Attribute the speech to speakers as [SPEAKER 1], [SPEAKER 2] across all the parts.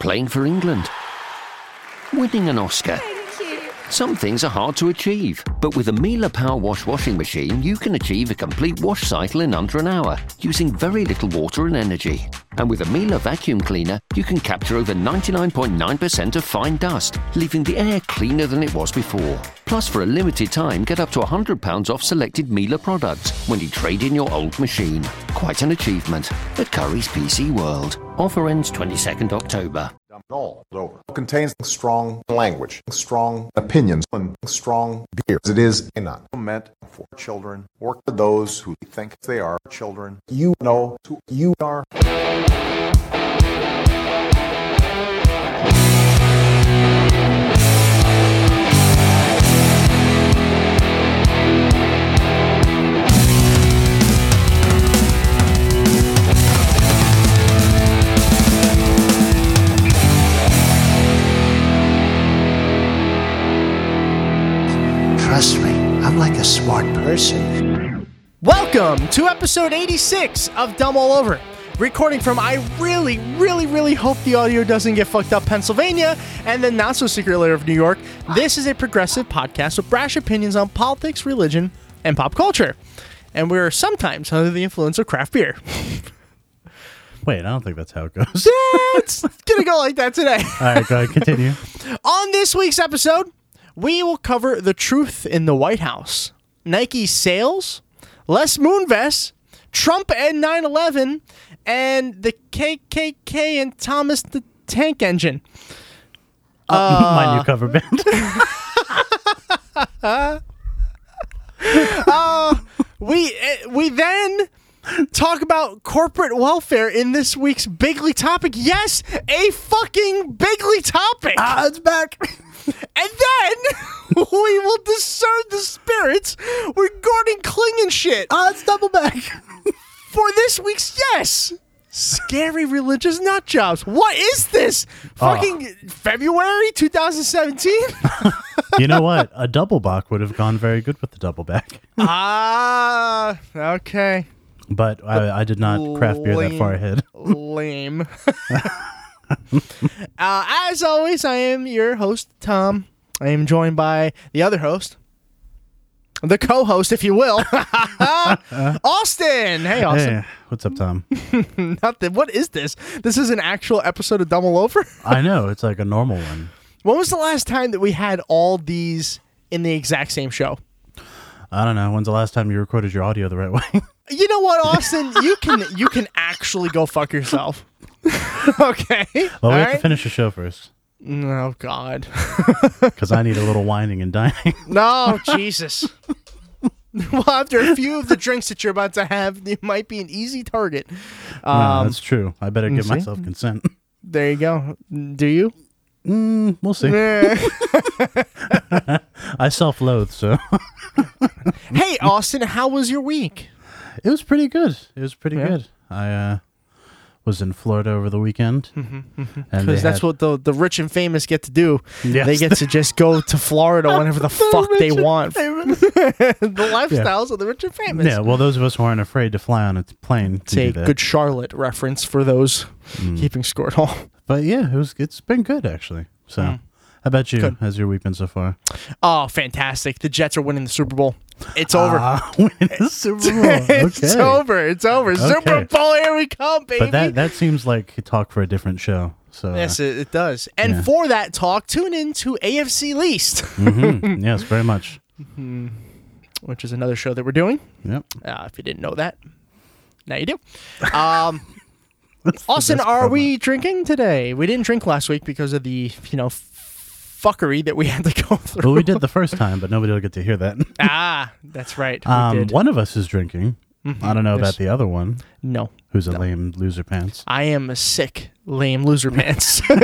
[SPEAKER 1] playing for England. Winning an Oscar. Some things are hard to achieve, but with a Miele Power Wash washing machine, you can achieve a complete wash cycle in under an hour using very little water and energy. And with a Miele vacuum cleaner, you can capture over 99.9% of fine dust, leaving the air cleaner than it was before. Plus, for a limited time, get up to £100 off selected Miele products when you trade in your old machine. Quite an achievement at Curry's PC World. Offer ends 22nd October.
[SPEAKER 2] All over. Contains strong language, strong opinions, and strong beers. It is not meant for children or for those who think they are children. You know who you are.
[SPEAKER 3] Trust me, I'm like a smart person.
[SPEAKER 4] Welcome to episode 86 of Dumb All Over. Recording from I really, really, really hope the audio doesn't get fucked up, Pennsylvania, and the not so secret layer of New York. This is a progressive podcast with brash opinions on politics, religion, and pop culture. And we're sometimes under the influence of craft beer.
[SPEAKER 5] Wait, I don't think that's how it goes.
[SPEAKER 4] it's gonna go like that today.
[SPEAKER 5] All right, go ahead, continue.
[SPEAKER 4] On this week's episode, we will cover the truth in the White House, Nike sales, Les Moonves, Trump and 9 11, and the KKK and Thomas the Tank Engine.
[SPEAKER 5] My new cover band.
[SPEAKER 4] We, eh, we then talk about corporate welfare in this week's bigly topic. Yes, a fucking bigly topic.
[SPEAKER 5] uh, it's back.
[SPEAKER 4] And then we will discern the spirits regarding Klingon shit.
[SPEAKER 5] Ah, it's double back.
[SPEAKER 4] for this week's yes scary religious nut jobs what is this fucking february 2017
[SPEAKER 5] you know what? A double back would have gone very good with the double back.
[SPEAKER 4] ah okay
[SPEAKER 5] But I, I did not craft beer that far ahead.
[SPEAKER 4] lame uh, as always i am your host tom i am joined by the other host the co-host if you will austin hey austin
[SPEAKER 5] Hey, what's up, Tom?
[SPEAKER 4] nothing what is this this is an actual episode of double over
[SPEAKER 5] I know it's like a normal one.
[SPEAKER 4] When was the last time that we had all these in the exact same show?
[SPEAKER 5] I don't know. When's the last time you recorded your audio the right way?
[SPEAKER 4] You know what, Austin? you can you can actually go fuck yourself. okay.
[SPEAKER 5] Well,
[SPEAKER 4] all
[SPEAKER 5] we have
[SPEAKER 4] right.
[SPEAKER 5] to finish the show first
[SPEAKER 4] oh God.
[SPEAKER 5] because I need a little whining and dining.
[SPEAKER 4] No, Jesus. well, after a few of the drinks that you're about to have, you might be an easy target.
[SPEAKER 5] No, that's true. I better give myself consent.
[SPEAKER 4] There you go. Do you?
[SPEAKER 5] Mm, we'll see.
[SPEAKER 4] Eh.
[SPEAKER 5] I self-loathe, so
[SPEAKER 4] hey, Austin, how was your week?
[SPEAKER 5] It was pretty good. It was pretty good. I uh, was in Florida over the weekend, and
[SPEAKER 4] Because
[SPEAKER 5] they
[SPEAKER 4] that's
[SPEAKER 5] had-
[SPEAKER 4] what the the rich and famous get to do.
[SPEAKER 5] Yes.
[SPEAKER 4] They get to just go to Florida whenever the fuck they want. the lifestyles of the rich and famous.
[SPEAKER 5] Yeah, well, those of us who aren't afraid to fly on a plane to
[SPEAKER 4] It's a
[SPEAKER 5] do that. Mm.
[SPEAKER 4] good Charlotte reference for those keeping score at home.
[SPEAKER 5] but yeah, it was. It's been good actually. So, how about you? How's your week been so far?
[SPEAKER 4] Oh, fantastic. The Jets are winning the Super Bowl. It's over.
[SPEAKER 5] Ah, winning the Super Bowl.
[SPEAKER 4] it's
[SPEAKER 5] Okay.
[SPEAKER 4] over. It's over. Super Bowl, here we come, baby.
[SPEAKER 5] But that that seems like a talk for a different show. So uh,
[SPEAKER 4] yes, it, it does. And
[SPEAKER 5] Yeah.
[SPEAKER 4] for that talk, tune in to AFC Least,
[SPEAKER 5] mhm, yes, very much.
[SPEAKER 4] which is another show that we're doing.
[SPEAKER 5] Yep.
[SPEAKER 4] Uh, if you didn't know that, now you do. Um, Austin, are we drinking today? We didn't drink last week because of the you know f- fuckery that we had to go through.
[SPEAKER 5] Well, we did the first time, but nobody will get to hear that.
[SPEAKER 4] ah, that's right. We
[SPEAKER 5] Um,
[SPEAKER 4] did.
[SPEAKER 5] one of us is drinking. I don't know
[SPEAKER 4] Yes.
[SPEAKER 5] about the other one,
[SPEAKER 4] No,
[SPEAKER 5] who's a lame loser pants.
[SPEAKER 4] I am a sick, lame loser pants.
[SPEAKER 5] By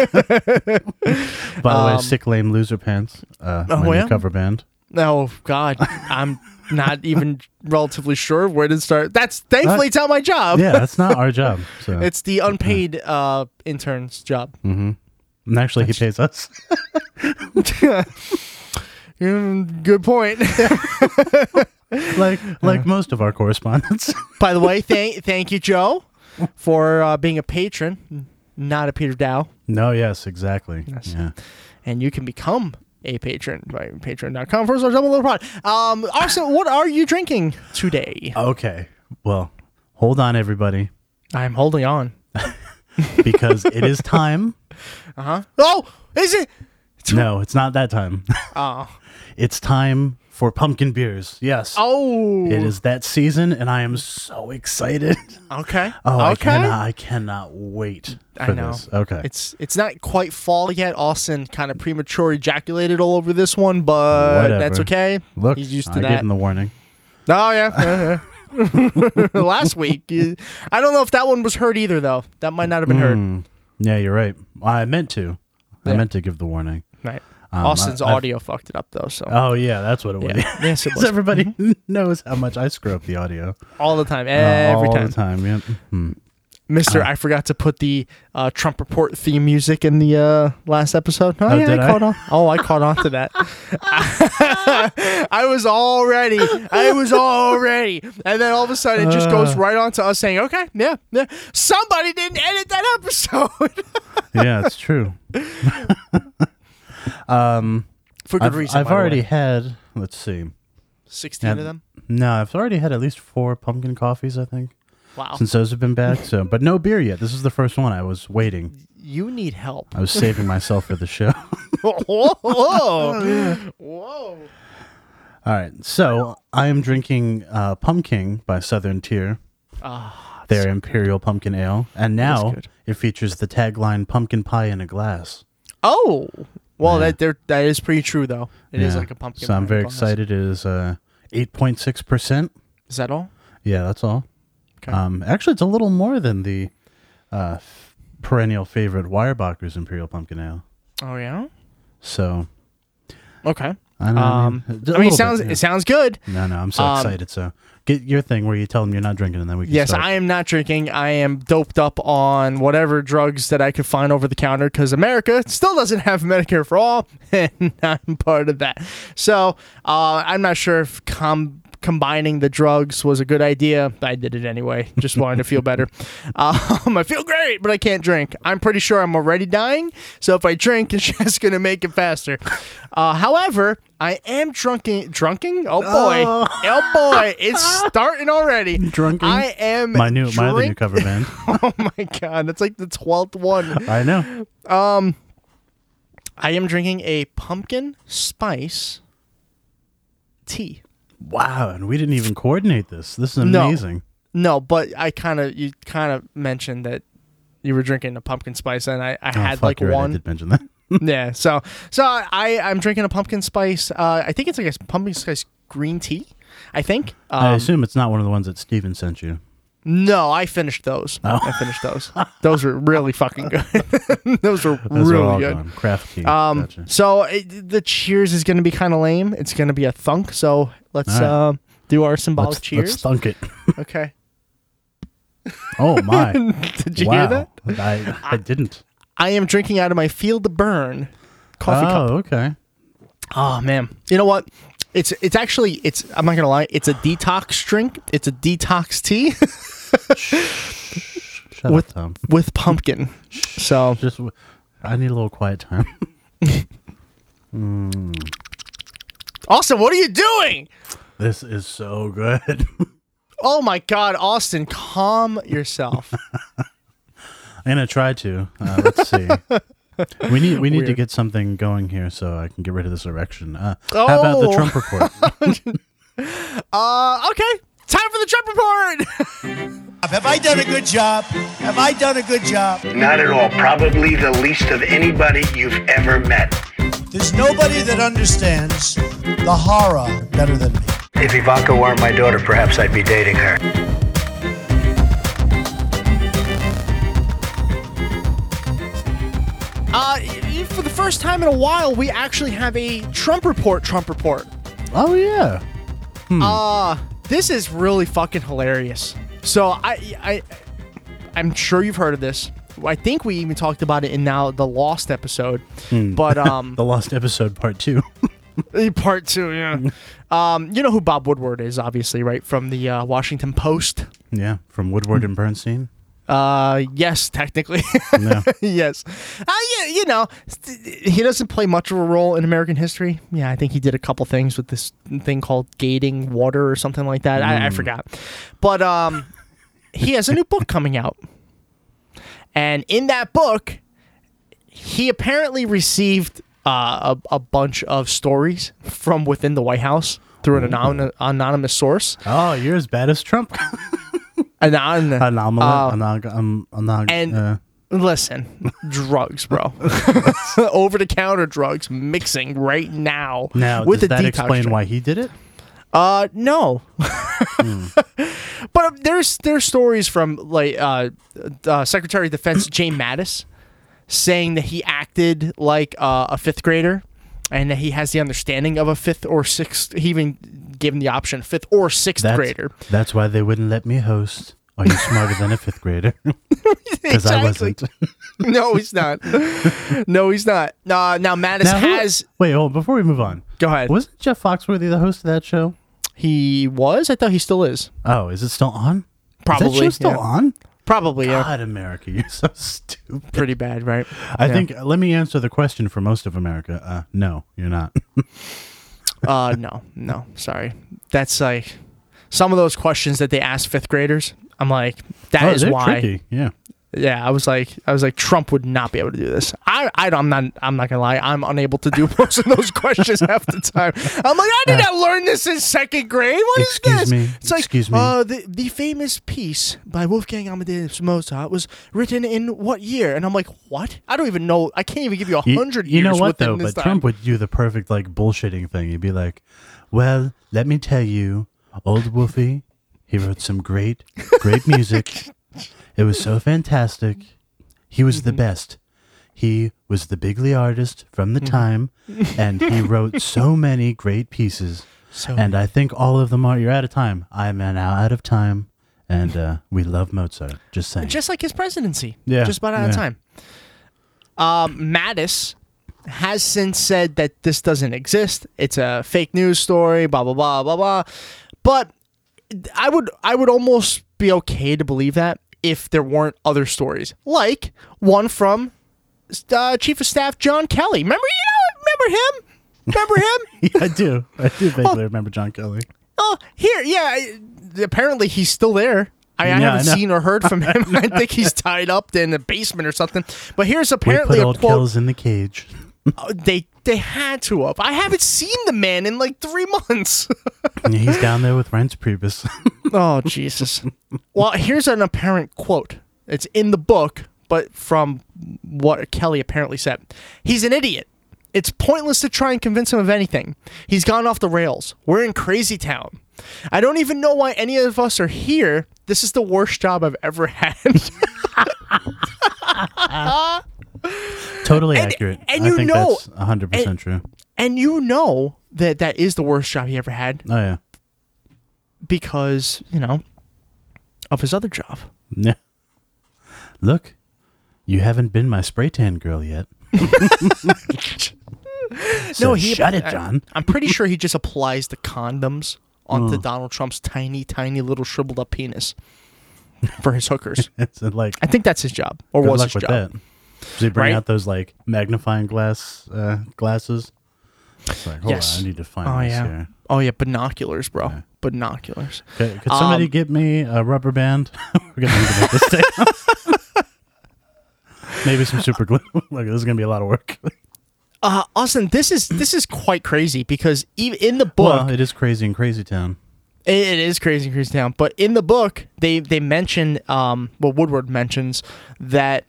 [SPEAKER 5] the way, Sick Lame Loser Pants, uh,
[SPEAKER 4] Um, Oh,
[SPEAKER 5] my new
[SPEAKER 4] yeah?
[SPEAKER 5] cover band.
[SPEAKER 4] oh God, I'm not even relatively sure where to start. That's thankfully it's not my job.
[SPEAKER 5] Yeah, that's not our job. So
[SPEAKER 4] It's the unpaid uh, intern's job.
[SPEAKER 5] and actually, he pays us.
[SPEAKER 4] Mm, Good point.
[SPEAKER 5] like like most of our correspondents.
[SPEAKER 4] By the way, thank thank you, Joe, for uh, being a patron. not a Peter Dow.
[SPEAKER 5] No, yes, exactly. Yeah.
[SPEAKER 4] and you can become a patron by patreon.com forward slash double Loaded pod. Um, also, what are you drinking today?
[SPEAKER 5] Okay. Well, hold on, everybody,
[SPEAKER 4] I'm holding on.
[SPEAKER 5] because it is time.
[SPEAKER 4] Oh, is it?
[SPEAKER 5] No, it's not that time.
[SPEAKER 4] Oh,
[SPEAKER 5] It's time for pumpkin beers. Yes.
[SPEAKER 4] oh,
[SPEAKER 5] It is that season, and I am so excited.
[SPEAKER 4] okay.
[SPEAKER 5] Oh, I
[SPEAKER 4] okay.
[SPEAKER 5] cannot, I cannot wait for
[SPEAKER 4] I know.
[SPEAKER 5] this. Okay.
[SPEAKER 4] It's it's not quite fall yet. Austin kind of premature ejaculated all over this one, but
[SPEAKER 5] Whatever.
[SPEAKER 4] that's okay.
[SPEAKER 5] Look,
[SPEAKER 4] he's used to
[SPEAKER 5] I
[SPEAKER 4] that.
[SPEAKER 5] gave him the warning.
[SPEAKER 4] Oh yeah. yeah. Last week, you- I don't know if that one was heard either, though. That might not have been
[SPEAKER 5] Mm.
[SPEAKER 4] heard.
[SPEAKER 5] Hmm. Yeah, you're right. I meant to. I
[SPEAKER 4] Yeah.
[SPEAKER 5] meant to give the warning.
[SPEAKER 4] Right.
[SPEAKER 5] Um,
[SPEAKER 4] Austin's
[SPEAKER 5] I- I've-
[SPEAKER 4] audio fucked it up, though. So
[SPEAKER 5] Oh yeah, that's what it was.
[SPEAKER 4] Yeah. Yes, it
[SPEAKER 5] 'Cause
[SPEAKER 4] was.
[SPEAKER 5] everybody knows how much I screw up the audio
[SPEAKER 4] all the time,
[SPEAKER 5] Uh,
[SPEAKER 4] every
[SPEAKER 5] all
[SPEAKER 4] time.
[SPEAKER 5] the time. Yep. Mhm.
[SPEAKER 4] Mister, I forgot to put the uh, Trump report theme music in the uh, last episode. Oh,
[SPEAKER 5] Oh,
[SPEAKER 4] yeah,
[SPEAKER 5] did
[SPEAKER 4] I,
[SPEAKER 5] I?
[SPEAKER 4] caught on. Oh, I caught on to that. I was all ready. I was all ready, and then all of a sudden it just
[SPEAKER 5] Uh.
[SPEAKER 4] goes right on to us saying, "Okay, yeah, yeah." Somebody didn't edit that episode
[SPEAKER 5] yeah, it's true.
[SPEAKER 4] for good
[SPEAKER 5] I've,
[SPEAKER 4] reason.
[SPEAKER 5] I've
[SPEAKER 4] by the way.
[SPEAKER 5] already had. Let's see.
[SPEAKER 4] sixteen
[SPEAKER 5] Yeah.
[SPEAKER 4] of them.
[SPEAKER 5] No, I've already had at least four pumpkin coffees. I think
[SPEAKER 4] Wow,
[SPEAKER 5] since those have been back. So, but no beer yet. This is the first one. I was waiting.
[SPEAKER 4] you need help.
[SPEAKER 5] I was saving myself for the show.
[SPEAKER 4] Whoa, whoa, whoa!
[SPEAKER 5] All right, so I am drinking uh, Pumpkin by Southern Tier,
[SPEAKER 4] Ah,
[SPEAKER 5] their Imperial Pumpkin Ale, and now
[SPEAKER 4] good.
[SPEAKER 5] it features the tagline "Pumpkin Pie in a Glass."
[SPEAKER 4] Oh, well, that there that is pretty true though. It is
[SPEAKER 5] Yeah.
[SPEAKER 4] like a pumpkin.
[SPEAKER 5] So I'm
[SPEAKER 4] pie
[SPEAKER 5] very
[SPEAKER 4] glass.
[SPEAKER 5] excited. It is uh, eight point six percent.
[SPEAKER 4] Is that all?
[SPEAKER 5] Yeah, that's all.
[SPEAKER 4] Okay.
[SPEAKER 5] Um, actually, it's a little more than the uh, f- perennial favorite Weyerbacher's Imperial Pumpkin Ale.
[SPEAKER 4] Oh yeah.
[SPEAKER 5] So
[SPEAKER 4] Okay.
[SPEAKER 5] I don't know.
[SPEAKER 4] Um,
[SPEAKER 5] I mean, a
[SPEAKER 4] I mean,
[SPEAKER 5] little
[SPEAKER 4] it sounds
[SPEAKER 5] bit, yeah.
[SPEAKER 4] it sounds good.
[SPEAKER 5] no, no, I'm so
[SPEAKER 4] um,
[SPEAKER 5] excited. So get your thing where you tell them you're not drinking, and then we can
[SPEAKER 4] Yes,
[SPEAKER 5] start.
[SPEAKER 4] I am not drinking. I am doped up on whatever drugs that I could find over the counter because America still doesn't have Medicare for all, and I'm part of that. So uh, I'm not sure if com- combining the drugs was a good idea. I did it anyway. Just wanted to feel better. Um, I feel great, but I can't drink. I'm pretty sure I'm already dying. So if I drink, it's just gonna make it faster. Uh, however, I am drunking. Drunking? Oh boy! Oh, boy! It's starting already.
[SPEAKER 5] Drunking?
[SPEAKER 4] I am
[SPEAKER 5] my new my other new
[SPEAKER 4] drink-
[SPEAKER 5] cover band.
[SPEAKER 4] Oh my god, that's like the twelfth one.
[SPEAKER 5] I know.
[SPEAKER 4] I am drinking a pumpkin spice tea.
[SPEAKER 5] Wow, and we didn't even coordinate this. This is
[SPEAKER 4] No.
[SPEAKER 5] amazing.
[SPEAKER 4] No, but I kind of you kind of mentioned that you were drinking a pumpkin spice, and I, I
[SPEAKER 5] Oh,
[SPEAKER 4] had
[SPEAKER 5] fuck,
[SPEAKER 4] like
[SPEAKER 5] you're right, I
[SPEAKER 4] one.
[SPEAKER 5] did mention that.
[SPEAKER 4] yeah, so so I I'm drinking a pumpkin spice. Uh, I think it's like a pumpkin spice green tea. I think.
[SPEAKER 5] I
[SPEAKER 4] Um,
[SPEAKER 5] assume it's not one of the ones that Steven sent you.
[SPEAKER 4] no, I finished those.
[SPEAKER 5] Oh.
[SPEAKER 4] I finished those. Those were really fucking good. those were
[SPEAKER 5] Those are
[SPEAKER 4] really
[SPEAKER 5] all
[SPEAKER 4] good.
[SPEAKER 5] gone. Craft tea.
[SPEAKER 4] Um,
[SPEAKER 5] gotcha.
[SPEAKER 4] so it, the cheers is going to be kind of lame. It's going to be a thunk. So let's
[SPEAKER 5] All right.
[SPEAKER 4] uh, do our symbolic
[SPEAKER 5] Let's,
[SPEAKER 4] cheers.
[SPEAKER 5] let's thunk it.
[SPEAKER 4] okay.
[SPEAKER 5] Oh my!
[SPEAKER 4] Did you
[SPEAKER 5] wow.
[SPEAKER 4] hear that?
[SPEAKER 5] I, I didn't.
[SPEAKER 4] I am drinking out of my Field to Burn coffee
[SPEAKER 5] oh,
[SPEAKER 4] cup.
[SPEAKER 5] okay.
[SPEAKER 4] Oh man, you know what? It's it's actually it's I'm not gonna lie. It's a detox drink. It's a detox tea
[SPEAKER 5] Shut
[SPEAKER 4] With-
[SPEAKER 5] up, Tom.
[SPEAKER 4] with pumpkin. So
[SPEAKER 5] Just, w- I need a little quiet time.
[SPEAKER 4] Austin, what are you doing?
[SPEAKER 5] this is so good.
[SPEAKER 4] Oh my God, Austin, calm yourself.
[SPEAKER 5] I'm gonna try to. Uh, let's see. We need we need to
[SPEAKER 4] Weird.
[SPEAKER 5] get something going here so I can get rid of this erection. Uh, How about the
[SPEAKER 4] Oh.
[SPEAKER 5] Trump report?
[SPEAKER 4] uh, okay, time for the Trump report.
[SPEAKER 6] Have I done a good job? Have I done a good job?
[SPEAKER 7] Not at all. Probably the least of anybody you've ever met.
[SPEAKER 6] There's nobody that understands the horror better than me.
[SPEAKER 7] If Ivanka weren't my daughter, perhaps I'd be dating her.
[SPEAKER 4] Uh, y- for the first time in a while, we actually have a Trump report. Trump report.
[SPEAKER 5] oh yeah.
[SPEAKER 4] This is really fucking hilarious. So I, I, I'm sure you've heard of this. I think we even talked about it in now the Lost episode, but um,
[SPEAKER 5] The lost episode part two.
[SPEAKER 4] Eh, part two, yeah. Um, you know who Bob Woodward is, obviously, right from the uh, Washington Post.
[SPEAKER 5] yeah, from Woodward and Bernstein.
[SPEAKER 4] Uh, yes, technically.
[SPEAKER 5] No.
[SPEAKER 4] yes. Uh, yeah, you know, st- he doesn't play much of a role in American history. Yeah, I think he did a couple things with this thing called gating water or something like that. I, I forgot. But um, he has a new book coming out. And in that book, he apparently received uh, a, a bunch of stories from within the White House through an anon- anonymous source.
[SPEAKER 5] Oh, you're as bad as Trump.
[SPEAKER 4] Anon-
[SPEAKER 5] Anomaly.
[SPEAKER 4] Uh,
[SPEAKER 5] anog, um, anog,
[SPEAKER 4] and-
[SPEAKER 5] uh,
[SPEAKER 4] Listen, drugs, bro. Over the counter drugs mixing right now.
[SPEAKER 5] now,
[SPEAKER 4] with
[SPEAKER 5] does
[SPEAKER 4] the
[SPEAKER 5] that
[SPEAKER 4] detox
[SPEAKER 5] explain
[SPEAKER 4] drink.
[SPEAKER 5] why Hmm. he did it?
[SPEAKER 4] Uh, no. but um, there's there's stories from like uh, uh, Secretary of Defense Jane Mattis saying that he acted like uh, a fifth grader, and that he has the understanding of a fifth or sixth. He even gave him the option fifth or sixth
[SPEAKER 5] That's,
[SPEAKER 4] grader.
[SPEAKER 5] That's why they wouldn't let me host. Are you smarter than a fifth grader? Because I wasn't.
[SPEAKER 4] no, he's not. no, he's not. Uh, now Mattis
[SPEAKER 5] Now, who-
[SPEAKER 4] has.
[SPEAKER 5] wait, hold on, before we move on.
[SPEAKER 4] Go ahead.
[SPEAKER 5] Wasn't Jeff Foxworthy the host of that show?
[SPEAKER 4] He was. I thought he still is.
[SPEAKER 5] Oh, is it still on? Is
[SPEAKER 4] Probably,
[SPEAKER 5] that show still
[SPEAKER 4] yeah.
[SPEAKER 5] on?
[SPEAKER 4] Probably, yeah.
[SPEAKER 5] God, America, you're so stupid.
[SPEAKER 4] Pretty bad, right?
[SPEAKER 5] I think. Let me answer the question for most of America. Uh, no, you're not.
[SPEAKER 4] Uh, no, no, sorry. That's like some of those questions that they ask fifth graders. I'm like, that
[SPEAKER 5] Oh,
[SPEAKER 4] is
[SPEAKER 5] they're
[SPEAKER 4] why.
[SPEAKER 5] tricky. Yeah.
[SPEAKER 4] Yeah, I was like, I was like, Trump would not be able to do this. I, I, I'm not, I'm not gonna lie. I'm unable to do most of those questions half the time. I'm like, I did not learn this in second grade. What is
[SPEAKER 5] Uh, Excuse
[SPEAKER 4] this?
[SPEAKER 5] me,
[SPEAKER 4] It's like,
[SPEAKER 5] excuse me.
[SPEAKER 4] Uh, the the famous piece by Wolfgang Amadeus Mozart was written in what year? And I'm like, what? I don't even know. I can't even give you a
[SPEAKER 5] You-
[SPEAKER 4] hundred.
[SPEAKER 5] You, know
[SPEAKER 4] years
[SPEAKER 5] what
[SPEAKER 4] within
[SPEAKER 5] though?
[SPEAKER 4] this
[SPEAKER 5] But
[SPEAKER 4] time.
[SPEAKER 5] Trump would do the perfect like bullshitting thing. He'd be like, "Well, let me tell you, old Wolfie, he wrote some great, great music. It was so fantastic. He was
[SPEAKER 4] Mm-hmm.
[SPEAKER 5] the best. He was the bigly artist from the
[SPEAKER 4] Mm-hmm.
[SPEAKER 5] time, and he wrote so many great pieces.
[SPEAKER 4] So
[SPEAKER 5] and I think all of them are. You're out of time. I'm now out of time." And uh, we love Mozart. Just saying.
[SPEAKER 4] just like his presidency.
[SPEAKER 5] Yeah,
[SPEAKER 4] just about out of
[SPEAKER 5] yeah.
[SPEAKER 4] time. Um, Mattis has since said that this doesn't exist. It's a fake news story. Blah blah blah blah blah. But I would I would almost be okay to believe that if there weren't other stories like one from uh, Chief of Staff John Kelly. Remember you know, remember him? Remember him?
[SPEAKER 5] I do. I do vaguely remember John Kelly.
[SPEAKER 4] Oh, here, yeah. I, apparently, he's still there. I, I
[SPEAKER 5] Yeah,
[SPEAKER 4] haven't
[SPEAKER 5] I know.
[SPEAKER 4] seen or heard from him. I think he's tied up in the basement or something. But here's apparently
[SPEAKER 5] we
[SPEAKER 4] a
[SPEAKER 5] put old
[SPEAKER 4] quote.
[SPEAKER 5] Kells in the cage.
[SPEAKER 4] Oh, They they had to up. I haven't seen the man in like three months.
[SPEAKER 5] Yeah, he's down there with Rance Priebus.
[SPEAKER 4] oh Jesus. Well, here's an apparent quote. It's in the book, but from what Kelly apparently said. He's an idiot. It's pointless to try and convince him of anything. He's gone off the rails. We're in crazy town. I don't even know why any of us are here. This is the worst job I've ever had.
[SPEAKER 5] totally accurate.
[SPEAKER 4] and
[SPEAKER 5] I
[SPEAKER 4] you
[SPEAKER 5] think
[SPEAKER 4] know-
[SPEAKER 5] that's 100%
[SPEAKER 4] and-
[SPEAKER 5] true.
[SPEAKER 4] and you know that that is the worst job he ever had
[SPEAKER 5] Oh, yeah.
[SPEAKER 4] because, you know, of his other job.
[SPEAKER 5] yeah. Look, you haven't been my spray tan girl yet. so
[SPEAKER 4] No, he-
[SPEAKER 5] shut it, John.
[SPEAKER 4] I'm pretty sure he just applies the condoms onto
[SPEAKER 5] Hmm.
[SPEAKER 4] Donald Trump's tiny, tiny little shriveled up penis for his hookers.
[SPEAKER 5] It's like,
[SPEAKER 4] I think that's his job, or
[SPEAKER 5] good
[SPEAKER 4] was
[SPEAKER 5] luck
[SPEAKER 4] his
[SPEAKER 5] with
[SPEAKER 4] job.
[SPEAKER 5] that. Does he bring
[SPEAKER 4] Right?
[SPEAKER 5] out those like magnifying glass uh, glasses? It's like, hold
[SPEAKER 4] Yes.
[SPEAKER 5] on, I need to find
[SPEAKER 4] Oh
[SPEAKER 5] this
[SPEAKER 4] yeah,
[SPEAKER 5] here.
[SPEAKER 4] oh yeah, binoculars, bro, binoculars.
[SPEAKER 5] Could, could somebody
[SPEAKER 4] Um,
[SPEAKER 5] get me a rubber band? We're gonna need to make this down. Maybe some super glue. Look, this is gonna be a lot of work.
[SPEAKER 4] Uh, Austin, this is this is quite crazy because even in the book,
[SPEAKER 5] well, it is crazy in Crazy Town.
[SPEAKER 4] It, it is crazy, in crazy town. But in the book, they they mention, um, well, Woodward mentions that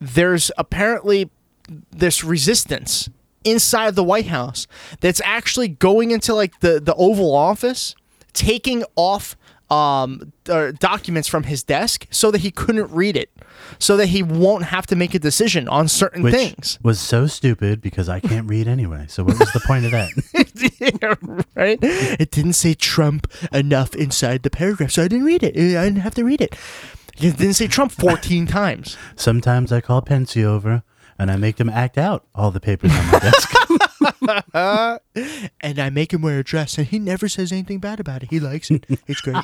[SPEAKER 4] there's apparently this resistance inside the White House that's actually going into like the the Oval Office, taking off um uh, documents from his desk so that he couldn't read it, so that he won't have to make a decision on certain
[SPEAKER 5] Which
[SPEAKER 4] things.
[SPEAKER 5] was so stupid because I can't read anyway. So what was the point of that?
[SPEAKER 4] Yeah, right? It didn't say Trump enough inside the paragraph, so I didn't read it. I didn't have to read it. It didn't say Trump 14 times.
[SPEAKER 5] Sometimes I call Pensy over and I make them act out all the papers on my desk.
[SPEAKER 4] And I make him wear a dress, and he never says anything bad about it. He likes it. It's great.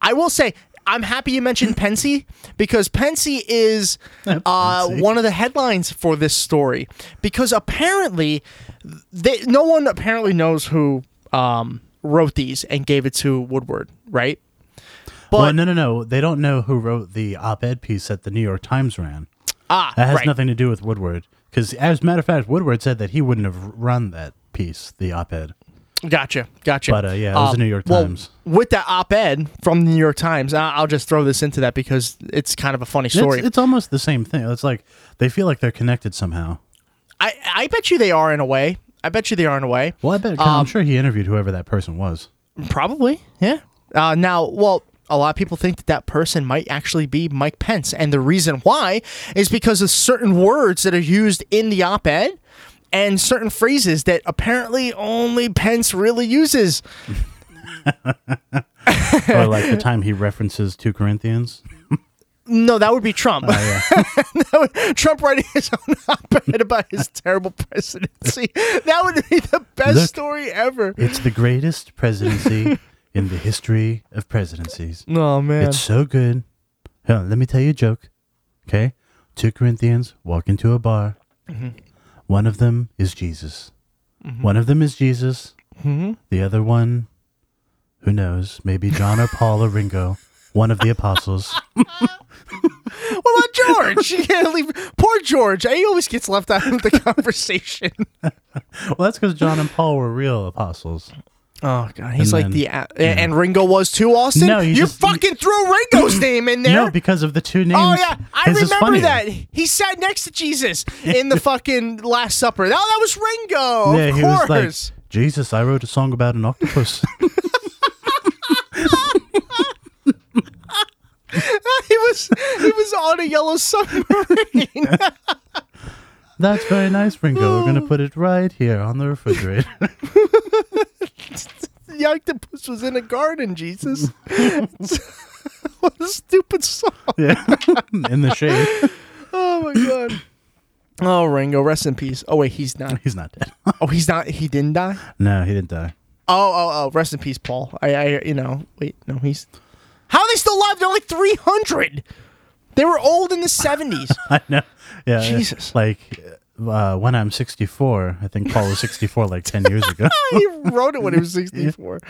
[SPEAKER 4] I will say, I'm happy you mentioned Pensy because Pensy is uh,
[SPEAKER 5] Pensy.
[SPEAKER 4] one of the headlines for this story because apparently they, no one apparently knows who um, wrote these and gave it to Woodward, right? But
[SPEAKER 5] well, no, no, no. They don't know who wrote the op-ed piece that the New York Times ran.
[SPEAKER 4] ah,
[SPEAKER 5] That has
[SPEAKER 4] right.
[SPEAKER 5] nothing to do with Woodward, because as a matter of fact, Woodward said that he wouldn't have run that piece, the op-ed.
[SPEAKER 4] Gotcha, gotcha. Um,
[SPEAKER 5] But, uh, yeah, it was the New York
[SPEAKER 4] well,
[SPEAKER 5] Times.
[SPEAKER 4] with that op-ed from the New York Times, I- I'll just throw this into that because it's kind of a funny story.
[SPEAKER 5] It's, it's almost the same thing. It's like they feel like they're connected somehow.
[SPEAKER 4] I I bet you they are in a way. I bet you they are in a way.
[SPEAKER 5] Well, I bet. I'm sure he interviewed whoever that person was.
[SPEAKER 4] Probably, yeah. Uh, now, well, a lot of people think that that person might actually be Mike Pence, and the reason why is because of certain words that are used in the op-ed and certain phrases that apparently only Pence really uses.
[SPEAKER 5] or like the time he references 2 Corinthians.
[SPEAKER 4] No, that would be Trump.
[SPEAKER 5] Oh,
[SPEAKER 4] Trump writing his own op-ed about his terrible presidency. That would be the best
[SPEAKER 5] Look.
[SPEAKER 4] story ever.
[SPEAKER 5] It's the greatest presidency in the history of presidencies.
[SPEAKER 4] Oh man.
[SPEAKER 5] It's so good. Huh, let me tell you a joke. Okay? Two Corinthians walk into a bar. One of them is Jesus. One of them is Jesus. The other one, who knows, maybe John or Paul or Ringo, one of the apostles.
[SPEAKER 4] What about George? You can't leave. Poor George. He always gets left out of the conversation.
[SPEAKER 5] well, that's because John and Paul were real apostles.
[SPEAKER 4] Oh god, he's
[SPEAKER 5] And
[SPEAKER 4] like
[SPEAKER 5] then-
[SPEAKER 4] the a and Ringo was too. Austin,
[SPEAKER 5] No, you
[SPEAKER 4] you,
[SPEAKER 5] just-
[SPEAKER 4] fucking threw Ringo's name in there.
[SPEAKER 5] No, because of the two names.
[SPEAKER 4] oh yeah, I
[SPEAKER 5] his is
[SPEAKER 4] remember
[SPEAKER 5] funnier.
[SPEAKER 4] that. He sat next to Jesus in the fucking Last Supper. Oh, that was Ringo.
[SPEAKER 5] yeah,
[SPEAKER 4] of
[SPEAKER 5] he
[SPEAKER 4] course.
[SPEAKER 5] was like, Jesus, I wrote a song about an octopus.
[SPEAKER 4] he was he was on a yellow submarine.
[SPEAKER 5] That's very nice, Ringo. We're gonna put it right here on the refrigerator.
[SPEAKER 4] the octopus was in a garden. Jesus. what a stupid song.
[SPEAKER 5] yeah. In the shade.
[SPEAKER 4] Oh my god. Oh, Ringo, rest in peace. Oh wait, he's not.
[SPEAKER 5] He's not dead.
[SPEAKER 4] Oh, he's not. He didn't die.
[SPEAKER 5] no, he didn't die.
[SPEAKER 4] Oh, oh, oh! Rest in peace, Paul. I, I, you know, wait, no, he's. How are they still alive? They're like three hundred. They were old in the seventies.
[SPEAKER 5] I know. Yeah. it's
[SPEAKER 4] Jesus.
[SPEAKER 5] Like uh, when I'm 64, I think Paul was 64 like 10 years ago.
[SPEAKER 4] he wrote it when he was sixty-four. Uh,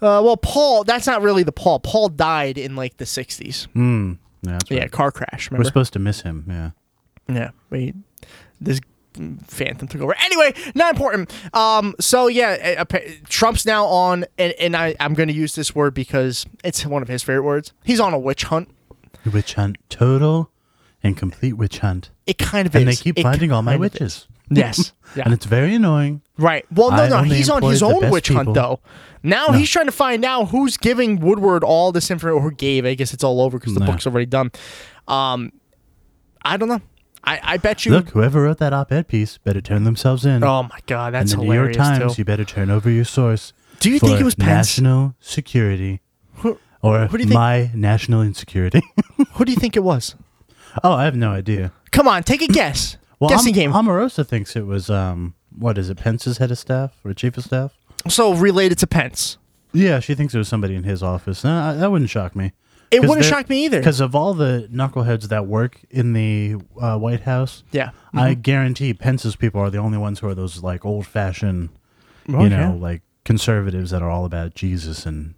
[SPEAKER 4] well, Paul, that's not really the Paul. Paul died in like the sixties.
[SPEAKER 5] Yeah, that's right.
[SPEAKER 4] Yeah, car crash.
[SPEAKER 5] Mm. We're
[SPEAKER 4] Remember?
[SPEAKER 5] supposed to miss him. Yeah.
[SPEAKER 4] yeah, wait, this phantom took over. Anyway, not important. Um, so yeah, uh, appa- Trump's now on, and, and I, I'm going to use this word because it's one of his favorite words. He's on a witch hunt.
[SPEAKER 5] Witch hunt. Total and complete witch hunt.
[SPEAKER 4] It kind of
[SPEAKER 5] And
[SPEAKER 4] is.
[SPEAKER 5] they keep
[SPEAKER 4] It
[SPEAKER 5] finding all my
[SPEAKER 4] kind of is.
[SPEAKER 5] witches.
[SPEAKER 4] Yes. Yeah.
[SPEAKER 5] And it's very annoying.
[SPEAKER 4] Right. Well, no,
[SPEAKER 5] I
[SPEAKER 4] no,
[SPEAKER 5] only
[SPEAKER 4] he's on his
[SPEAKER 5] employed the
[SPEAKER 4] own
[SPEAKER 5] best
[SPEAKER 4] witch hunt
[SPEAKER 5] people.
[SPEAKER 4] though. Now he's trying to find out who's giving Woodward all this information, or gave. I guess it's all over because the
[SPEAKER 5] No.
[SPEAKER 4] book's already done. Um, I don't know. I, I bet you.
[SPEAKER 5] Look, whoever wrote that op ed piece better turn themselves in.
[SPEAKER 4] oh my god, that's
[SPEAKER 5] and the New York
[SPEAKER 4] hilarious
[SPEAKER 5] Times,
[SPEAKER 4] too.
[SPEAKER 5] you better turn over your source.
[SPEAKER 4] Do you think
[SPEAKER 5] for
[SPEAKER 4] it was Pence?
[SPEAKER 5] national security or
[SPEAKER 4] who do you think-
[SPEAKER 5] my national insecurity?
[SPEAKER 4] Who do you think it was?
[SPEAKER 5] oh, I have no idea.
[SPEAKER 4] Come on, take a guess.
[SPEAKER 5] Well,
[SPEAKER 4] Guessing
[SPEAKER 5] Am-
[SPEAKER 4] game.
[SPEAKER 5] Omarosa thinks it was um, what is it? Pence's head of staff or chief of staff?
[SPEAKER 4] so related to Pence.
[SPEAKER 5] Yeah, she thinks it was somebody in his office. No, I- that wouldn't shock me.
[SPEAKER 4] It wouldn't shock me either.
[SPEAKER 5] Because of all the knuckleheads that work in the uh, White House,
[SPEAKER 4] Yeah. Mm-hmm.
[SPEAKER 5] I guarantee Pence's people are the only ones who are those like old fashioned,
[SPEAKER 4] Oh,
[SPEAKER 5] you know, like conservatives that are all about Jesus and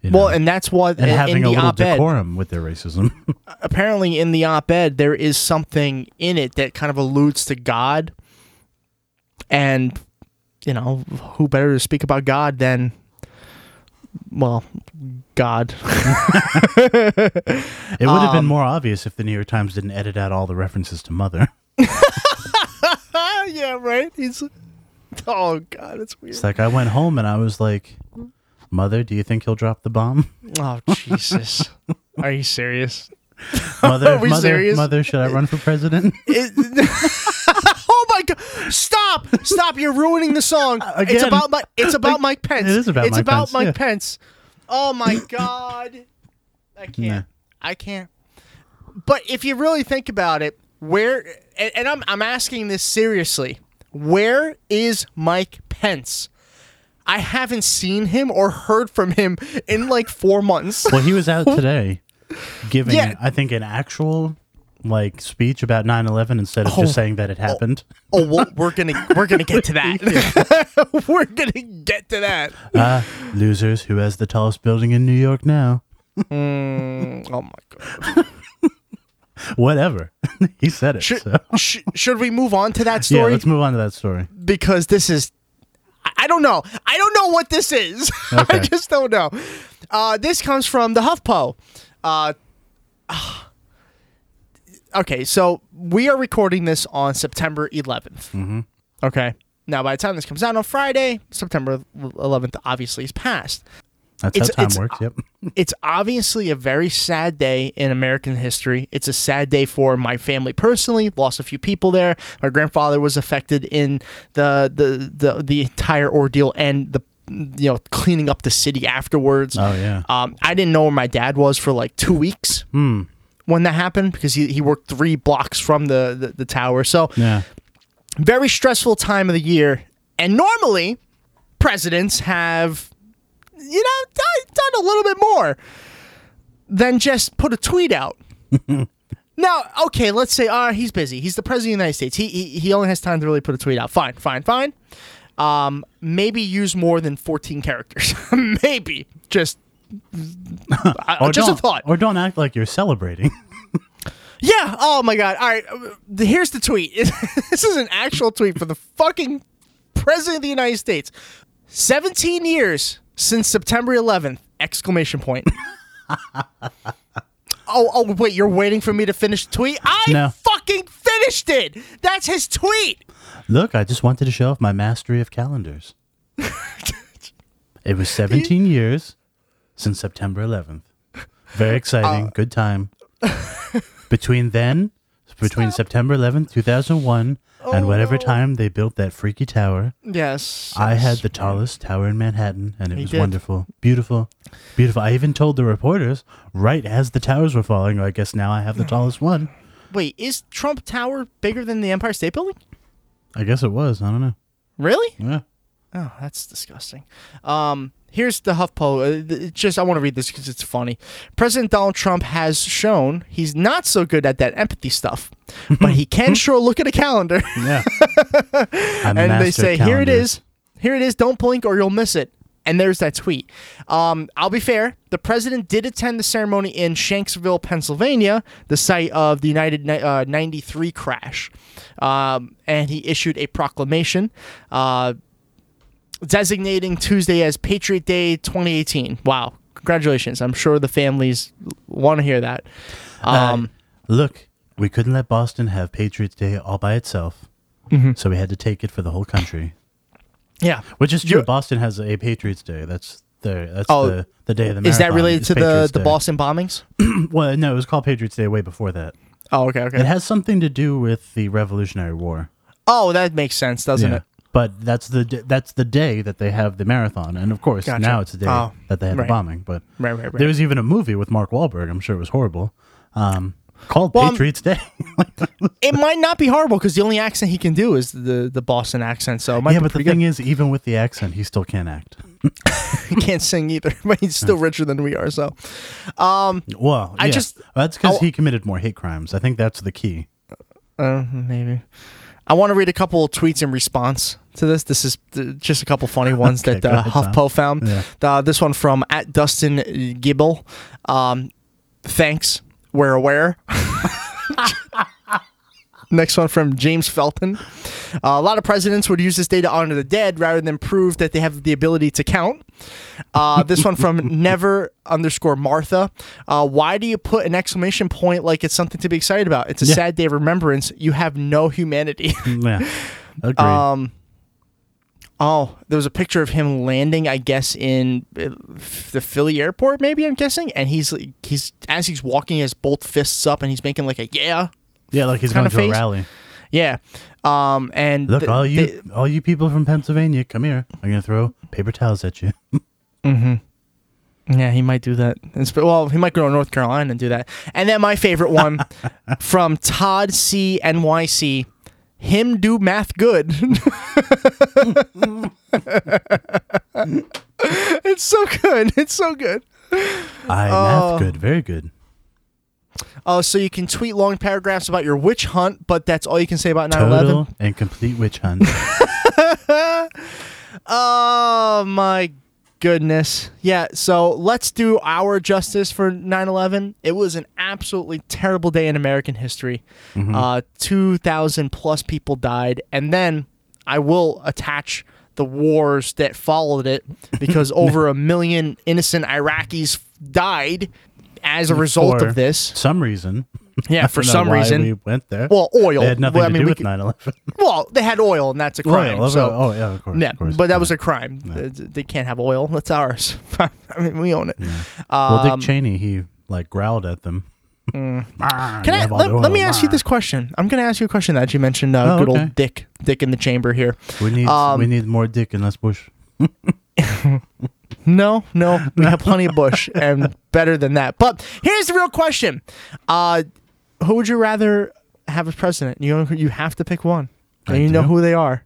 [SPEAKER 5] you
[SPEAKER 4] Well,
[SPEAKER 5] know.
[SPEAKER 4] and that's what
[SPEAKER 5] and
[SPEAKER 4] in,
[SPEAKER 5] having
[SPEAKER 4] in
[SPEAKER 5] a
[SPEAKER 4] the
[SPEAKER 5] little
[SPEAKER 4] op-ed.
[SPEAKER 5] decorum with their racism.
[SPEAKER 4] apparently in the op-ed there is something in it that kind of alludes to God, and you know who better to speak about God than well God.
[SPEAKER 5] it would
[SPEAKER 4] Um,
[SPEAKER 5] have been more obvious if the New York Times didn't edit out all the references to mother.
[SPEAKER 4] Ah, yeah, right. He's oh God, it's weird.
[SPEAKER 5] It's like I went home and I was like, "Mother, do you think he'll drop the bomb?"
[SPEAKER 4] Oh Jesus, are you serious?
[SPEAKER 5] Mother,
[SPEAKER 4] we
[SPEAKER 5] mother,
[SPEAKER 4] serious?
[SPEAKER 5] mother, should I run for president?
[SPEAKER 4] oh my God! Stop! Stop! You're ruining the song. It's
[SPEAKER 5] Uh, Again.
[SPEAKER 4] about my. It's about
[SPEAKER 5] Like,
[SPEAKER 4] Mike Pence.
[SPEAKER 5] it is about
[SPEAKER 4] It's
[SPEAKER 5] Mike
[SPEAKER 4] about
[SPEAKER 5] Pence,
[SPEAKER 4] Mike
[SPEAKER 5] yeah.
[SPEAKER 4] Pence. Oh my God! I can't.
[SPEAKER 5] Nah.
[SPEAKER 4] I can't. But if you really think about it, where and, and I'm I'm asking this seriously, where is Mike Pence? I haven't seen him or heard from him in like four months.
[SPEAKER 5] Well, he was out today giving,
[SPEAKER 4] Yeah.
[SPEAKER 5] I think, an actual like speech about 9-11 instead of
[SPEAKER 4] Oh.
[SPEAKER 5] just saying that it happened.
[SPEAKER 4] oh, well, we're gonna we're gonna get to that. we're gonna get to that.
[SPEAKER 5] Ah, losers, who has the tallest building in New York now?
[SPEAKER 4] Oh my god.
[SPEAKER 5] Whatever. he said it.
[SPEAKER 4] Should,
[SPEAKER 5] so.
[SPEAKER 4] sh- should we move on to that
[SPEAKER 5] Yeah,
[SPEAKER 4] story?
[SPEAKER 5] let's move on to that story.
[SPEAKER 4] because this is I- I don't know. I don't know what this is. I
[SPEAKER 5] Okay.
[SPEAKER 4] just don't know. Uh, this comes from the HuffPo. Uh, okay, so we are recording this on September 11th. Mm-hmm. Okay. Now, by the time this comes out on Friday, September 11th obviously is past.
[SPEAKER 5] That's
[SPEAKER 4] It's-
[SPEAKER 5] how time
[SPEAKER 4] it's-
[SPEAKER 5] works. Yep.
[SPEAKER 4] It's obviously a very sad day in American history. It's a sad day for my family personally. Lost a few people there. My grandfather was affected in the the the, the entire ordeal and the you know cleaning up the city afterwards.
[SPEAKER 5] Oh, yeah. Hmm.
[SPEAKER 4] Um, I didn't know where my dad was for like two weeks when that happened because he, he worked three blocks from the the, the tower. So
[SPEAKER 5] Yeah.
[SPEAKER 4] very stressful time of the year. And normally, presidents have, you know, done, done a little bit more than just put a tweet out. now, okay, let's say, ah, he's busy. He's the president of the United States. He, he, he only has time to really put a tweet out. Fine, fine, fine. Um, maybe use more than 14 characters. maybe. Just. I-
[SPEAKER 5] Or
[SPEAKER 4] just a
[SPEAKER 5] don't-
[SPEAKER 4] thought.
[SPEAKER 5] Or don't act like you're celebrating.
[SPEAKER 4] Yeah. Oh my God. All right. uh, the- Here's the tweet. this is an actual tweet for the fucking president of the United States. 17 years since September 11th! Exclamation point. oh, oh, wait. You're waiting for me to finish the tweet? I
[SPEAKER 5] No.
[SPEAKER 4] fucking finished it. That's his tweet.
[SPEAKER 5] Look, I just wanted to show off my mastery of calendars. it was 17 years since September 11th.
[SPEAKER 4] Uh,
[SPEAKER 5] Very exciting. good time. between then, between September 11th, 2001, and whatever
[SPEAKER 4] Oh.
[SPEAKER 5] time they built that freaky tower,
[SPEAKER 4] Yes.
[SPEAKER 5] I had the tallest tower in Manhattan, and it
[SPEAKER 4] He
[SPEAKER 5] was
[SPEAKER 4] did.
[SPEAKER 5] wonderful, beautiful, beautiful. I even told the reporters right as the towers were falling. "Oh, I guess now I have the tallest one.
[SPEAKER 4] Wait, is Trump Tower bigger than the Empire State Building?
[SPEAKER 5] I guess it was. I don't know.
[SPEAKER 4] Really?
[SPEAKER 5] Yeah.
[SPEAKER 4] Oh, that's disgusting. Um, here's the HuffPo. uh, th- it's Just I want to read this because it's funny. President Donald Trump has shown he's not so good at that empathy stuff, but he can sure look at a calendar.
[SPEAKER 5] Yeah. I
[SPEAKER 4] and they
[SPEAKER 5] mastered
[SPEAKER 4] say, "Here it
[SPEAKER 5] calendars."
[SPEAKER 4] is, here it is. Don't blink or you'll miss it." And there's that tweet. Um, I'll be fair. The president did attend the ceremony in Shanksville, Pennsylvania, the site of the United Ni- uh, 93 crash, um, and he issued a proclamation. Uh, designating Tuesday as Patriot Day 2018. Wow. Congratulations. I'm sure the families want to hear that.
[SPEAKER 5] Uh,
[SPEAKER 4] Um,
[SPEAKER 5] Look, we couldn't let Boston have Patriots Day all by itself,
[SPEAKER 4] Mm-hmm.
[SPEAKER 5] so we had to take it for the whole country.
[SPEAKER 4] yeah.
[SPEAKER 5] Which is true.
[SPEAKER 4] You're-
[SPEAKER 5] Boston has a Patriots Day. That's the that's
[SPEAKER 4] Oh,
[SPEAKER 5] the, the day of the marathon.
[SPEAKER 4] Is that related
[SPEAKER 5] It's
[SPEAKER 4] to the,
[SPEAKER 5] Patriots
[SPEAKER 4] the
[SPEAKER 5] Day.
[SPEAKER 4] Boston bombings?
[SPEAKER 5] Well, no, it was called Patriots Day way before that.
[SPEAKER 4] Oh, okay.
[SPEAKER 5] It
[SPEAKER 4] Okay.
[SPEAKER 5] has something to do with the Revolutionary War,
[SPEAKER 4] Oh, that makes sense, doesn't it?
[SPEAKER 5] But that's the d- that's the day that they have the marathon, and of course
[SPEAKER 4] Gotcha.
[SPEAKER 5] now it's the day
[SPEAKER 4] Oh,
[SPEAKER 5] that they had
[SPEAKER 4] right.
[SPEAKER 5] the bombing. But
[SPEAKER 4] Right, right, right.
[SPEAKER 5] there was even a movie with Mark Wahlberg. I'm sure it was horrible. Um, called
[SPEAKER 4] Well, I'm-
[SPEAKER 5] Patriots Day.
[SPEAKER 4] It might not be horrible because the only accent he can do is the, the Boston accent. So it might
[SPEAKER 5] yeah,
[SPEAKER 4] be
[SPEAKER 5] but the
[SPEAKER 4] pretty
[SPEAKER 5] thing
[SPEAKER 4] good.
[SPEAKER 5] is, even with the accent, he still can't act.
[SPEAKER 4] he can't sing either, but he's still richer than we are. So
[SPEAKER 5] Well,
[SPEAKER 4] I
[SPEAKER 5] yeah.
[SPEAKER 4] just-
[SPEAKER 5] that's because
[SPEAKER 4] I'll-
[SPEAKER 5] he committed more hate crimes. I think that's the key.
[SPEAKER 4] uh, maybe. I want to read a couple of tweets in response to this. This is uh, just a couple funny ones
[SPEAKER 5] Okay,
[SPEAKER 4] that
[SPEAKER 5] go
[SPEAKER 4] uh,
[SPEAKER 5] ahead, Tom.
[SPEAKER 4] HuffPo found.
[SPEAKER 5] Yeah.
[SPEAKER 4] Uh, this one from at Dustin Gibble. Um, thanks. We're aware. Next one from James Felton. Uh, a lot of presidents would use this day to honor the dead rather than prove that they have the ability to count. Uh, this one from never underscore Martha. Uh, why do you put an exclamation point like it's something to be excited about? It's a
[SPEAKER 5] Yeah.
[SPEAKER 4] sad day of remembrance. You have no humanity.
[SPEAKER 5] Mm, Yeah, agreed.
[SPEAKER 4] Um, Oh, there was a picture of him landing, I guess, in uh, the Philly airport, maybe I'm guessing. And he's like, he's as he's walking, he has both fists up, and he's making like a yeah,
[SPEAKER 5] yeah, like he's
[SPEAKER 4] kinda
[SPEAKER 5] going to a
[SPEAKER 4] phase-
[SPEAKER 5] rally.
[SPEAKER 4] yeah. Um, and
[SPEAKER 5] Look,
[SPEAKER 4] th-
[SPEAKER 5] all you,
[SPEAKER 4] they-
[SPEAKER 5] all you people from Pennsylvania, come here. I'm going to throw paper towels at you.
[SPEAKER 4] yeah, he might do that. It's- well, he might go to North Carolina and do that. And then my favorite one from Todd C NYC, him do math good. It's so good. It's so good.
[SPEAKER 5] I math good, very good.
[SPEAKER 4] Oh, so you can tweet long paragraphs about your witch hunt, but that's all you can say about 9 11?
[SPEAKER 5] Total and complete witch hunt.
[SPEAKER 4] Oh, my goodness. Yeah, so let's do our justice for 9 11. It was an absolutely terrible day in American history.
[SPEAKER 5] Mm-hmm.
[SPEAKER 4] Uh, 2,000 plus people died. And then I will attach the wars that followed it because over a million innocent Iraqis died as a result
[SPEAKER 5] For
[SPEAKER 4] of this.
[SPEAKER 5] Some reason.
[SPEAKER 4] Yeah,
[SPEAKER 5] I
[SPEAKER 4] for
[SPEAKER 5] don't know
[SPEAKER 4] some
[SPEAKER 5] why
[SPEAKER 4] reason.
[SPEAKER 5] we went there.
[SPEAKER 4] Well, oil.
[SPEAKER 5] It had nothing
[SPEAKER 4] Well, I
[SPEAKER 5] to
[SPEAKER 4] mean,
[SPEAKER 5] do
[SPEAKER 4] we
[SPEAKER 5] with
[SPEAKER 4] could-
[SPEAKER 5] 9/11.
[SPEAKER 4] Well, they had oil, and that's a crime.
[SPEAKER 5] Oil, oh,
[SPEAKER 4] so,
[SPEAKER 5] oh yeah, of course.
[SPEAKER 4] yeah,
[SPEAKER 5] of course.
[SPEAKER 4] but that was
[SPEAKER 5] Yeah.
[SPEAKER 4] a crime. Th- They can't have oil. That's ours. I mean, we own it.
[SPEAKER 5] well,
[SPEAKER 4] um,
[SPEAKER 5] Dick Cheney, he like growled at them. Ah,
[SPEAKER 4] Mm. Can
[SPEAKER 5] you
[SPEAKER 4] I,
[SPEAKER 5] have all
[SPEAKER 4] let,
[SPEAKER 5] the
[SPEAKER 4] let me
[SPEAKER 5] oil.
[SPEAKER 4] ask you this question. I'm going to ask you a question that you mentioned. Uh,
[SPEAKER 5] Oh,
[SPEAKER 4] good
[SPEAKER 5] okay.
[SPEAKER 4] old Dick, Dick in the chamber here.
[SPEAKER 5] We need
[SPEAKER 4] Um,
[SPEAKER 5] we need more Dick and less Bush.
[SPEAKER 4] No, no, we have plenty of Bush and better than that. But here's the real question: uh, Who would you rather have as president? You know, you have to pick one, and
[SPEAKER 5] I
[SPEAKER 4] you know
[SPEAKER 5] do.
[SPEAKER 4] who they are: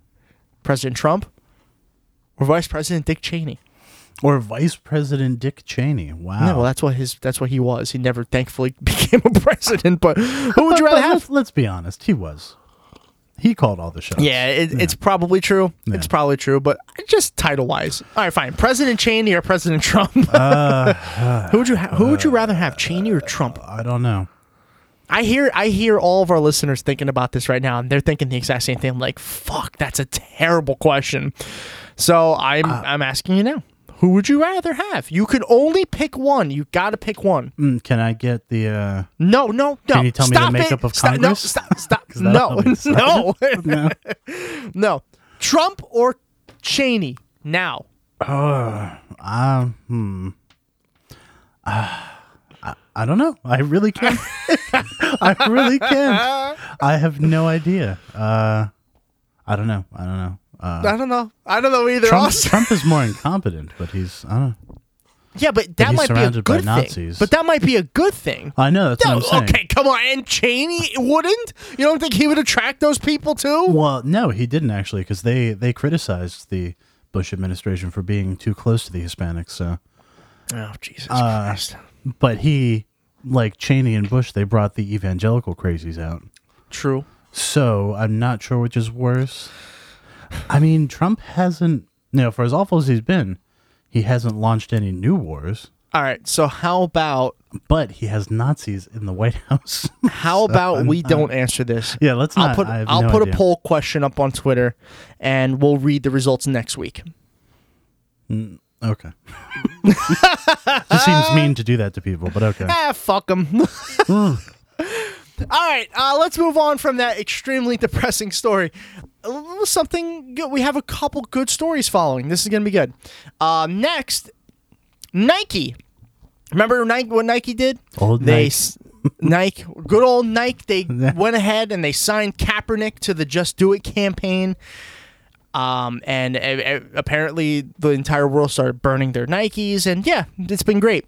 [SPEAKER 4] President Trump or Vice President Dick Cheney.
[SPEAKER 5] Or Vice President Dick Cheney. Wow.
[SPEAKER 4] No, well, that's what his that's what he was. He never thankfully became a president. But who would you rather have?
[SPEAKER 5] Let's, let's be honest. He was. He called all the shots.
[SPEAKER 4] Yeah, it, it's probably true. It's probably true, but just title wise. All right, fine. President Cheney or President Trump? who would you ha- Who would you rather have, Cheney or Trump?
[SPEAKER 5] I don't know.
[SPEAKER 4] I hear I hear all of our listeners thinking about this right now, and they're thinking the exact same thing. I'm like, fuck, that's a terrible question. So I'm I'm asking you now. Who would you rather have? You could only pick one. You got to pick one.
[SPEAKER 5] Mm, can I get the? uh
[SPEAKER 4] No, no, no.
[SPEAKER 5] Can you tell me the
[SPEAKER 4] stop
[SPEAKER 5] makeup
[SPEAKER 4] it.
[SPEAKER 5] of
[SPEAKER 4] stop,
[SPEAKER 5] Congress?
[SPEAKER 4] No, stop, stop.
[SPEAKER 5] 'Cause that'll
[SPEAKER 4] no,
[SPEAKER 5] help me decide.
[SPEAKER 4] no,
[SPEAKER 5] No.
[SPEAKER 4] no. Trump or Cheney now.
[SPEAKER 5] Um. Hmm. Ah, I, I don't know. I really can't. I really can't. I have no idea. Uh, I don't know. I don't know. Uh,
[SPEAKER 4] I don't know. I don't know either.
[SPEAKER 5] Trump,
[SPEAKER 4] also.
[SPEAKER 5] Trump is more incompetent, but he's. I don't know.
[SPEAKER 4] yeah, but that
[SPEAKER 5] he's
[SPEAKER 4] might be a
[SPEAKER 5] surrounded by
[SPEAKER 4] good thing.
[SPEAKER 5] Nazis.
[SPEAKER 4] But that might be a good thing.
[SPEAKER 5] I know. That's
[SPEAKER 4] No,
[SPEAKER 5] what I'm saying.
[SPEAKER 4] okay, come on. And Cheney wouldn't? You don't think he would attract those people too?
[SPEAKER 5] Well, no, he didn't actually, because they they criticized the Bush administration for being too close to the Hispanics. So,
[SPEAKER 4] Oh, Jesus
[SPEAKER 5] Uh,
[SPEAKER 4] Christ.
[SPEAKER 5] but he, like Cheney and Bush, they brought the evangelical crazies out.
[SPEAKER 4] True.
[SPEAKER 5] So I'm not sure which is worse. I mean, Trump hasn't. No, for as awful as he's been, he hasn't launched any new wars.
[SPEAKER 4] All right, so how about
[SPEAKER 5] But he has Nazis in the White House.
[SPEAKER 4] how about we don't answer this?
[SPEAKER 5] yeah, let's
[SPEAKER 4] I'll
[SPEAKER 5] not.
[SPEAKER 4] put
[SPEAKER 5] I have
[SPEAKER 4] I'll
[SPEAKER 5] no
[SPEAKER 4] put
[SPEAKER 5] idea.
[SPEAKER 4] a poll question up on Twitter and we'll read the results next week.
[SPEAKER 5] Okay. Just seems mean to do that to people, but okay.
[SPEAKER 4] Ah, fuck them. All right, uh, let's move on from that extremely depressing story. Uh, Something good. We have a couple good stories following. This is going to be good. Uh, next, Nike. Remember Nike, what Nike did?
[SPEAKER 5] Old
[SPEAKER 4] they
[SPEAKER 5] Nike.
[SPEAKER 4] s- Nike, good old Nike. They went ahead and they signed Kaepernick to the Just Do It campaign. Um, and uh, uh, apparently the entire world started burning their Nikes, and yeah, it's been great.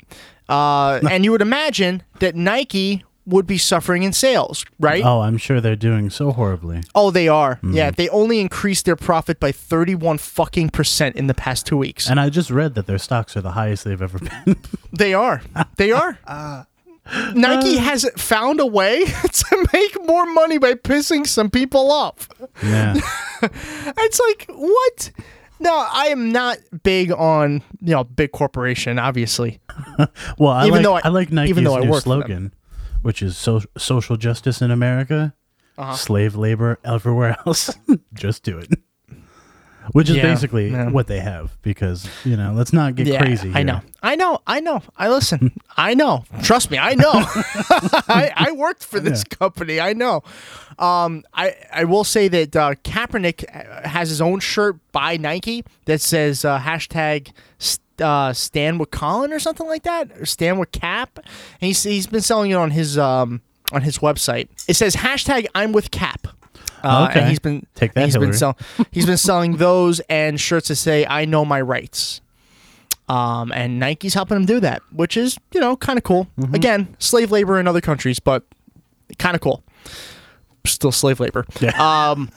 [SPEAKER 4] Uh, and you would imagine that Nike would be suffering in sales, right?
[SPEAKER 5] Oh, I'm sure they're doing so horribly.
[SPEAKER 4] Oh, they are. Yeah, they only increased their profit by thirty-one fucking percent in the past two weeks.
[SPEAKER 5] And I just read that their stocks are the highest they've ever been.
[SPEAKER 4] They are. They are. Nike has found a way to make more money by pissing some people off.
[SPEAKER 5] yeah.
[SPEAKER 4] It's like what? No, I am not big on you know big corporation. Obviously,
[SPEAKER 5] Well, I
[SPEAKER 4] Even
[SPEAKER 5] like
[SPEAKER 4] though I-
[SPEAKER 5] I, like Nike's
[SPEAKER 4] even though I
[SPEAKER 5] new
[SPEAKER 4] work for them.
[SPEAKER 5] slogan, which is so, social justice in America,
[SPEAKER 4] Uh-huh.
[SPEAKER 5] slave labor everywhere else. just do it. Which is
[SPEAKER 4] Yeah,
[SPEAKER 5] basically
[SPEAKER 4] yeah.
[SPEAKER 5] what they have because, you know, let's not get
[SPEAKER 4] yeah,
[SPEAKER 5] crazy.
[SPEAKER 4] I
[SPEAKER 5] here.
[SPEAKER 4] know, I know, I know. I listen. I know. Trust me, I know. I, I worked for this company. I know. Um, I I will say that uh, Kaepernick uh, has his own shirt by Nike that says uh, hashtag. st- Uh, stand with Colin or something like that, or stand with Cap. And he's he's been selling it on his um on his website. It says hashtag I'm with Cap. Uh,
[SPEAKER 5] Okay.
[SPEAKER 4] And he's been
[SPEAKER 5] Take that,
[SPEAKER 4] He's been
[SPEAKER 5] Hillary.
[SPEAKER 4] selling. He's been selling those and shirts that say "I know my rights." Um, and Nike's helping him do that, which is you know kind of cool.
[SPEAKER 5] Mm-hmm.
[SPEAKER 4] Again, slave labor in other countries, but Uh, kind of cool. Still slave labor.
[SPEAKER 5] Yeah.
[SPEAKER 4] Um,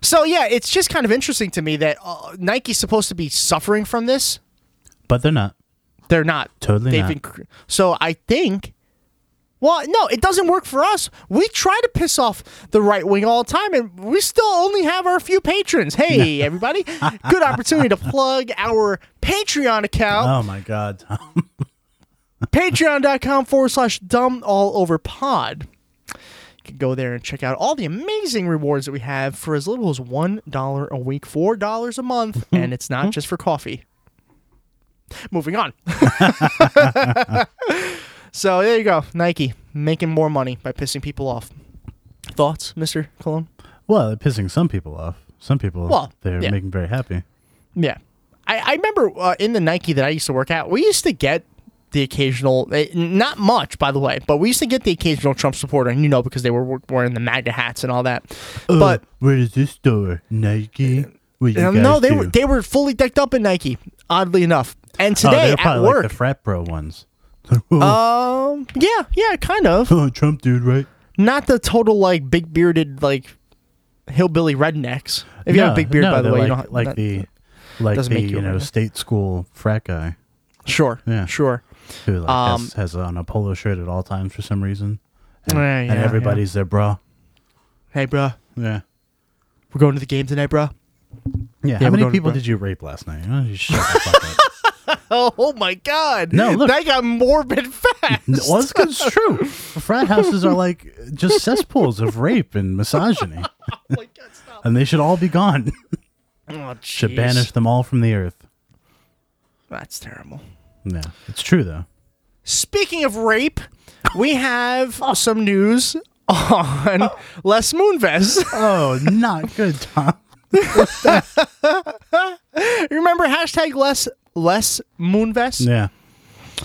[SPEAKER 4] So yeah, it's just kind of interesting to me that uh, Nike's supposed to be suffering from this.
[SPEAKER 5] But they're not.
[SPEAKER 4] They're not.
[SPEAKER 5] Totally
[SPEAKER 4] They've
[SPEAKER 5] not.
[SPEAKER 4] been cr- so I think well, no, it doesn't work for us. We try to piss off the right wing all the time, and we still only have our few patrons. Hey, everybody, good opportunity to plug our Patreon account,
[SPEAKER 5] Oh my God, Tom.
[SPEAKER 4] patreon.com forward slash dumb all over pod. You can go there and check out all the amazing rewards that we have for as little as $1 a week, $4 a month, and it's not just for coffee. Moving on. so there you go, Nike making more money by pissing people off. Thoughts, Mr. Cologne?
[SPEAKER 5] Well, they're pissing some people off. Some people
[SPEAKER 4] Well,
[SPEAKER 5] they're
[SPEAKER 4] yeah.
[SPEAKER 5] making very happy.
[SPEAKER 4] Yeah. I, I remember uh, in the Nike that I used to work at, we used to get the occasional, eh, not much, by the way, but we used to get the occasional Trump supporter, and you know, because they were wor- wearing the MAGA hats and all that. but
[SPEAKER 5] Uh, where is this store? Nike. What you
[SPEAKER 4] um,
[SPEAKER 5] guys
[SPEAKER 4] no, they
[SPEAKER 5] do?
[SPEAKER 4] were they were fully decked up in Nike, oddly enough. And
[SPEAKER 5] Oh,
[SPEAKER 4] today
[SPEAKER 5] they're
[SPEAKER 4] at
[SPEAKER 5] probably
[SPEAKER 4] work,
[SPEAKER 5] like the frat bro ones. oh,
[SPEAKER 4] um, yeah, yeah, kind of.
[SPEAKER 5] Trump dude, right?
[SPEAKER 4] Not the total like big bearded like hillbilly rednecks. If you have a big beard,
[SPEAKER 5] no,
[SPEAKER 4] by the
[SPEAKER 5] they're
[SPEAKER 4] way,
[SPEAKER 5] like,
[SPEAKER 4] you don't
[SPEAKER 5] like
[SPEAKER 4] not-
[SPEAKER 5] the like
[SPEAKER 4] doesn't
[SPEAKER 5] the
[SPEAKER 4] make you a
[SPEAKER 5] you know
[SPEAKER 4] redneck.
[SPEAKER 5] state school frat guy
[SPEAKER 4] sure,
[SPEAKER 5] Yeah.
[SPEAKER 4] sure.
[SPEAKER 5] who like
[SPEAKER 4] Um,
[SPEAKER 5] has, has on a polo shirt at all times for some reason, and,
[SPEAKER 4] Yeah,
[SPEAKER 5] and
[SPEAKER 4] yeah,
[SPEAKER 5] everybody's their bra.
[SPEAKER 4] Hey, bruh,
[SPEAKER 5] Yeah.
[SPEAKER 4] we're going to the game tonight, bruh. we're
[SPEAKER 5] Yeah, how many
[SPEAKER 4] going to
[SPEAKER 5] people
[SPEAKER 4] bra.
[SPEAKER 5] did you rape last night? Oh, you shut the fuck up.
[SPEAKER 4] Oh, oh my God!
[SPEAKER 5] No, look.
[SPEAKER 4] that got morbid fast. Oh
[SPEAKER 5] Well, it's, 'cause it's true. Frat houses are like just cesspools of rape and misogyny,
[SPEAKER 4] Oh my God, stop!
[SPEAKER 5] and they should all be gone.
[SPEAKER 4] Oh,
[SPEAKER 5] should
[SPEAKER 4] jeez.
[SPEAKER 5] banish them all from the earth.
[SPEAKER 4] That's terrible.
[SPEAKER 5] Yeah, it's true though.
[SPEAKER 4] Speaking of rape, we have some news on Les Moonves.
[SPEAKER 5] Oh, not good, Tom.
[SPEAKER 4] Remember hashtag less less Moonves?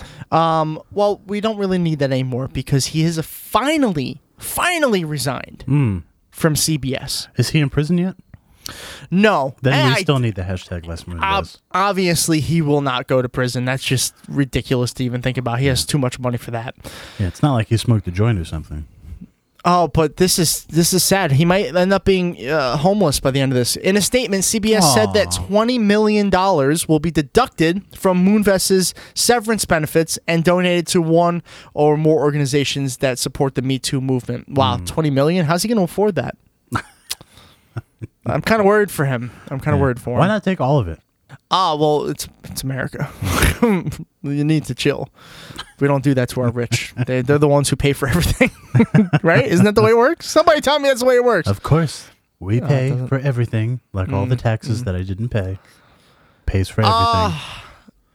[SPEAKER 5] Yeah,
[SPEAKER 4] Well, we don't really need that anymore because he has finally, finally resigned
[SPEAKER 5] Hmm.
[SPEAKER 4] from CBS.
[SPEAKER 5] is he in prison yet?
[SPEAKER 4] No,
[SPEAKER 5] Then
[SPEAKER 4] and
[SPEAKER 5] we
[SPEAKER 4] I-
[SPEAKER 5] still need the hashtag less movies.
[SPEAKER 4] ob- obviously he will not go to prison. That's just ridiculous to even think about. He has too much money for that.
[SPEAKER 5] yeah, it's not like he smoked a joint or something.
[SPEAKER 4] Oh, but this is this is sad. He might end up being uh, homeless by the end of this. In a statement, CBS said that twenty million dollars will be deducted from Moonvest's severance benefits and donated to one or more organizations that support the Me Too movement. Wow, twenty million? How's he going to afford that? I'm kind of worried for him. I'm kind of worried for him.
[SPEAKER 5] Why not take all of it?
[SPEAKER 4] Ah, well, it's it's America. you need to chill. We don't do that to our rich. They, they're the ones who pay for everything, right? Isn't that the way it works? Somebody tell me that's the way it works.
[SPEAKER 5] Of course, we pay for everything, like all
[SPEAKER 4] Mm.
[SPEAKER 5] the taxes that I didn't pay. Pays for everything.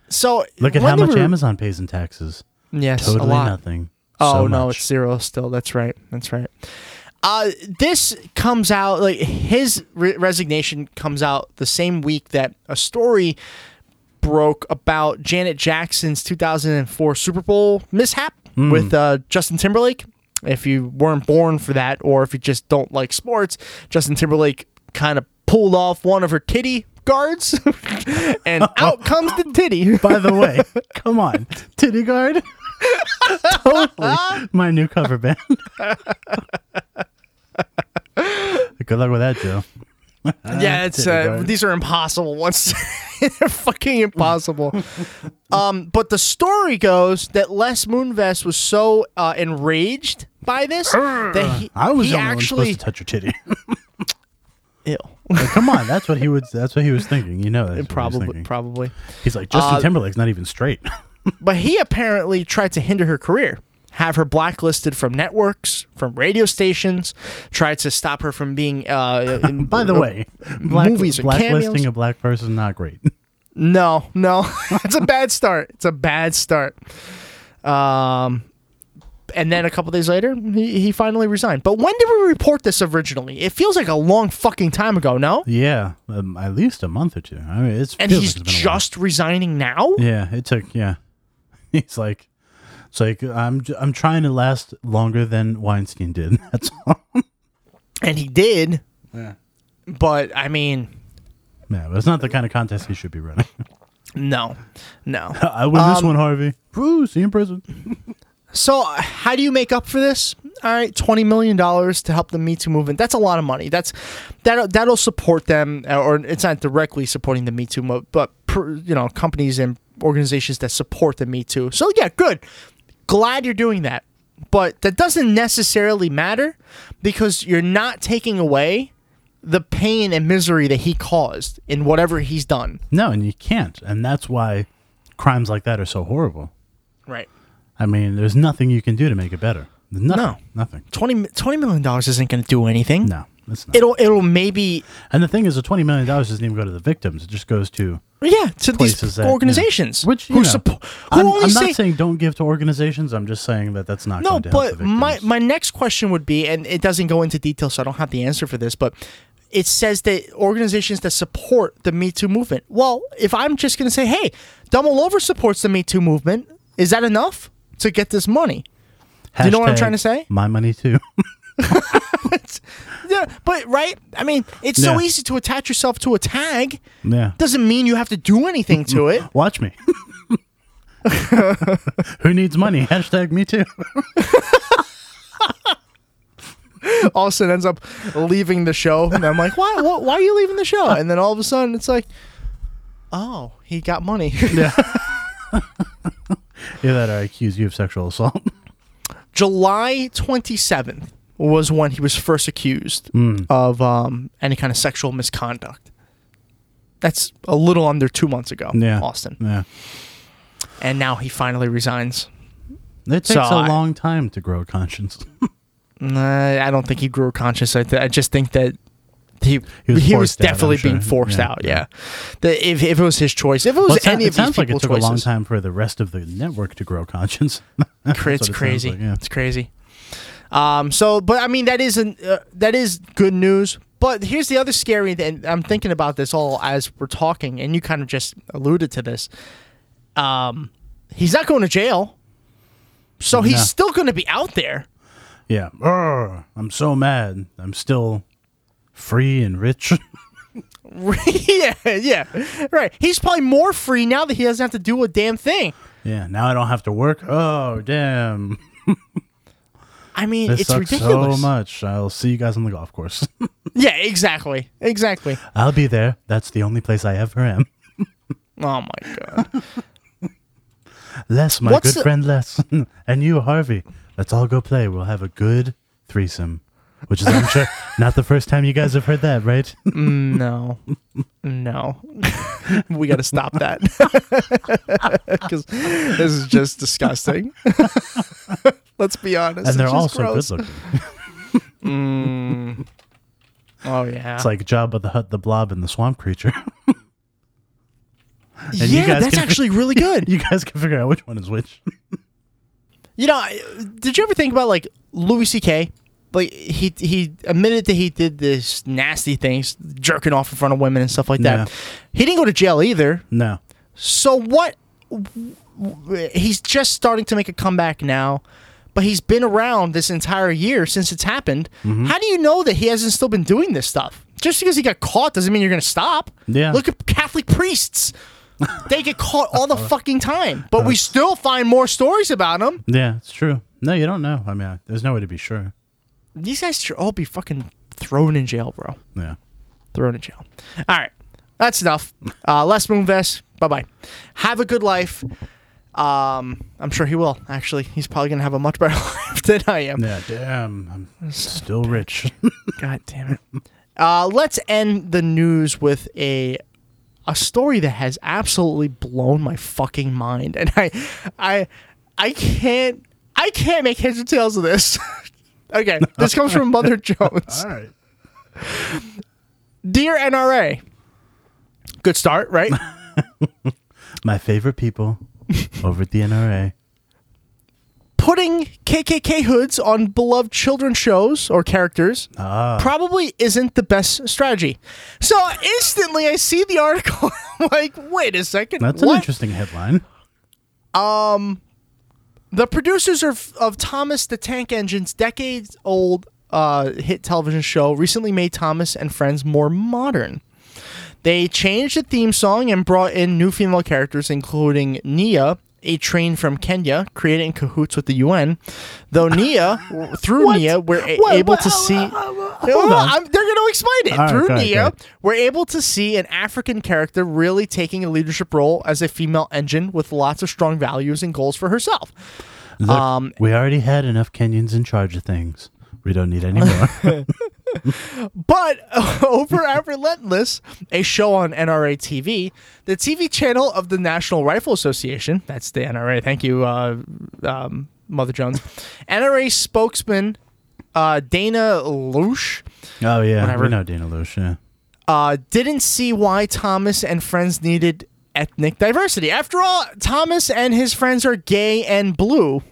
[SPEAKER 4] So
[SPEAKER 5] Look at
[SPEAKER 4] Ah, when
[SPEAKER 5] how
[SPEAKER 4] they
[SPEAKER 5] much
[SPEAKER 4] were-
[SPEAKER 5] Amazon pays in taxes.
[SPEAKER 4] Yes, a
[SPEAKER 5] Totally
[SPEAKER 4] lot.
[SPEAKER 5] nothing.
[SPEAKER 4] Oh
[SPEAKER 5] So
[SPEAKER 4] no,
[SPEAKER 5] much.
[SPEAKER 4] it's zero still. That's right. That's right. Uh, this comes out like his re- resignation comes out the same week that a story broke about Janet Jackson's 2004 Super Bowl mishap
[SPEAKER 5] Hmm.
[SPEAKER 4] with uh, Justin Timberlake. If you weren't born for that, or if you just don't like sports, Justin Timberlake kind of pulled off one of her titty guards, and out comes the titty.
[SPEAKER 5] By the way, come on, titty guard. totally, my new cover band. Good luck with that, Joe.
[SPEAKER 4] Yeah, it's
[SPEAKER 5] Titty
[SPEAKER 4] uh,
[SPEAKER 5] guard.
[SPEAKER 4] these are impossible ones. They're fucking impossible. um, but the story goes that Les Moonves was so uh, enraged by this that he,
[SPEAKER 5] Uh, I was
[SPEAKER 4] he
[SPEAKER 5] the only
[SPEAKER 4] actually
[SPEAKER 5] one supposed to touch your titty.
[SPEAKER 4] Ew.
[SPEAKER 5] Like, come on, that's what he would. That's what he was thinking. You know, that's what he was
[SPEAKER 4] probably uh,
[SPEAKER 5] thinking.
[SPEAKER 4] probably.
[SPEAKER 5] He's like Justin Timberlake's not even straight.
[SPEAKER 4] But he apparently tried to hinder her career, have her blacklisted from networks, from radio stations, tried to stop her from being. Uh, in-
[SPEAKER 5] By the way, black,
[SPEAKER 4] movies and
[SPEAKER 5] blacklisting
[SPEAKER 4] cameos.
[SPEAKER 5] a black person not great.
[SPEAKER 4] No, no. it's a bad start. It's a bad start. Um and then a couple days later, he, he finally resigned. But when did we report this originally? It feels like a long fucking time ago, no?
[SPEAKER 5] yeah, um, at least a month or two. I mean, it's
[SPEAKER 4] And
[SPEAKER 5] feels
[SPEAKER 4] he's
[SPEAKER 5] like it's been a while.
[SPEAKER 4] just resigning now?
[SPEAKER 5] Yeah, it took. Yeah, he's like, it's like I'm. j- I'm trying to last longer than Weinstein did. That's all.
[SPEAKER 4] And he did. But I mean,
[SPEAKER 5] Yeah, but it's not the kind of contest he should be running.
[SPEAKER 4] no. No. Um,
[SPEAKER 5] I win this one, Harvey. Woo, see you in prison.
[SPEAKER 4] So, uh, how do you make up for this? all right, twenty million dollars to help the Me Too movement. That's a lot of money. That's that that'll support them, uh, or it's not directly supporting the Me Too, mo- but per, you know, companies and organizations that support the Me Too. So yeah, good. Glad you're doing that, but that doesn't necessarily matter because you're not taking away the pain and misery that he caused in whatever he's done.
[SPEAKER 5] No, and you can't. And that's why crimes like that are so horrible.
[SPEAKER 4] Right.
[SPEAKER 5] I mean, there's nothing you can do to make it better. There's Nothing.
[SPEAKER 4] No.
[SPEAKER 5] Nothing.
[SPEAKER 4] 20, $20 million dollars isn't going to do anything.
[SPEAKER 5] No, it's not.
[SPEAKER 4] It'll it'll maybe
[SPEAKER 5] and the thing is, the $20 million doesn't even go to the victims. It just goes to
[SPEAKER 4] Yeah, to
[SPEAKER 5] places
[SPEAKER 4] these
[SPEAKER 5] that,
[SPEAKER 4] organizations,
[SPEAKER 5] you know, which you
[SPEAKER 4] who
[SPEAKER 5] know,
[SPEAKER 4] support.
[SPEAKER 5] I'm,
[SPEAKER 4] only
[SPEAKER 5] I'm
[SPEAKER 4] say-
[SPEAKER 5] not saying don't give to organizations. I'm just saying that that's not
[SPEAKER 4] no,
[SPEAKER 5] going to help the
[SPEAKER 4] but my
[SPEAKER 5] victims.
[SPEAKER 4] my next question would be, and it doesn't go into detail, so I don't have the answer for this, but it says that organizations that support the Me Too movement. Well, if I'm just going to say, hey, Dumb All Over supports the Me Too movement, is that enough to get this money?
[SPEAKER 5] Hashtag
[SPEAKER 4] you know what I'm trying to say?
[SPEAKER 5] My money too.
[SPEAKER 4] Yeah, but right, I mean, it's so
[SPEAKER 5] Yeah.
[SPEAKER 4] easy to attach yourself to a tag.
[SPEAKER 5] yeah.
[SPEAKER 4] Doesn't mean you have to do anything to it.
[SPEAKER 5] Watch me. Who needs money? Hashtag me too.
[SPEAKER 4] Austin ends up leaving the show, and I'm like, why, why? Why are you leaving the show? And then all of a sudden, it's like, oh, he got money.
[SPEAKER 5] Either that or I accuse you of sexual assault.
[SPEAKER 4] July 27th was when he was first accused
[SPEAKER 5] Hmm.
[SPEAKER 4] of um, any kind of sexual misconduct. That's a little under two months ago,
[SPEAKER 5] yeah.
[SPEAKER 4] Austin,
[SPEAKER 5] Yeah.
[SPEAKER 4] and now he finally resigns.
[SPEAKER 5] It takes
[SPEAKER 4] So
[SPEAKER 5] a
[SPEAKER 4] I-
[SPEAKER 5] long time to grow a conscience.
[SPEAKER 4] Nah, I don't think he grew conscious. I, th- I just think that he
[SPEAKER 5] He
[SPEAKER 4] he was,
[SPEAKER 5] was forced out, I'm
[SPEAKER 4] definitely
[SPEAKER 5] sure.
[SPEAKER 4] being forced
[SPEAKER 5] Yeah.
[SPEAKER 4] out. Yeah, That if, if it was his choice, if it was
[SPEAKER 5] Well, it sou-
[SPEAKER 4] any
[SPEAKER 5] it
[SPEAKER 4] of these
[SPEAKER 5] sounds like it
[SPEAKER 4] people's
[SPEAKER 5] took
[SPEAKER 4] choices,
[SPEAKER 5] a long time for the rest of the network to grow conscience.
[SPEAKER 4] Cra-
[SPEAKER 5] what
[SPEAKER 4] it's
[SPEAKER 5] it sounds
[SPEAKER 4] crazy.
[SPEAKER 5] like, yeah.
[SPEAKER 4] It's crazy. Um. So, but I mean, that is an uh, that is good news. But here's the other scary, and I'm thinking about this all as we're talking, and you kind of just alluded to this. Um, he's not going to jail, so he's
[SPEAKER 5] No.
[SPEAKER 4] still going to be out there.
[SPEAKER 5] yeah. Urgh, I'm so mad. I'm still free and rich.
[SPEAKER 4] yeah, yeah, right. He's probably more free now that he doesn't have to do a damn thing.
[SPEAKER 5] yeah. Now I don't have to work. Oh, damn.
[SPEAKER 4] I mean,
[SPEAKER 5] This
[SPEAKER 4] it's
[SPEAKER 5] sucks
[SPEAKER 4] ridiculous.
[SPEAKER 5] so much. I'll see you guys on the golf course.
[SPEAKER 4] Yeah, exactly, exactly.
[SPEAKER 5] I'll be there. That's the only place I ever am.
[SPEAKER 4] Oh my god.
[SPEAKER 5] Les, my
[SPEAKER 4] What's
[SPEAKER 5] good
[SPEAKER 4] the-
[SPEAKER 5] friend Les, and you, Harvey. Let's all go play. We'll have a good threesome, which is, I'm sure, not the first time you guys have heard that, right?
[SPEAKER 4] No, no, we got to stop that because this is just disgusting. Let's be honest.
[SPEAKER 5] and they're
[SPEAKER 4] it's
[SPEAKER 5] all
[SPEAKER 4] just
[SPEAKER 5] so
[SPEAKER 4] gross.
[SPEAKER 5] good looking.
[SPEAKER 4] Oh yeah,
[SPEAKER 5] It's like Jabba the Hutt, the Blob, and the Swamp Creature.
[SPEAKER 4] yeah,
[SPEAKER 5] you guys
[SPEAKER 4] that's
[SPEAKER 5] can-
[SPEAKER 4] actually really good.
[SPEAKER 5] you guys can figure out which one is which.
[SPEAKER 4] you know, I- did you ever think about like Louis C.K. Like he he admitted that he did this nasty things, jerking off in front of women and stuff like that.
[SPEAKER 5] Yeah.
[SPEAKER 4] He didn't go to jail either.
[SPEAKER 5] No,
[SPEAKER 4] So what? He's just starting to make a comeback now, but he's been around this entire year since it's happened. How do you know that he hasn't still been doing this stuff? Just because he got caught doesn't mean you're going to stop.
[SPEAKER 5] Yeah.
[SPEAKER 4] Look at Catholic priests. they get caught all the fucking time, but we still find more stories about them.
[SPEAKER 5] yeah, it's true. No, you don't know. I mean, I, there's no way to be sure.
[SPEAKER 4] These guys should all be fucking thrown in jail, bro.
[SPEAKER 5] Yeah,
[SPEAKER 4] thrown in jail. All right, that's enough. Uh, Les Moonves, bye bye. Have a good life. Um, I'm sure he will. Actually, he's probably gonna have a much better life than I am.
[SPEAKER 5] yeah. Damn, I'm still rich.
[SPEAKER 4] God damn it. Uh, let's end the news with a a story that has absolutely blown my fucking mind, and I I I can't I can't make heads or tails of this. okay, this comes from Mother Jones.
[SPEAKER 5] all right.
[SPEAKER 4] Dear NRA. Good start, right?
[SPEAKER 5] My favorite people over at the NRA.
[SPEAKER 4] putting KKK hoods on beloved children shows or characters
[SPEAKER 5] Ah.
[SPEAKER 4] probably isn't the best strategy. So instantly I see the article. I'm like, wait a second.
[SPEAKER 5] That's an
[SPEAKER 4] what?
[SPEAKER 5] interesting headline.
[SPEAKER 4] the producers of, of Thomas the Tank Engine's decades old uh, hit television show recently made Thomas and Friends more modern. They changed the theme song and brought in new female characters, including Nia, a train from Kenya, created in cahoots with the UN. Though Nia, w- through Nia, we're a-
[SPEAKER 5] What?
[SPEAKER 4] able to
[SPEAKER 5] What?
[SPEAKER 4] see.
[SPEAKER 5] Uh, uh, uh,
[SPEAKER 4] No,
[SPEAKER 5] hold
[SPEAKER 4] no,
[SPEAKER 5] on.
[SPEAKER 4] I'm- they're going to explain it.
[SPEAKER 5] All right,
[SPEAKER 4] through
[SPEAKER 5] go ahead,
[SPEAKER 4] Nia,
[SPEAKER 5] go ahead.
[SPEAKER 4] we're able to see an African character really taking a leadership role as a female engine with lots of strong values and goals for herself.
[SPEAKER 5] Look,
[SPEAKER 4] Um,
[SPEAKER 5] we already had enough Kenyans in charge of things. We don't need any more.
[SPEAKER 4] But over at Relentless, a show on NRA TV, the TV channel of the National Rifle Association, that's the NRA, thank you, uh, um, Mother Jones, NRA spokesman uh, Dana Loesch
[SPEAKER 5] oh yeah,
[SPEAKER 4] Whatever.
[SPEAKER 5] we know Dana Loesch. Yeah.
[SPEAKER 4] uh, didn't see why Thomas and friends needed ethnic diversity. After all, Thomas and his friends are gay and blue.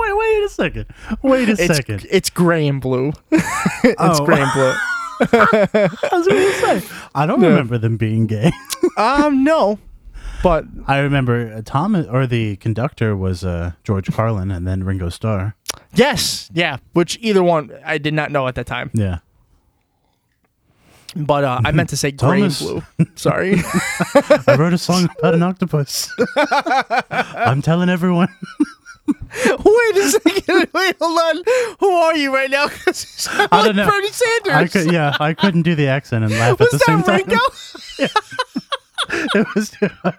[SPEAKER 5] Wait, wait a second. Wait a
[SPEAKER 4] It's,
[SPEAKER 5] second.
[SPEAKER 4] it's gray and blue. it's
[SPEAKER 5] Oh.
[SPEAKER 4] gray and blue.
[SPEAKER 5] I was going to say. I don't remember them being gay.
[SPEAKER 4] Um, no, but
[SPEAKER 5] I remember uh, Tom or the conductor was uh, George Carlin and then Ringo Starr.
[SPEAKER 4] Yes, yeah. Which either one I did not know at that time,
[SPEAKER 5] Yeah.
[SPEAKER 4] but uh, I meant to say gray and
[SPEAKER 5] Thomas.
[SPEAKER 4] blue. Sorry.
[SPEAKER 5] I wrote a song about an octopus. I'm telling everyone.
[SPEAKER 4] wait a second. Wait, hold on. Who are you right now? 'Cause you sound
[SPEAKER 5] I don't
[SPEAKER 4] like
[SPEAKER 5] know.
[SPEAKER 4] Bernie Sanders.
[SPEAKER 5] I could, yeah, I couldn't do the accent and laugh
[SPEAKER 4] Was
[SPEAKER 5] at the same
[SPEAKER 4] that
[SPEAKER 5] time.
[SPEAKER 4] Ringo?
[SPEAKER 5] It was. Look,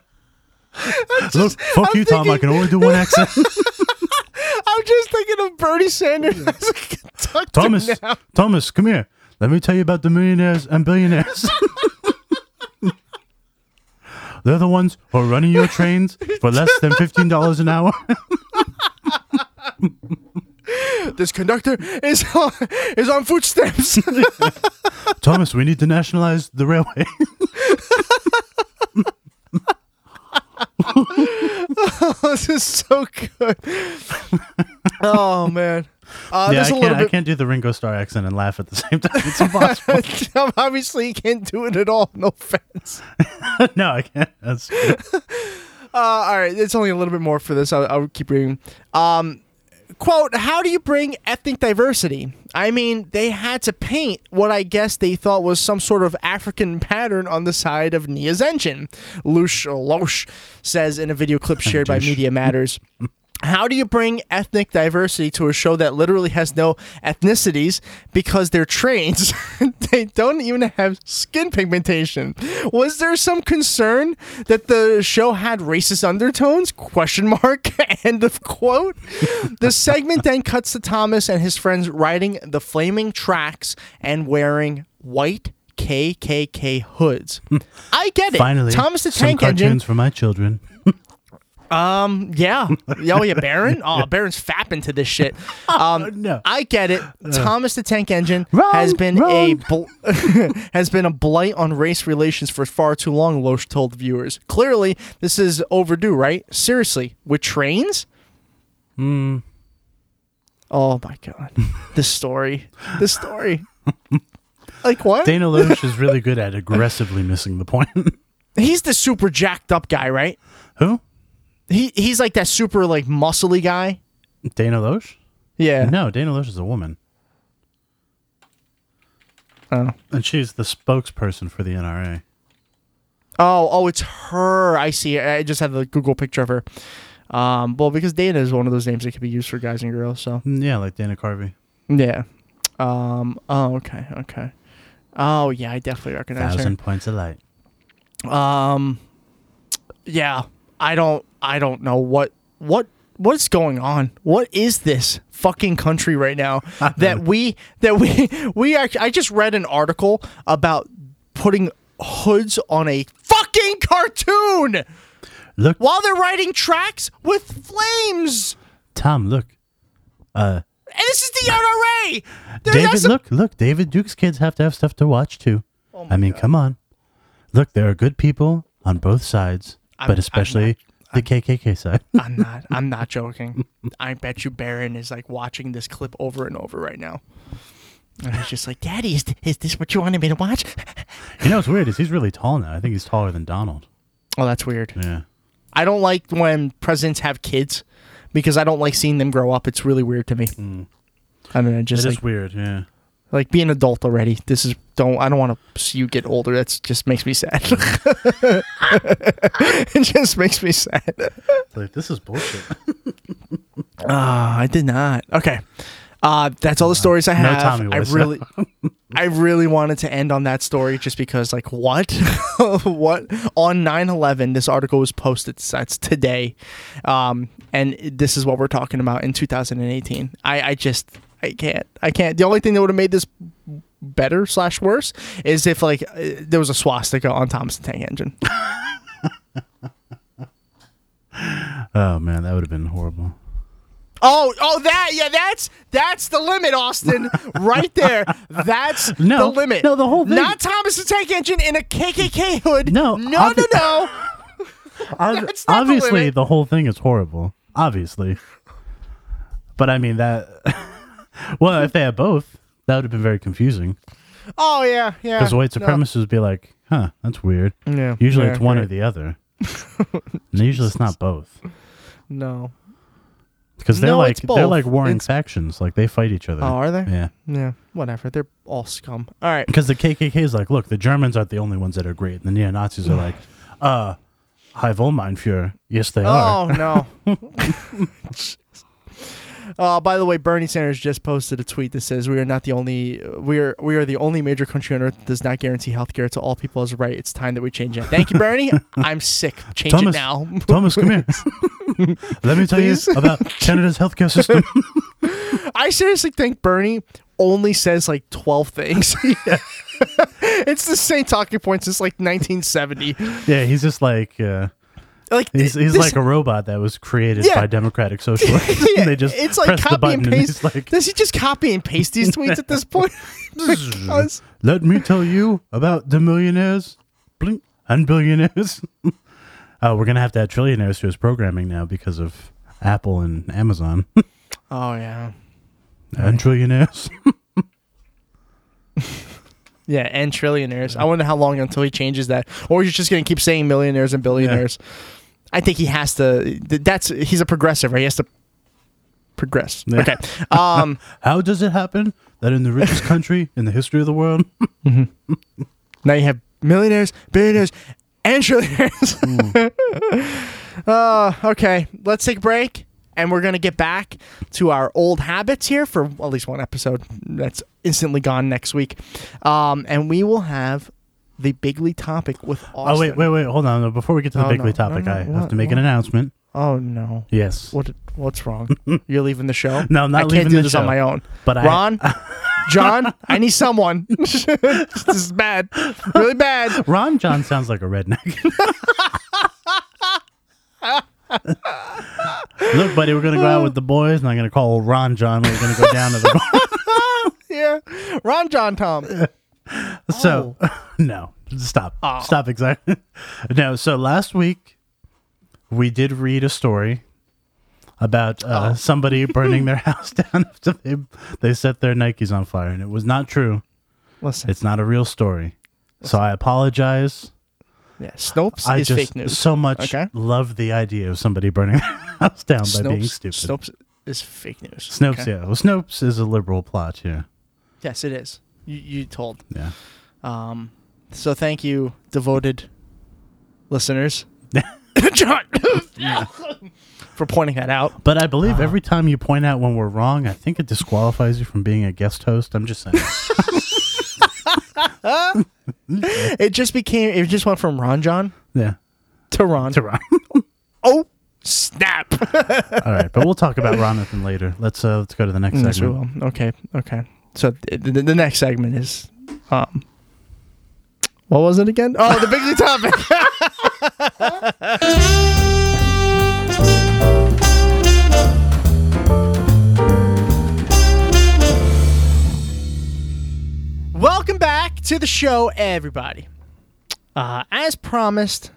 [SPEAKER 5] fuck
[SPEAKER 4] I'm
[SPEAKER 5] you, Tom. I
[SPEAKER 4] thinking-
[SPEAKER 5] can only do one accent.
[SPEAKER 4] I'm just thinking of Bernie Sanders as a conductor
[SPEAKER 5] Thomas,
[SPEAKER 4] now.
[SPEAKER 5] Thomas, come here. Let me tell you about the millionaires and billionaires. They're the ones who are running your trains for less than fifteen dollars an hour.
[SPEAKER 4] This conductor is on, is on food stamps.
[SPEAKER 5] Thomas, we need to nationalize the railway.
[SPEAKER 4] this is so good. Oh man. Uh,
[SPEAKER 5] yeah, I
[SPEAKER 4] there's a
[SPEAKER 5] can't,
[SPEAKER 4] little
[SPEAKER 5] I
[SPEAKER 4] bit.
[SPEAKER 5] can't do the Ringo Starr accent and laugh at the same time. It's impossible.
[SPEAKER 4] Obviously, you can't do it at all. No offense.
[SPEAKER 5] no, I can't. That's,
[SPEAKER 4] Uh, all right, it's only a little bit more for this. I'll, I'll keep reading. Um, quote: How do you bring ethnic diversity? I mean, they had to paint what I guess they thought was some sort of African pattern on the side of Nia's engine. Lush or Losh says in a video clip shared by
[SPEAKER 5] douche.
[SPEAKER 4] Media Matters. How do you bring ethnic diversity to a show that literally has no ethnicities because they're trains? they don't even have skin pigmentation. Was there some concern that the show had racist undertones? Question mark. End of quote. the segment then cuts to Thomas and his friends riding the flaming tracks and wearing white KKK hoods. I get it.
[SPEAKER 5] Hmm. finally,
[SPEAKER 4] Thomas the
[SPEAKER 5] some
[SPEAKER 4] Tank
[SPEAKER 5] cartoons
[SPEAKER 4] Engine.
[SPEAKER 5] for my children.
[SPEAKER 4] Yeah. Oh yeah, Baron. Oh, Baron's fapping to this shit. Um,
[SPEAKER 5] Oh, No. Uh.
[SPEAKER 4] I get it. Thomas the Tank Engine
[SPEAKER 5] Wrong,
[SPEAKER 4] has been a
[SPEAKER 5] wrong.
[SPEAKER 4] bl- has been a blight on race relations for far too long. Loesch told viewers. Clearly, this is overdue, right? Seriously, with trains. Hmm. Oh my god, this story. This story. like what?
[SPEAKER 5] Dana Loesch is really good at aggressively missing the point.
[SPEAKER 4] He's the super jacked up guy, right?
[SPEAKER 5] Who?
[SPEAKER 4] He he's like that super like muscly guy.
[SPEAKER 5] Dana Loesch?
[SPEAKER 4] Yeah.
[SPEAKER 5] No, Dana Loesch is a woman.
[SPEAKER 4] Oh.
[SPEAKER 5] And she's the spokesperson for the NRA.
[SPEAKER 4] Oh, oh, it's her. I see. I just have the Google picture of her. Um, well, because Dana is one of those names that can be used for guys and girls. So
[SPEAKER 5] Mm, Yeah, like Dana Carvey.
[SPEAKER 4] yeah. Um. Oh. Okay. Okay. Oh yeah, I definitely recognize
[SPEAKER 5] Thousand points of light.
[SPEAKER 4] her. Yeah. I don't. I don't know what what what's going on. What is this fucking country right now that we that we we act I just read an article about putting hoods on a fucking cartoon
[SPEAKER 5] Look,
[SPEAKER 4] while they're writing tracks with flames.
[SPEAKER 5] Tom, look.
[SPEAKER 4] And this is the NRA. They're not
[SPEAKER 5] David,
[SPEAKER 4] sup-
[SPEAKER 5] look, look. David Duke's kids have to have stuff to watch too.
[SPEAKER 4] Oh
[SPEAKER 5] I mean, come on. Look, there are good people on both sides,
[SPEAKER 4] I'm
[SPEAKER 5] but especially the KKK side.
[SPEAKER 4] I'm not. I'm not joking. I bet you Baron is like watching this clip over and over right now. And he's just like, Daddy, is, th- is this what you wanted me to watch?
[SPEAKER 5] you know what's weird is he's really tall now. I think he's taller than Donald.
[SPEAKER 4] Oh, that's weird.
[SPEAKER 5] Yeah.
[SPEAKER 4] I don't like when presidents have kids because I don't like seeing them grow up. It's really weird to me. I don't know.
[SPEAKER 5] Hmm. It
[SPEAKER 4] Just
[SPEAKER 5] is
[SPEAKER 4] like,
[SPEAKER 5] weird, yeah.
[SPEAKER 4] Like be an adult already. This is don't I don't want to see you get older. That's just makes me sad. it just makes me sad.
[SPEAKER 5] Like this is bullshit.
[SPEAKER 4] Ah, I did not. Okay. Uh, that's all the stories I
[SPEAKER 5] No
[SPEAKER 4] have.
[SPEAKER 5] Tommy
[SPEAKER 4] I
[SPEAKER 5] was.
[SPEAKER 4] really I really wanted to end on that story just because like what? what on 9/11 this article was posted that's today. Um, and this is what we're talking about in 2018. I I just I can't. I can't. The only thing that would have made this better slash worse is if like uh, there was a swastika on Thomas the Tank Engine.
[SPEAKER 5] Oh man, that would have been horrible.
[SPEAKER 4] Oh, oh, that yeah, that's that's the limit, Austin, right there. That's
[SPEAKER 5] No,
[SPEAKER 4] the limit.
[SPEAKER 5] no, the whole thing-
[SPEAKER 4] Not Thomas the Tank Engine in a KKK hood.
[SPEAKER 5] No,
[SPEAKER 4] no,
[SPEAKER 5] obvi-
[SPEAKER 4] no, no.
[SPEAKER 5] Ob-
[SPEAKER 4] That's not the
[SPEAKER 5] obviously,
[SPEAKER 4] limit.
[SPEAKER 5] the whole thing is horrible. Obviously, but I mean that. well, if they had both, that would have been very confusing
[SPEAKER 4] Oh yeah, yeah.
[SPEAKER 5] because white
[SPEAKER 4] no.
[SPEAKER 5] supremacists would be like, "Huh, that's weird."
[SPEAKER 4] Yeah,
[SPEAKER 5] Usually,
[SPEAKER 4] yeah,
[SPEAKER 5] it's one
[SPEAKER 4] right.
[SPEAKER 5] or the other. and usually, it's not both
[SPEAKER 4] No.
[SPEAKER 5] because they're
[SPEAKER 4] No,
[SPEAKER 5] like
[SPEAKER 4] it's
[SPEAKER 5] they're
[SPEAKER 4] both.
[SPEAKER 5] like warring
[SPEAKER 4] It's-
[SPEAKER 5] factions. Like they fight each other.
[SPEAKER 4] Oh, are they?
[SPEAKER 5] Yeah.
[SPEAKER 4] Yeah. Whatever. They're all scum. All right.
[SPEAKER 5] Because the KKK is like, look, the Germans aren't the only ones that are great. And the neo Nazis are like, uh, high vol mein Führer. Yes, they are.
[SPEAKER 4] Oh no. Uh, by the way, Bernie Sanders just posted a tweet that says, "We are not the only we are we are the only major country on earth that does not guarantee health care to all people as a right. It's time that we change it." Thank you, Bernie. I'm sick. Change
[SPEAKER 5] Thomas,
[SPEAKER 4] it now.
[SPEAKER 5] Thomas, come here. Let me tell
[SPEAKER 4] Please.
[SPEAKER 5] you about Canada's healthcare system.
[SPEAKER 4] I seriously think Bernie only says like 12 things. it's the same talking point since like 1970.
[SPEAKER 5] yeah, he's just like, uh,
[SPEAKER 4] Like
[SPEAKER 5] he's, he's
[SPEAKER 4] this-
[SPEAKER 5] like a robot that was created
[SPEAKER 4] Yeah.
[SPEAKER 5] by democratic socialists.
[SPEAKER 4] yeah,
[SPEAKER 5] and they just
[SPEAKER 4] it's like
[SPEAKER 5] press the
[SPEAKER 4] copy
[SPEAKER 5] button
[SPEAKER 4] and
[SPEAKER 5] and
[SPEAKER 4] paste.
[SPEAKER 5] he's like,
[SPEAKER 4] Does he just copy and paste these tweets at this point? Because-
[SPEAKER 5] let me tell you about the millionaires blink, and billionaires. uh, we're going to have to add trillionaires to his programming now because of Apple and Amazon.
[SPEAKER 4] oh yeah.
[SPEAKER 5] and trillionaires.
[SPEAKER 4] Yeah, and trillionaires. I wonder how long until he changes that, or he's just going to keep saying millionaires and billionaires. I think he has to. th- That's he's a progressive, right? He has to progress. Okay. Um.
[SPEAKER 5] How does it happen that in the richest country in the history of the world,
[SPEAKER 4] now you have millionaires, billionaires, and trillionaires.
[SPEAKER 5] Hmm.
[SPEAKER 4] uh. Okay. Let's take a break, and we're gonna get back to our old habits here for at least one episode. That's instantly gone next week, um, and we will have the bigly topic with Austin.
[SPEAKER 5] oh wait, wait, wait, hold on. Before we get to the
[SPEAKER 4] Oh, no,
[SPEAKER 5] bigly
[SPEAKER 4] no,
[SPEAKER 5] topic,
[SPEAKER 4] no,
[SPEAKER 5] I have
[SPEAKER 4] what-
[SPEAKER 5] to make an
[SPEAKER 4] what?
[SPEAKER 5] announcement.
[SPEAKER 4] Oh no.
[SPEAKER 5] Yes,
[SPEAKER 4] What what's wrong? You're leaving the show?
[SPEAKER 5] No, I'm not
[SPEAKER 4] I can't
[SPEAKER 5] leaving
[SPEAKER 4] do
[SPEAKER 5] the
[SPEAKER 4] this
[SPEAKER 5] show.
[SPEAKER 4] on my own.
[SPEAKER 5] But I-
[SPEAKER 4] Ron, John, I need someone. this is bad, really bad.
[SPEAKER 5] Ron John sounds like a redneck. Look, buddy, we're gonna go out with the boys, and I'm gonna call old Ron John. We're gonna go down to the bar.
[SPEAKER 4] Yeah, Ron, John, Tom.
[SPEAKER 5] So,
[SPEAKER 4] Oh.
[SPEAKER 5] no, stop, stop, exactly. No, so last week we did read a story about uh,
[SPEAKER 4] Oh.
[SPEAKER 5] somebody burning their house down after they they set their Nikes on fire, and it was not true.
[SPEAKER 4] Listen,
[SPEAKER 5] It's not a real story. So I apologize.
[SPEAKER 4] yeah, Snopes
[SPEAKER 5] I
[SPEAKER 4] is
[SPEAKER 5] just
[SPEAKER 4] fake news.
[SPEAKER 5] so much
[SPEAKER 4] Okay.
[SPEAKER 5] love the idea of somebody burning their house down by being stupid.
[SPEAKER 4] Snopes is fake news.
[SPEAKER 5] Snopes,
[SPEAKER 4] okay?
[SPEAKER 5] yeah. Well, Snopes is a liberal plot, yeah.
[SPEAKER 4] Yes, it is. You, you told.
[SPEAKER 5] Yeah.
[SPEAKER 4] Um, so thank you, devoted listeners. John, for pointing that out.
[SPEAKER 5] But I believe
[SPEAKER 4] Ah.
[SPEAKER 5] every time you point out when we're wrong, I think it disqualifies you from being a guest host. I'm just saying.
[SPEAKER 4] It just became. It just went from Ron, John
[SPEAKER 5] yeah.
[SPEAKER 4] to Ron.
[SPEAKER 5] To Ron.
[SPEAKER 4] Oh snap!
[SPEAKER 5] All right, but we'll talk about Ronathan later. Let's uh, let's go to the next
[SPEAKER 4] Yes, we
[SPEAKER 5] segment.
[SPEAKER 4] Mm, will. Mm-hmm. Okay, okay. So th- th- the next segment is, um, what was it again? Oh, the bigly topic. Welcome back to the show, everybody. Uh, as promised,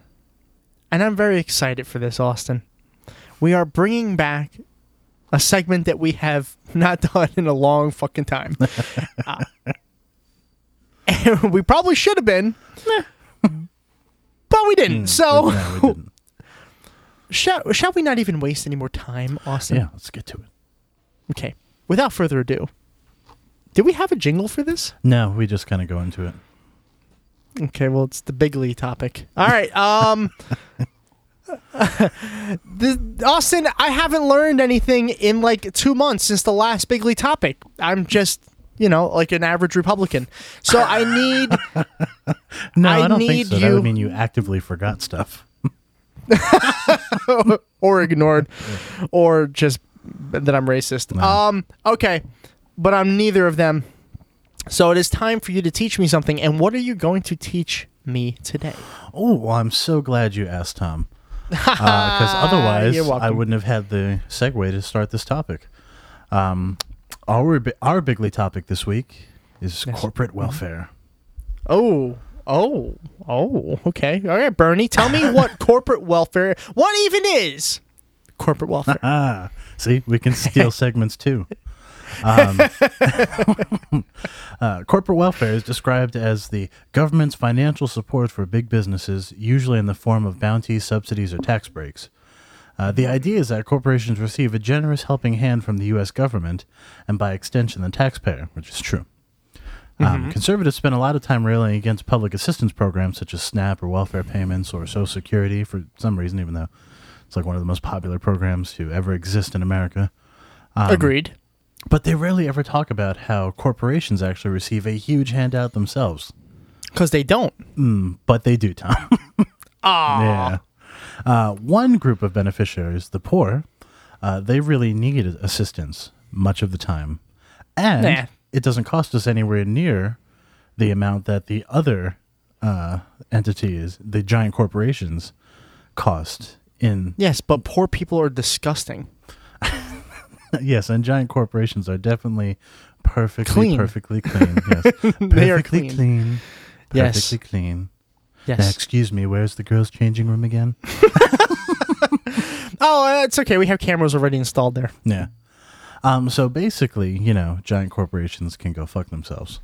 [SPEAKER 4] and I'm very excited for this, Austin. We are bringing back a segment that we have not done in a long fucking time. Uh, and we probably should have been, but we didn't. So,
[SPEAKER 5] No, Hmm. we didn't.
[SPEAKER 4] shall, shall we not even waste any more time, Austin?
[SPEAKER 5] Yeah, let's get to it.
[SPEAKER 4] Okay. Without further ado, Did we have a jingle for this?
[SPEAKER 5] No, we just kind of go into it.
[SPEAKER 4] Okay, well, it's the Bigley topic. All right. Um, the, Austin, I haven't learned anything in like two months since the last Bigley topic. I'm just, you know, like an average Republican. So I need.
[SPEAKER 5] No,
[SPEAKER 4] I
[SPEAKER 5] I, don't
[SPEAKER 4] need
[SPEAKER 5] think so. That
[SPEAKER 4] you-
[SPEAKER 5] would mean you actively forgot stuff.
[SPEAKER 4] or ignored or just that I'm racist. Um okay, but I'm neither of them. So it is time for you to teach me something and what are you going to teach me today?
[SPEAKER 5] Oh, well, I'm so glad you asked, Tom. Because otherwise,
[SPEAKER 4] You're
[SPEAKER 5] I
[SPEAKER 4] welcome.
[SPEAKER 5] wouldn't have had the segue to start this topic. Um, our bi- our bigly topic this week is
[SPEAKER 4] Mm-hmm.
[SPEAKER 5] corporate welfare.
[SPEAKER 4] Oh. Oh. Oh, okay. All right, Bernie, tell me what corporate welfare what even is corporate welfare?
[SPEAKER 5] Ah, see, we can steal segments too. Um, uh, corporate welfare is described as the government's financial support for big businesses, usually in the form of bounties, subsidies, or tax breaks. Uh, the idea is that corporations receive a generous helping hand from the U.S. government and, by extension, the taxpayer, which is true. Um, conservatives spend a lot of time railing against public assistance programs such as SNAP or welfare payments or Social Security for some reason, even though it's like one of the most popular programs to ever exist in America.
[SPEAKER 4] Uh-uh. Agreed.
[SPEAKER 5] But they rarely ever talk about how corporations actually receive a huge handout themselves.
[SPEAKER 4] Cuz they don't.
[SPEAKER 5] But they do, Tom. yeah. Uh, one group of beneficiaries, the poor, uh, they really need assistance much of the time. And
[SPEAKER 4] Nah.
[SPEAKER 5] it doesn't cost us anywhere near the amount that the other uh, entities, the giant corporations, cost in.
[SPEAKER 4] Yes, but poor people are disgusting.
[SPEAKER 5] Yes, and giant corporations are definitely perfectly,
[SPEAKER 4] Clean.
[SPEAKER 5] perfectly clean. Yes. Perfectly
[SPEAKER 4] They are clean.
[SPEAKER 5] clean.
[SPEAKER 4] Yes.
[SPEAKER 5] Perfectly clean. Now,
[SPEAKER 4] Yes.
[SPEAKER 5] excuse me, where's the girls' changing room again?
[SPEAKER 4] Oh, uh, it's okay. We have cameras already installed there.
[SPEAKER 5] yeah. Um, so basically, you know, giant corporations can go fuck themselves.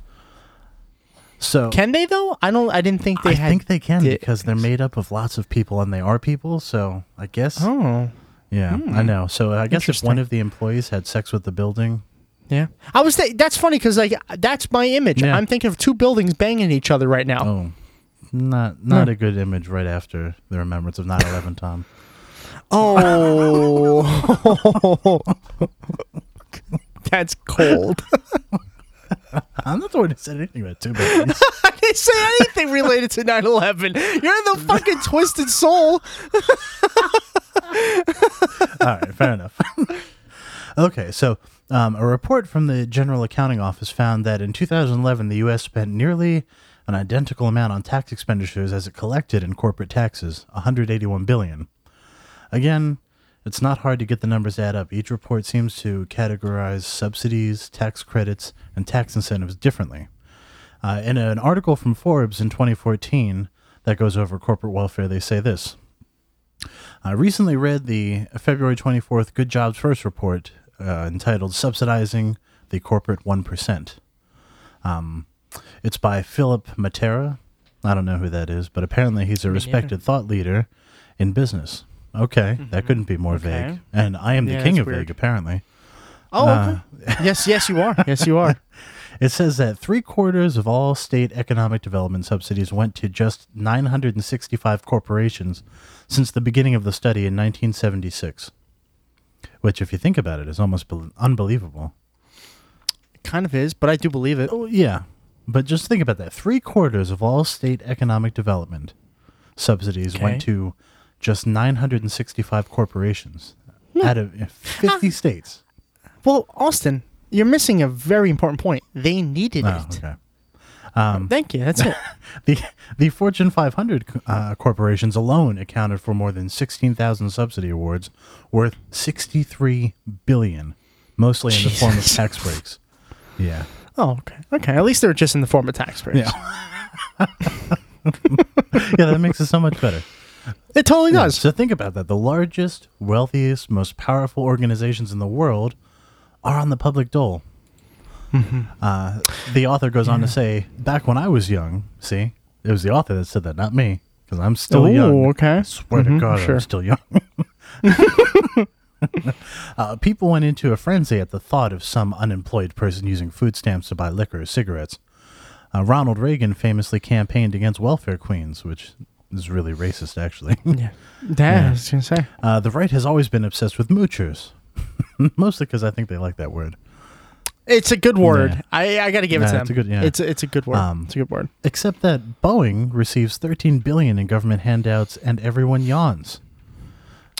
[SPEAKER 5] So
[SPEAKER 4] Can they though? I don't I didn't think they
[SPEAKER 5] I
[SPEAKER 4] had
[SPEAKER 5] think they can
[SPEAKER 4] did-
[SPEAKER 5] because they're made up of lots of people and they are people. So I guess. Oh. Yeah, I know. So I guess if one
[SPEAKER 4] Hmm. Interesting.
[SPEAKER 5] of the employees had sex with the building,
[SPEAKER 4] Yeah, I was. Th- that's funny because like that's my image.
[SPEAKER 5] Yeah.
[SPEAKER 4] I'm thinking of two buildings banging each other right now.
[SPEAKER 5] oh, not not a good image right after the remembrance of 9-11, Tom.
[SPEAKER 4] Oh, that's cold.
[SPEAKER 5] I'm not the one who said anything about two buildings.
[SPEAKER 4] I didn't say anything related to 9/11. You're the fucking twisted soul.
[SPEAKER 5] All right, fair enough. okay, so um, a report from the General Accounting Office found that in 2011, the U.S. spent nearly an identical amount on tax expenditures as it collected in corporate taxes, 181 billion. Again, it's not hard to get the numbers to add up. Each report seems to categorize subsidies, tax credits, and tax incentives differently. Uh, in an article from Forbes in 2014 that goes over corporate welfare, they say this. I recently read the February 24th Good Jobs First report uh, entitled Subsidizing the Corporate 1%. Um, it's by Philip Matera. I don't know who that is, but apparently he's a respected thought leader in business. Okay, that couldn't be more vague. And I am
[SPEAKER 4] Mm-hmm. Yeah,
[SPEAKER 5] the king
[SPEAKER 4] that's
[SPEAKER 5] of
[SPEAKER 4] weird.
[SPEAKER 5] vague, apparently.
[SPEAKER 4] Oh, okay. yes, yes, you are. Yes, you are.
[SPEAKER 5] It says that three quarters of all state economic development subsidies went to just 965 corporations since the beginning of the study in 1976. Which, if you think about it, is almost bel unbelievable.
[SPEAKER 4] kind of is, but I do believe it.
[SPEAKER 5] Oh, yeah. But just think about that. Three quarters of all state economic development subsidies went
[SPEAKER 4] Okay.
[SPEAKER 5] to just 965 corporations
[SPEAKER 4] Hmm.
[SPEAKER 5] out of 50 states.
[SPEAKER 4] Well, Austin, you're missing a very important point. They needed
[SPEAKER 5] Oh,
[SPEAKER 4] it.
[SPEAKER 5] okay.
[SPEAKER 4] Thank you. That's it.
[SPEAKER 5] The the Fortune 500 uh, corporations alone accounted for more than 16,000 subsidy awards worth 63 billion, mostly in the form of
[SPEAKER 4] Jesus.
[SPEAKER 5] tax breaks. Yeah.
[SPEAKER 4] Oh, okay. Okay. At least they're just in the form of tax breaks.
[SPEAKER 5] Yeah, that makes it so much better.
[SPEAKER 4] It totally does.
[SPEAKER 5] So think about that. The largest, wealthiest, most powerful organizations in the world are on the public dole.
[SPEAKER 4] Mm-hmm.
[SPEAKER 5] Uh, the author goes on to say, back when I was young, see, it was the author that said that, not me, because I'm still
[SPEAKER 4] Ooh,
[SPEAKER 5] young.
[SPEAKER 4] okay. Mm-hmm,
[SPEAKER 5] I swear to God,
[SPEAKER 4] sure.
[SPEAKER 5] I'm still young. Uh, people went into a frenzy at the thought of some unemployed person using food stamps to buy liquor or cigarettes. Uh, Ronald Reagan famously campaigned against welfare queens, which is really racist, actually.
[SPEAKER 4] That I was gonna say.
[SPEAKER 5] Uh, the right has always been obsessed with moochers, mostly because I think they like that word.
[SPEAKER 4] It's a good word.
[SPEAKER 5] Yeah.
[SPEAKER 4] I, I got to give it
[SPEAKER 5] Nah,
[SPEAKER 4] to them.
[SPEAKER 5] it's a good- yeah.
[SPEAKER 4] It's a, it's a good word.
[SPEAKER 5] Um,
[SPEAKER 4] it's a good word.
[SPEAKER 5] Except that Boeing receives 13 billion in government handouts, and everyone yawns.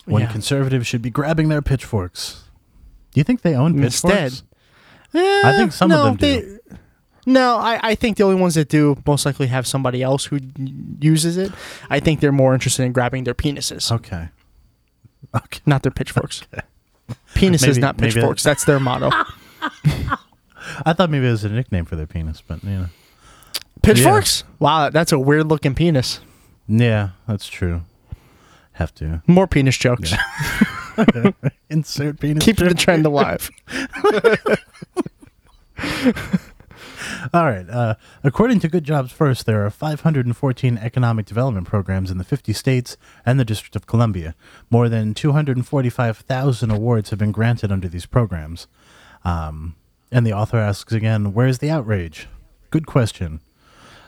[SPEAKER 5] When
[SPEAKER 4] Yeah.
[SPEAKER 5] conservatives should be grabbing their pitchforks. Do you think they own pitchforks?
[SPEAKER 4] Instead. Eh,
[SPEAKER 5] think some of
[SPEAKER 4] no,
[SPEAKER 5] them
[SPEAKER 4] they-
[SPEAKER 5] do.
[SPEAKER 4] No, I, I think the only ones that do most likely have somebody else who uses it. I think they're more interested in grabbing their penises,
[SPEAKER 5] Okay. Okay.
[SPEAKER 4] not their pitchforks. Penises,
[SPEAKER 5] Maybe-
[SPEAKER 4] not
[SPEAKER 5] maybe-
[SPEAKER 4] pitchforks. That's their motto.
[SPEAKER 5] I thought maybe it was a nickname for their penis, but you know.
[SPEAKER 4] Pitchforks? Wow, that's a weird looking penis.
[SPEAKER 5] Yeah, that's true. Have to
[SPEAKER 4] More penis jokes.
[SPEAKER 5] insert penis.
[SPEAKER 4] Keeping the trend alive.
[SPEAKER 5] All right. Uh, according to Good Jobs First, there are 514 economic development programs in the 50 states and the District of Columbia. More than 245,000 awards have been granted under these programs. Um, and the author asks again, where's the outrage? Good question.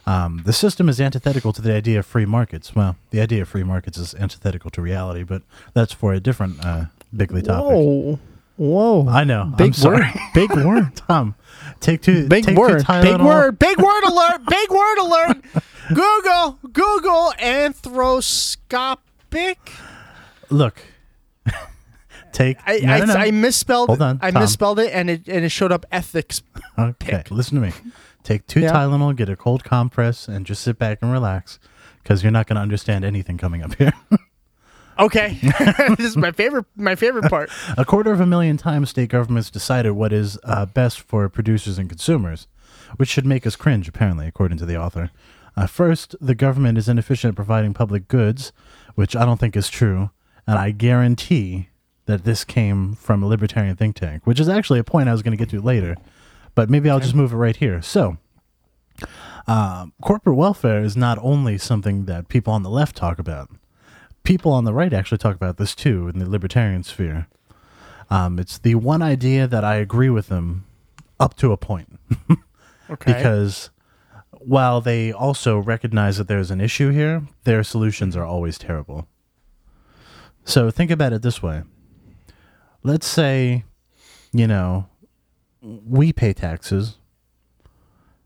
[SPEAKER 5] Um, the system is antithetical to the idea of free markets. Well, the idea of free markets is antithetical to reality, but that's for a different uh, bigly topic.
[SPEAKER 4] Whoa. Whoa.
[SPEAKER 5] I know.
[SPEAKER 4] Big
[SPEAKER 5] I'm sorry.
[SPEAKER 4] word. Big word.
[SPEAKER 5] Tom, take two.
[SPEAKER 4] Big
[SPEAKER 5] take
[SPEAKER 4] word.
[SPEAKER 5] Two Tylenol.
[SPEAKER 4] Big word. Big word alert. Big word alert. Google. Google anthroscopic.
[SPEAKER 5] Look, take.
[SPEAKER 4] I,
[SPEAKER 5] no,
[SPEAKER 4] I,
[SPEAKER 5] no, no.
[SPEAKER 4] I misspelled.
[SPEAKER 5] Hold on,
[SPEAKER 4] I
[SPEAKER 5] Tom.
[SPEAKER 4] misspelled it, and it and it showed up ethics.
[SPEAKER 5] okay, listen to me. Take two
[SPEAKER 4] Yeah.
[SPEAKER 5] Tylenol, get a cold compress, and just sit back and relax, because you're not going to understand anything coming up here.
[SPEAKER 4] Okay, this is my favorite. My favorite part.
[SPEAKER 5] a quarter of a million times, state governments decided what is uh, best for producers and consumers, which should make us cringe, apparently, according to the author. Uh, first, the government is inefficient at providing public goods, which I don't think is true, and I guarantee that this came from a libertarian think tank, which is actually a point I was going to get to later, but maybe I'll just move it right here. So, uh, corporate welfare is not only something that people on the left talk about. People on the right actually talk about this too in the libertarian sphere. Um, it's the one idea that I agree with them up to a point
[SPEAKER 4] Okay.
[SPEAKER 5] because while they also recognize that there's an issue here, their solutions are always terrible. So think about it this way. Let's say, you know, we pay taxes.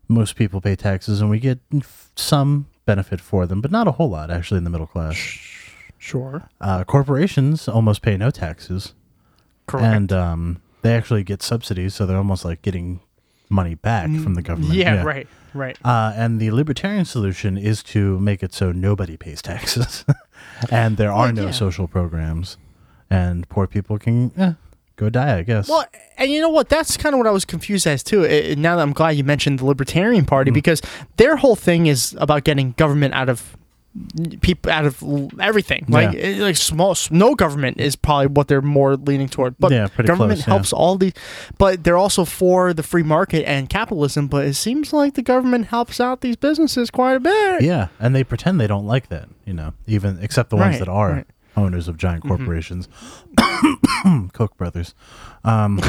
[SPEAKER 5] Most people pay taxes and we get f- some benefit for them, but not a whole lot actually in the middle class.
[SPEAKER 4] sure.
[SPEAKER 5] Uh, corporations almost pay no taxes
[SPEAKER 4] Correct.
[SPEAKER 5] and um, they actually get subsidies, so they're almost like getting money back from the government.
[SPEAKER 4] Mm, yeah, Right. Right.
[SPEAKER 5] Uh, and the libertarian solution is to make it so nobody pays taxes, and there are no
[SPEAKER 4] yeah.
[SPEAKER 5] social programs, and poor people can eh, go die, I guess.
[SPEAKER 4] Well, and you know what? That's kind of what I was confused as too. eh, eh, now that I'm glad you mentioned the Libertarian
[SPEAKER 5] Mm.
[SPEAKER 4] Party because their whole thing is about getting government out of people out of l- everything. Like
[SPEAKER 5] Yeah.
[SPEAKER 4] eh, like small s- no government is probably what they're more leaning toward. But
[SPEAKER 5] Yeah, pretty
[SPEAKER 4] government
[SPEAKER 5] close, yeah.
[SPEAKER 4] helps all the but they're also for the free market and capitalism, but it seems like the government helps out these businesses quite a bit.
[SPEAKER 5] Yeah, and they pretend they don't like that, you know, even except the ones
[SPEAKER 4] Right,
[SPEAKER 5] that are
[SPEAKER 4] right. Mm-hmm.
[SPEAKER 5] owners of giant corporations. Koch brothers. Um,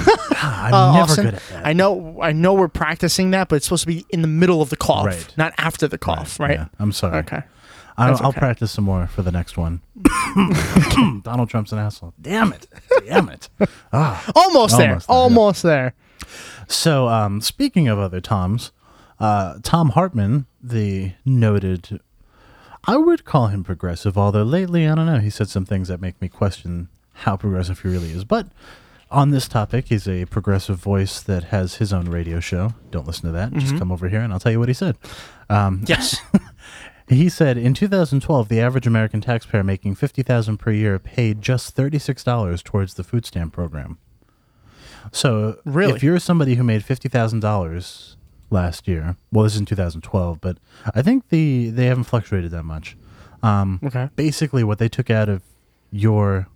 [SPEAKER 5] I'm
[SPEAKER 4] Uh,
[SPEAKER 5] never
[SPEAKER 4] Austin,
[SPEAKER 5] good at that.
[SPEAKER 4] I know I know we're practicing that, but it's supposed to be in the middle of the cough,
[SPEAKER 5] Right.
[SPEAKER 4] not after the cough, right?
[SPEAKER 5] Yeah, I'm sorry.
[SPEAKER 4] Okay.
[SPEAKER 5] I'll,
[SPEAKER 4] That's
[SPEAKER 5] I'll
[SPEAKER 4] okay.
[SPEAKER 5] practice some more for the next one. Donald Trump's an asshole. Damn it. Damn it.
[SPEAKER 4] Almost, there.
[SPEAKER 5] Almost there, yeah.
[SPEAKER 4] Almost there.
[SPEAKER 5] So, um, speaking of other Toms, uh, Tom Hartman, the noted, I would call him progressive, although lately, I don't know, he said some things that make me question how progressive he really is. But on this topic, he's a progressive voice that has his own radio show. Don't listen to that.
[SPEAKER 4] Mm-hmm.
[SPEAKER 5] Just come over here and I'll tell you what he said.
[SPEAKER 4] Yes.
[SPEAKER 5] He said in 2012, the average American taxpayer making 50000 per year paid just $36 towards the food stamp program. So,
[SPEAKER 4] Really?
[SPEAKER 5] if you're somebody who made $50,000 last year, well, this is in 2012, but I think the they haven't fluctuated that much. Um,
[SPEAKER 4] Okay.
[SPEAKER 5] Basically, what they took out of your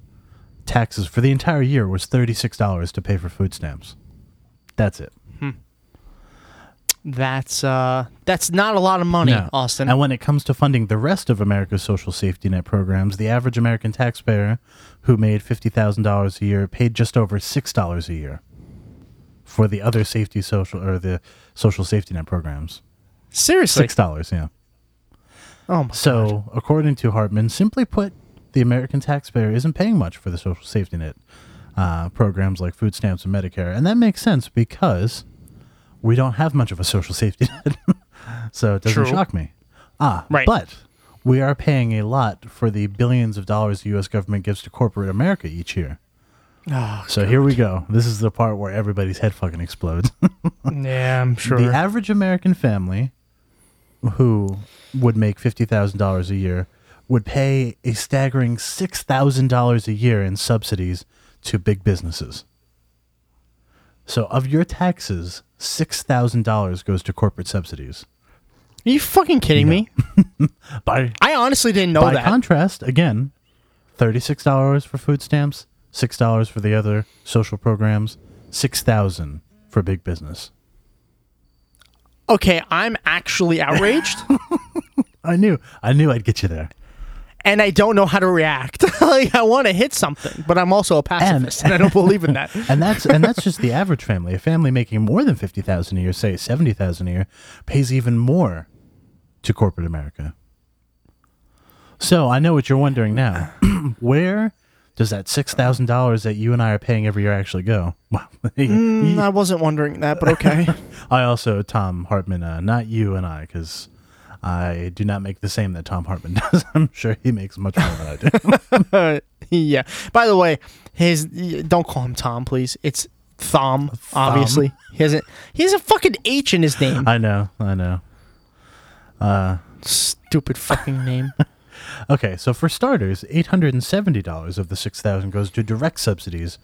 [SPEAKER 5] taxes for the entire year was $36 to pay for food stamps. That's it.
[SPEAKER 4] That's uh, that's not a lot of money,
[SPEAKER 5] No.
[SPEAKER 4] Austin.
[SPEAKER 5] And when it comes to funding the rest of America's social safety net programs, the average American taxpayer who made $50,000 a year paid just over $6 a year for the other safety social or the social safety net programs.
[SPEAKER 4] Seriously.
[SPEAKER 5] $6, yeah.
[SPEAKER 4] Oh my.
[SPEAKER 5] So, according to Hartman, simply put, the American taxpayer isn't paying much for the social safety net uh, programs like food stamps and Medicare. And that makes sense because we don't have much of a social safety net. so, it doesn't
[SPEAKER 4] True.
[SPEAKER 5] shock me. Ah,
[SPEAKER 4] Right.
[SPEAKER 5] But we are paying a lot for the billions of dollars the U.S. government gives to corporate America each year.
[SPEAKER 4] Oh,
[SPEAKER 5] so, here we go. This is the part where everybody's head fucking explodes.
[SPEAKER 4] Yeah, I'm sure.
[SPEAKER 5] The average American family who would make $50,000 a year would pay a staggering $6,000 a year in subsidies to big businesses. So, of your taxes, $6,000 goes to corporate subsidies.
[SPEAKER 4] Are you fucking kidding me?
[SPEAKER 5] By,
[SPEAKER 4] I honestly didn't know
[SPEAKER 5] by
[SPEAKER 4] that.
[SPEAKER 5] contrast, again, $36 for food stamps, $6 for the other social programs, 6000 for big business.
[SPEAKER 4] okay, I'm actually outraged,
[SPEAKER 5] I knew. I knew I'd get you there.
[SPEAKER 4] and I don't know how to react. like, I want to hit something, but I'm also a pacifist, and, I don't believe in that.
[SPEAKER 5] and that's and that's just the average family. A family making more than fifty thousand a year, say seventy thousand a year, pays even more to corporate America. So I know what you're wondering now. Where does that six thousand dollars that you and I are paying every year actually go? Well,
[SPEAKER 4] Mm, I wasn't wondering that, but okay.
[SPEAKER 5] I also Tom Hartman, uh, not you and I, because I do not make the same that Tom Hartman does. I'm sure he makes much more than I do.
[SPEAKER 4] Uh, yeah. By the way, his y- don't call him Tom, please. It's Thom, obviously. He hasn't. He has a fucking H in his name.
[SPEAKER 5] I know, I know.
[SPEAKER 4] Stupid fucking name.
[SPEAKER 5] Okay, so for starters, eight hundred and seventy dollars of the six thousand goes to direct subsidies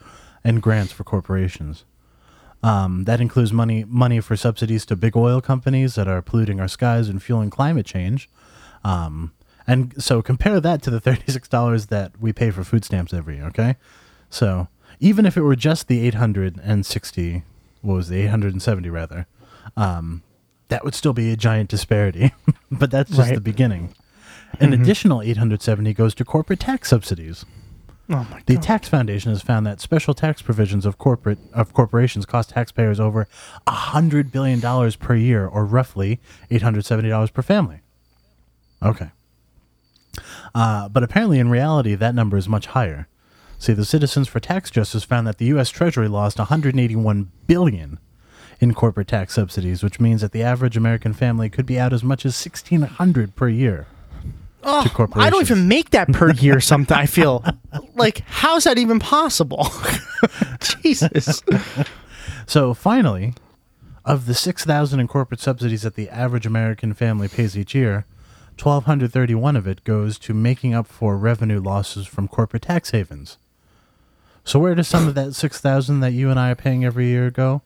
[SPEAKER 5] and grants for corporations. Um, that includes money money for subsidies to big oil companies that are polluting our skies and fueling climate change. Um, and so compare that to the thirty six dollars that we pay for food stamps every year. Okay, so even if it were just the eight hundred and sixty, what was the eight hundred and seventy rather? Um, that would still be a giant disparity, but that's just
[SPEAKER 4] Right.
[SPEAKER 5] the beginning. An
[SPEAKER 4] Mm-hmm.
[SPEAKER 5] additional 870 goes to corporate tax subsidies.
[SPEAKER 4] Oh my
[SPEAKER 5] The
[SPEAKER 4] god.
[SPEAKER 5] Tax Foundation has found that special tax provisions of corporate of corporations cost taxpayers over $100 billion per year or roughly $870 per family. Okay. Uh, but apparently in reality that number is much higher. See, the Citizens for Tax Justice found that the US Treasury lost 181 billion in corporate tax subsidies, which means that the average American family could be out as much as 1600 per year. to corporations.
[SPEAKER 4] Oh, I don't even make that per year. Sometimes I feel like how's that even possible? Jesus.
[SPEAKER 5] So finally, of the six thousand in corporate subsidies that the average American family pays each year, twelve hundred thirty-one of it goes to making up for revenue losses from corporate tax havens. So where does some of that six thousand that you and I are paying every year go?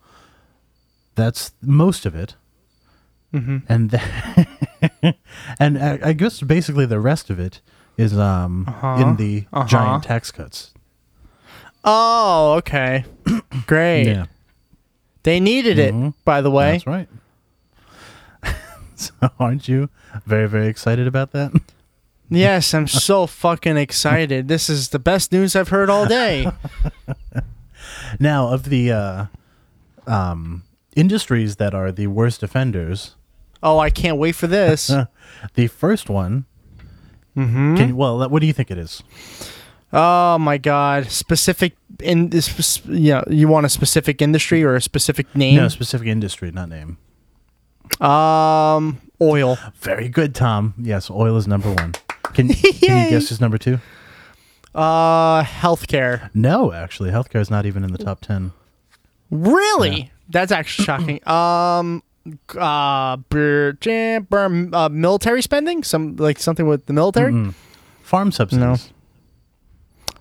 [SPEAKER 5] That's most of it, mm-hmm. and th- and I, I guess basically the rest of it is um, in the giant tax cuts.
[SPEAKER 4] Oh, okay. Great. They needed it, by the way.
[SPEAKER 5] Mm-hmm. That's right. so aren't you very, very excited about that?
[SPEAKER 4] Yes, I'm so fucking excited. This is the best news I've heard all day.
[SPEAKER 5] Now, of the uh, um, industries that are the worst offenders,
[SPEAKER 4] Oh, I can't wait for this.
[SPEAKER 5] the first one.
[SPEAKER 4] Mm-hmm.
[SPEAKER 5] Can, well, what do you think it is?
[SPEAKER 4] Oh my god. Specific in this sp- yeah, you want a specific industry or a specific name?
[SPEAKER 5] No, specific industry, not name.
[SPEAKER 4] Um oil.
[SPEAKER 5] Very good, Tom. Yes, oil is number one. Can, can you
[SPEAKER 4] Yay.
[SPEAKER 5] guess who's number two?
[SPEAKER 4] Uh healthcare.
[SPEAKER 5] No, actually, healthcare is not even in the top ten.
[SPEAKER 4] Really? That's actually shocking. Um uh, br- jam- br- uh military spending? Some like something with the military?
[SPEAKER 5] Farm subsidies.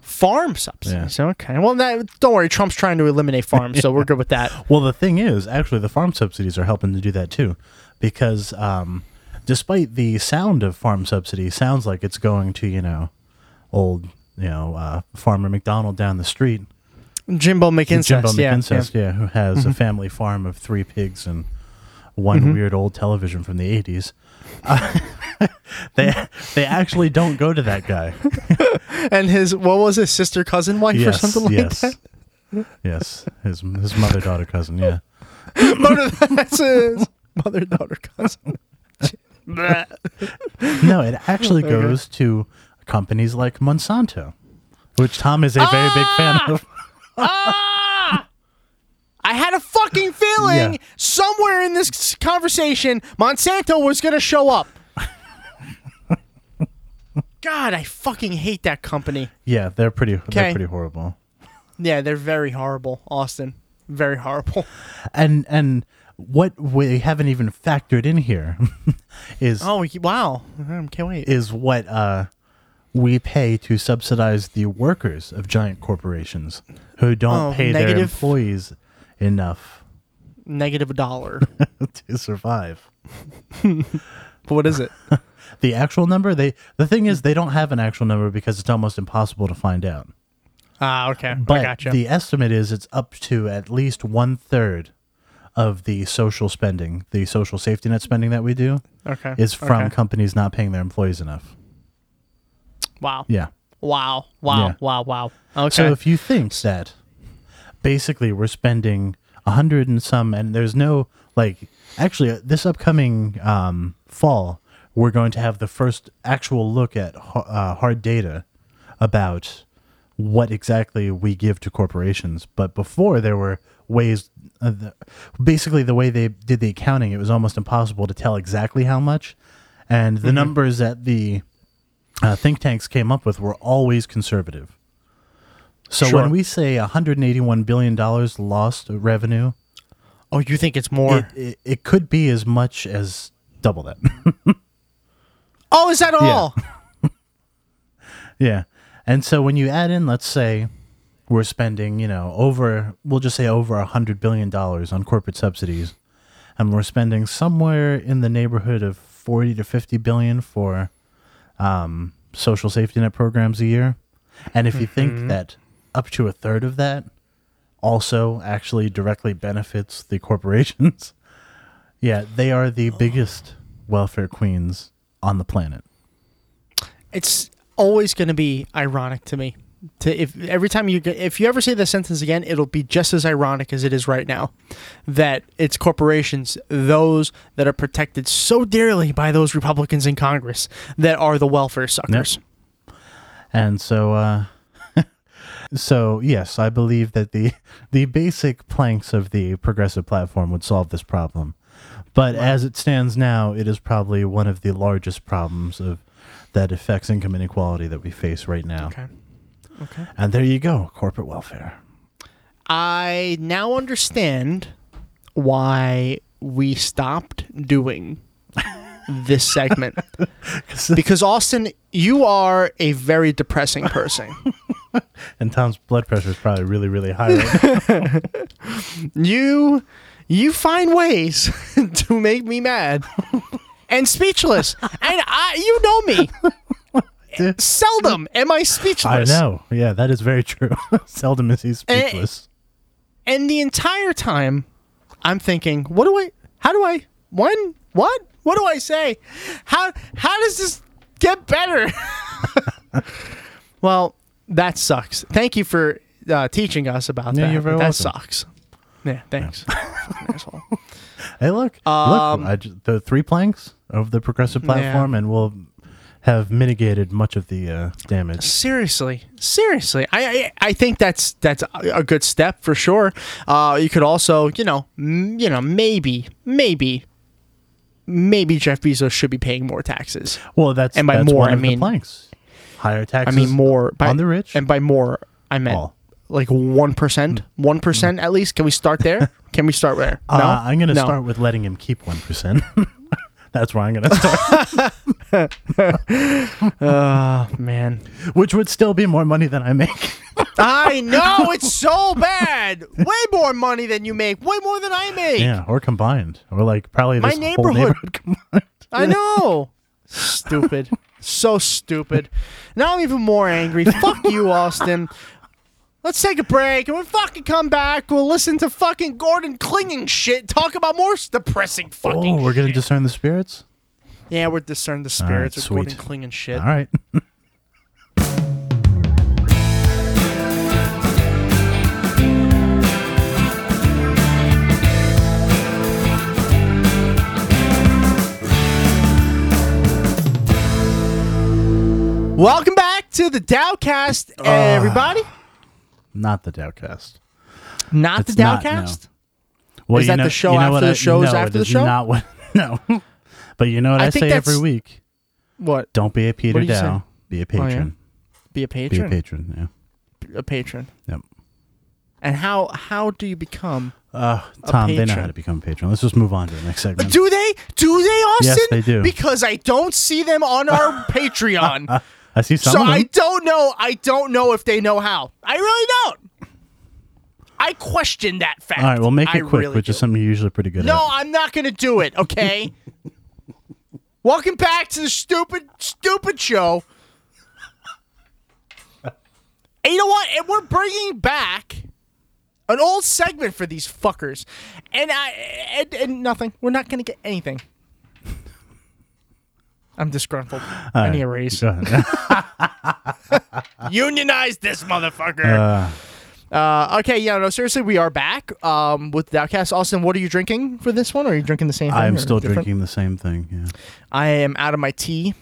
[SPEAKER 4] farm subsidies. Okay. Well, that, don't worry. Trump's trying to eliminate farms, so we're good with that.
[SPEAKER 5] Well, the thing is, actually, the farm subsidies are helping to do that too, because um, despite the sound of farm subsidy, sounds like it's going to you know old you know uh, farmer McDonald down the street,
[SPEAKER 4] Jimbo McIncest.
[SPEAKER 5] Jimbo
[SPEAKER 4] yeah, Mm-hmm.
[SPEAKER 5] McIncest, yeah, who has a family farm of three pigs and one weird old television from the 80s. Uh, they they actually don't go to that guy.
[SPEAKER 4] and his what was his sister cousin wife
[SPEAKER 5] yes,
[SPEAKER 4] or something like
[SPEAKER 5] yes.
[SPEAKER 4] that?
[SPEAKER 5] Yes, his his mother daughter cousin, yeah.
[SPEAKER 4] Mother, that's his mother daughter cousin.
[SPEAKER 5] No, it actually goes to companies like Monsanto, which Tom is a very
[SPEAKER 4] Ah!
[SPEAKER 5] big fan of.
[SPEAKER 4] I had a fucking feeling
[SPEAKER 5] Yeah.
[SPEAKER 4] somewhere in this conversation Monsanto was going to show up. God, I fucking hate that company.
[SPEAKER 5] Yeah, they're pretty they're
[SPEAKER 4] Okay.
[SPEAKER 5] pretty horrible.
[SPEAKER 4] Yeah, they're very horrible, Austin. Very horrible.
[SPEAKER 5] And and what we haven't even factored in here is
[SPEAKER 4] Oh, he- wow. I can't wait.
[SPEAKER 5] is what uh, we pay to subsidize the workers of giant corporations who don't
[SPEAKER 4] Oh,
[SPEAKER 5] pay their
[SPEAKER 4] negative.
[SPEAKER 5] employees enough
[SPEAKER 4] Negative a dollar.
[SPEAKER 5] to survive.
[SPEAKER 4] but what is it?
[SPEAKER 5] The actual number they the thing is they don't have an actual number because it's almost impossible to find out.
[SPEAKER 4] Ah, okay. I
[SPEAKER 5] But
[SPEAKER 4] gotcha.
[SPEAKER 5] the estimate is it's up to at least one third of the social spending, the social safety net spending that we do,
[SPEAKER 4] okay.
[SPEAKER 5] is from
[SPEAKER 4] Okay.
[SPEAKER 5] companies not paying their employees enough.
[SPEAKER 4] Wow.
[SPEAKER 5] Yeah.
[SPEAKER 4] Wow. Wow.
[SPEAKER 5] Yeah.
[SPEAKER 4] Wow. Wow. Okay.
[SPEAKER 5] So if you think that basically we're spending a hundred and some, and there's no like, actually, uh, this upcoming um, fall, we're going to have the first actual look at ha- uh, hard data about what exactly we give to corporations. But before there were ways, uh, the, basically the way they did the accounting, it was almost impossible to tell exactly how much, and
[SPEAKER 4] Mm-hmm.
[SPEAKER 5] the numbers that the uh, think tanks came up with were always conservative. So
[SPEAKER 4] Sure.
[SPEAKER 5] when we say 181 billion dollars lost revenue,
[SPEAKER 4] oh, you think it's more?
[SPEAKER 5] it, it it could be as much as double that.
[SPEAKER 4] oh, is that all?
[SPEAKER 5] yeah. And so when you add in, let's say we're spending, you know, over we'll just say over 100 billion dollars on corporate subsidies and we're spending somewhere in the neighborhood of 40 to 50 billion for um, social safety net programs a year. And if you think that up to a third of that also actually directly benefits the corporations, yeah, they are the biggest welfare queens on the planet.
[SPEAKER 4] It's always going to be ironic to me. To if every time you get- if you ever say this sentence again, it'll be just as ironic as it is right now. That it's corporations, those that are protected so dearly by those Republicans in Congress, that are the welfare suckers.
[SPEAKER 5] And so, uh, so yes, I believe that the the basic planks of the progressive platform would solve this problem. But as it stands now, it is probably one of the largest problems of that affects income inequality that we face right now.
[SPEAKER 4] Okay.
[SPEAKER 5] And there you go, corporate welfare.
[SPEAKER 4] I now understand why we stopped doing this segment. because Austin, you are a very depressing person.
[SPEAKER 5] And Tom's blood pressure is probably really, really high. Right now.
[SPEAKER 4] you you find ways to make me mad and speechless. And I you know me. Seldom am I
[SPEAKER 5] I
[SPEAKER 4] speechless.
[SPEAKER 5] know. Yeah, that is very true. Seldom is he
[SPEAKER 4] Eh,
[SPEAKER 5] speechless.
[SPEAKER 4] And the entire time, I'm thinking, what do I? How do I? When? What? What do I say? How? How does this get better? well, that sucks. Thank you for uh, teaching us about
[SPEAKER 5] Yeah,
[SPEAKER 4] that.
[SPEAKER 5] you're very
[SPEAKER 4] that
[SPEAKER 5] welcome.
[SPEAKER 4] sucks. Yeah, thanks. Fucking asshole.
[SPEAKER 5] Hey, look,
[SPEAKER 4] Um,
[SPEAKER 5] look, I ju- the three planks of the progressive platform, and we'll have mitigated much of the uh, damage.
[SPEAKER 4] Seriously, seriously, I, I I think that's that's a good step for sure. Uh, you could also, you know, m- you know, maybe, maybe, maybe Jeff Bezos should be paying more taxes.
[SPEAKER 5] Well, that's
[SPEAKER 4] And by
[SPEAKER 5] that's
[SPEAKER 4] more,
[SPEAKER 5] one
[SPEAKER 4] I
[SPEAKER 5] of the
[SPEAKER 4] mean-
[SPEAKER 5] planks. Higher
[SPEAKER 4] I
[SPEAKER 5] taxes.
[SPEAKER 4] mean more by,
[SPEAKER 5] on the rich.
[SPEAKER 4] and by more I meant
[SPEAKER 5] All. Mm-hmm.
[SPEAKER 4] like one percent, one percent at least. Can we start there? Can we start there?
[SPEAKER 5] uh, I'm going to
[SPEAKER 4] No.
[SPEAKER 5] start with letting him keep one percent. that's where I'm going to start,
[SPEAKER 4] Man,
[SPEAKER 5] which would still be more money than I make.
[SPEAKER 4] I know it's so bad. Way more money than you make. Way more than I make.
[SPEAKER 5] yeah, or combined, or like probably
[SPEAKER 4] My
[SPEAKER 5] this
[SPEAKER 4] neighborhood-
[SPEAKER 5] whole neighborhood combined.
[SPEAKER 4] I know. stupid. So stupid. Now I'm even more angry. Fuck you, Austin. Let's take a break, and when we fucking come back, we'll listen to fucking Gordon clinging shit. Talk about more s- depressing fucking.
[SPEAKER 5] Oh, we're gonna
[SPEAKER 4] shit.
[SPEAKER 5] discern the spirits.
[SPEAKER 4] yeah, we're discerning the spirits of
[SPEAKER 5] sweet.
[SPEAKER 4] Gordon clinging shit.
[SPEAKER 5] All right.
[SPEAKER 4] Welcome back to the Dowcast, everybody.
[SPEAKER 5] Not the Dowcast.
[SPEAKER 4] Not
[SPEAKER 5] It's
[SPEAKER 4] the
[SPEAKER 5] not,
[SPEAKER 4] Dowcast.
[SPEAKER 5] no. Well,
[SPEAKER 4] Is
[SPEAKER 5] you
[SPEAKER 4] that the
[SPEAKER 5] know-
[SPEAKER 4] show
[SPEAKER 5] you know
[SPEAKER 4] after
[SPEAKER 5] what
[SPEAKER 4] the
[SPEAKER 5] I-
[SPEAKER 4] show is
[SPEAKER 5] no,
[SPEAKER 4] after
[SPEAKER 5] it
[SPEAKER 4] the
[SPEAKER 5] is
[SPEAKER 4] show?
[SPEAKER 5] Not what, no. But you know what
[SPEAKER 4] I
[SPEAKER 5] I,
[SPEAKER 4] think
[SPEAKER 5] say every
[SPEAKER 4] that's-
[SPEAKER 5] week:
[SPEAKER 4] What?
[SPEAKER 5] don't be a Peter
[SPEAKER 4] do you say? Oh,
[SPEAKER 5] Dow, be a
[SPEAKER 4] yeah?
[SPEAKER 5] patron.
[SPEAKER 4] Be a
[SPEAKER 5] Be
[SPEAKER 4] patron.
[SPEAKER 5] a patron. Yeah.
[SPEAKER 4] a patron.
[SPEAKER 5] Yep.
[SPEAKER 4] And how how do you become?
[SPEAKER 5] Uh, Tom, they know
[SPEAKER 4] patron.
[SPEAKER 5] how to become a patron. Let's just move on to the next segment.
[SPEAKER 4] Do they? Do they, Austin?
[SPEAKER 5] Yes, they do.
[SPEAKER 4] Because I don't see them on our Patreon,
[SPEAKER 5] I see some.
[SPEAKER 4] so
[SPEAKER 5] of them.
[SPEAKER 4] I don't know. I don't know if they know how. I really don't. I question that fact.
[SPEAKER 5] All right, well, make
[SPEAKER 4] I
[SPEAKER 5] it quick,
[SPEAKER 4] really
[SPEAKER 5] which
[SPEAKER 4] do.
[SPEAKER 5] is something you're usually pretty good
[SPEAKER 4] No,
[SPEAKER 5] at.
[SPEAKER 4] I'm not gonna do it. Okay. Welcome back to the stupid, stupid show. And you know what? And we're bringing back an old segment for these fuckers, and I and, and nothing. We're not gonna get anything. I'm disgruntled. I need a raise.
[SPEAKER 5] Go ahead.
[SPEAKER 4] Unionize this motherfucker. Uh, okay, yeah, no, seriously, we are back um, with Dowcast. Austin, what are you drinking for this one? Or are you drinking the same thing?
[SPEAKER 5] I'm
[SPEAKER 4] or
[SPEAKER 5] still
[SPEAKER 4] different?
[SPEAKER 5] drinking the same thing. Yeah.
[SPEAKER 4] I am out of my tea,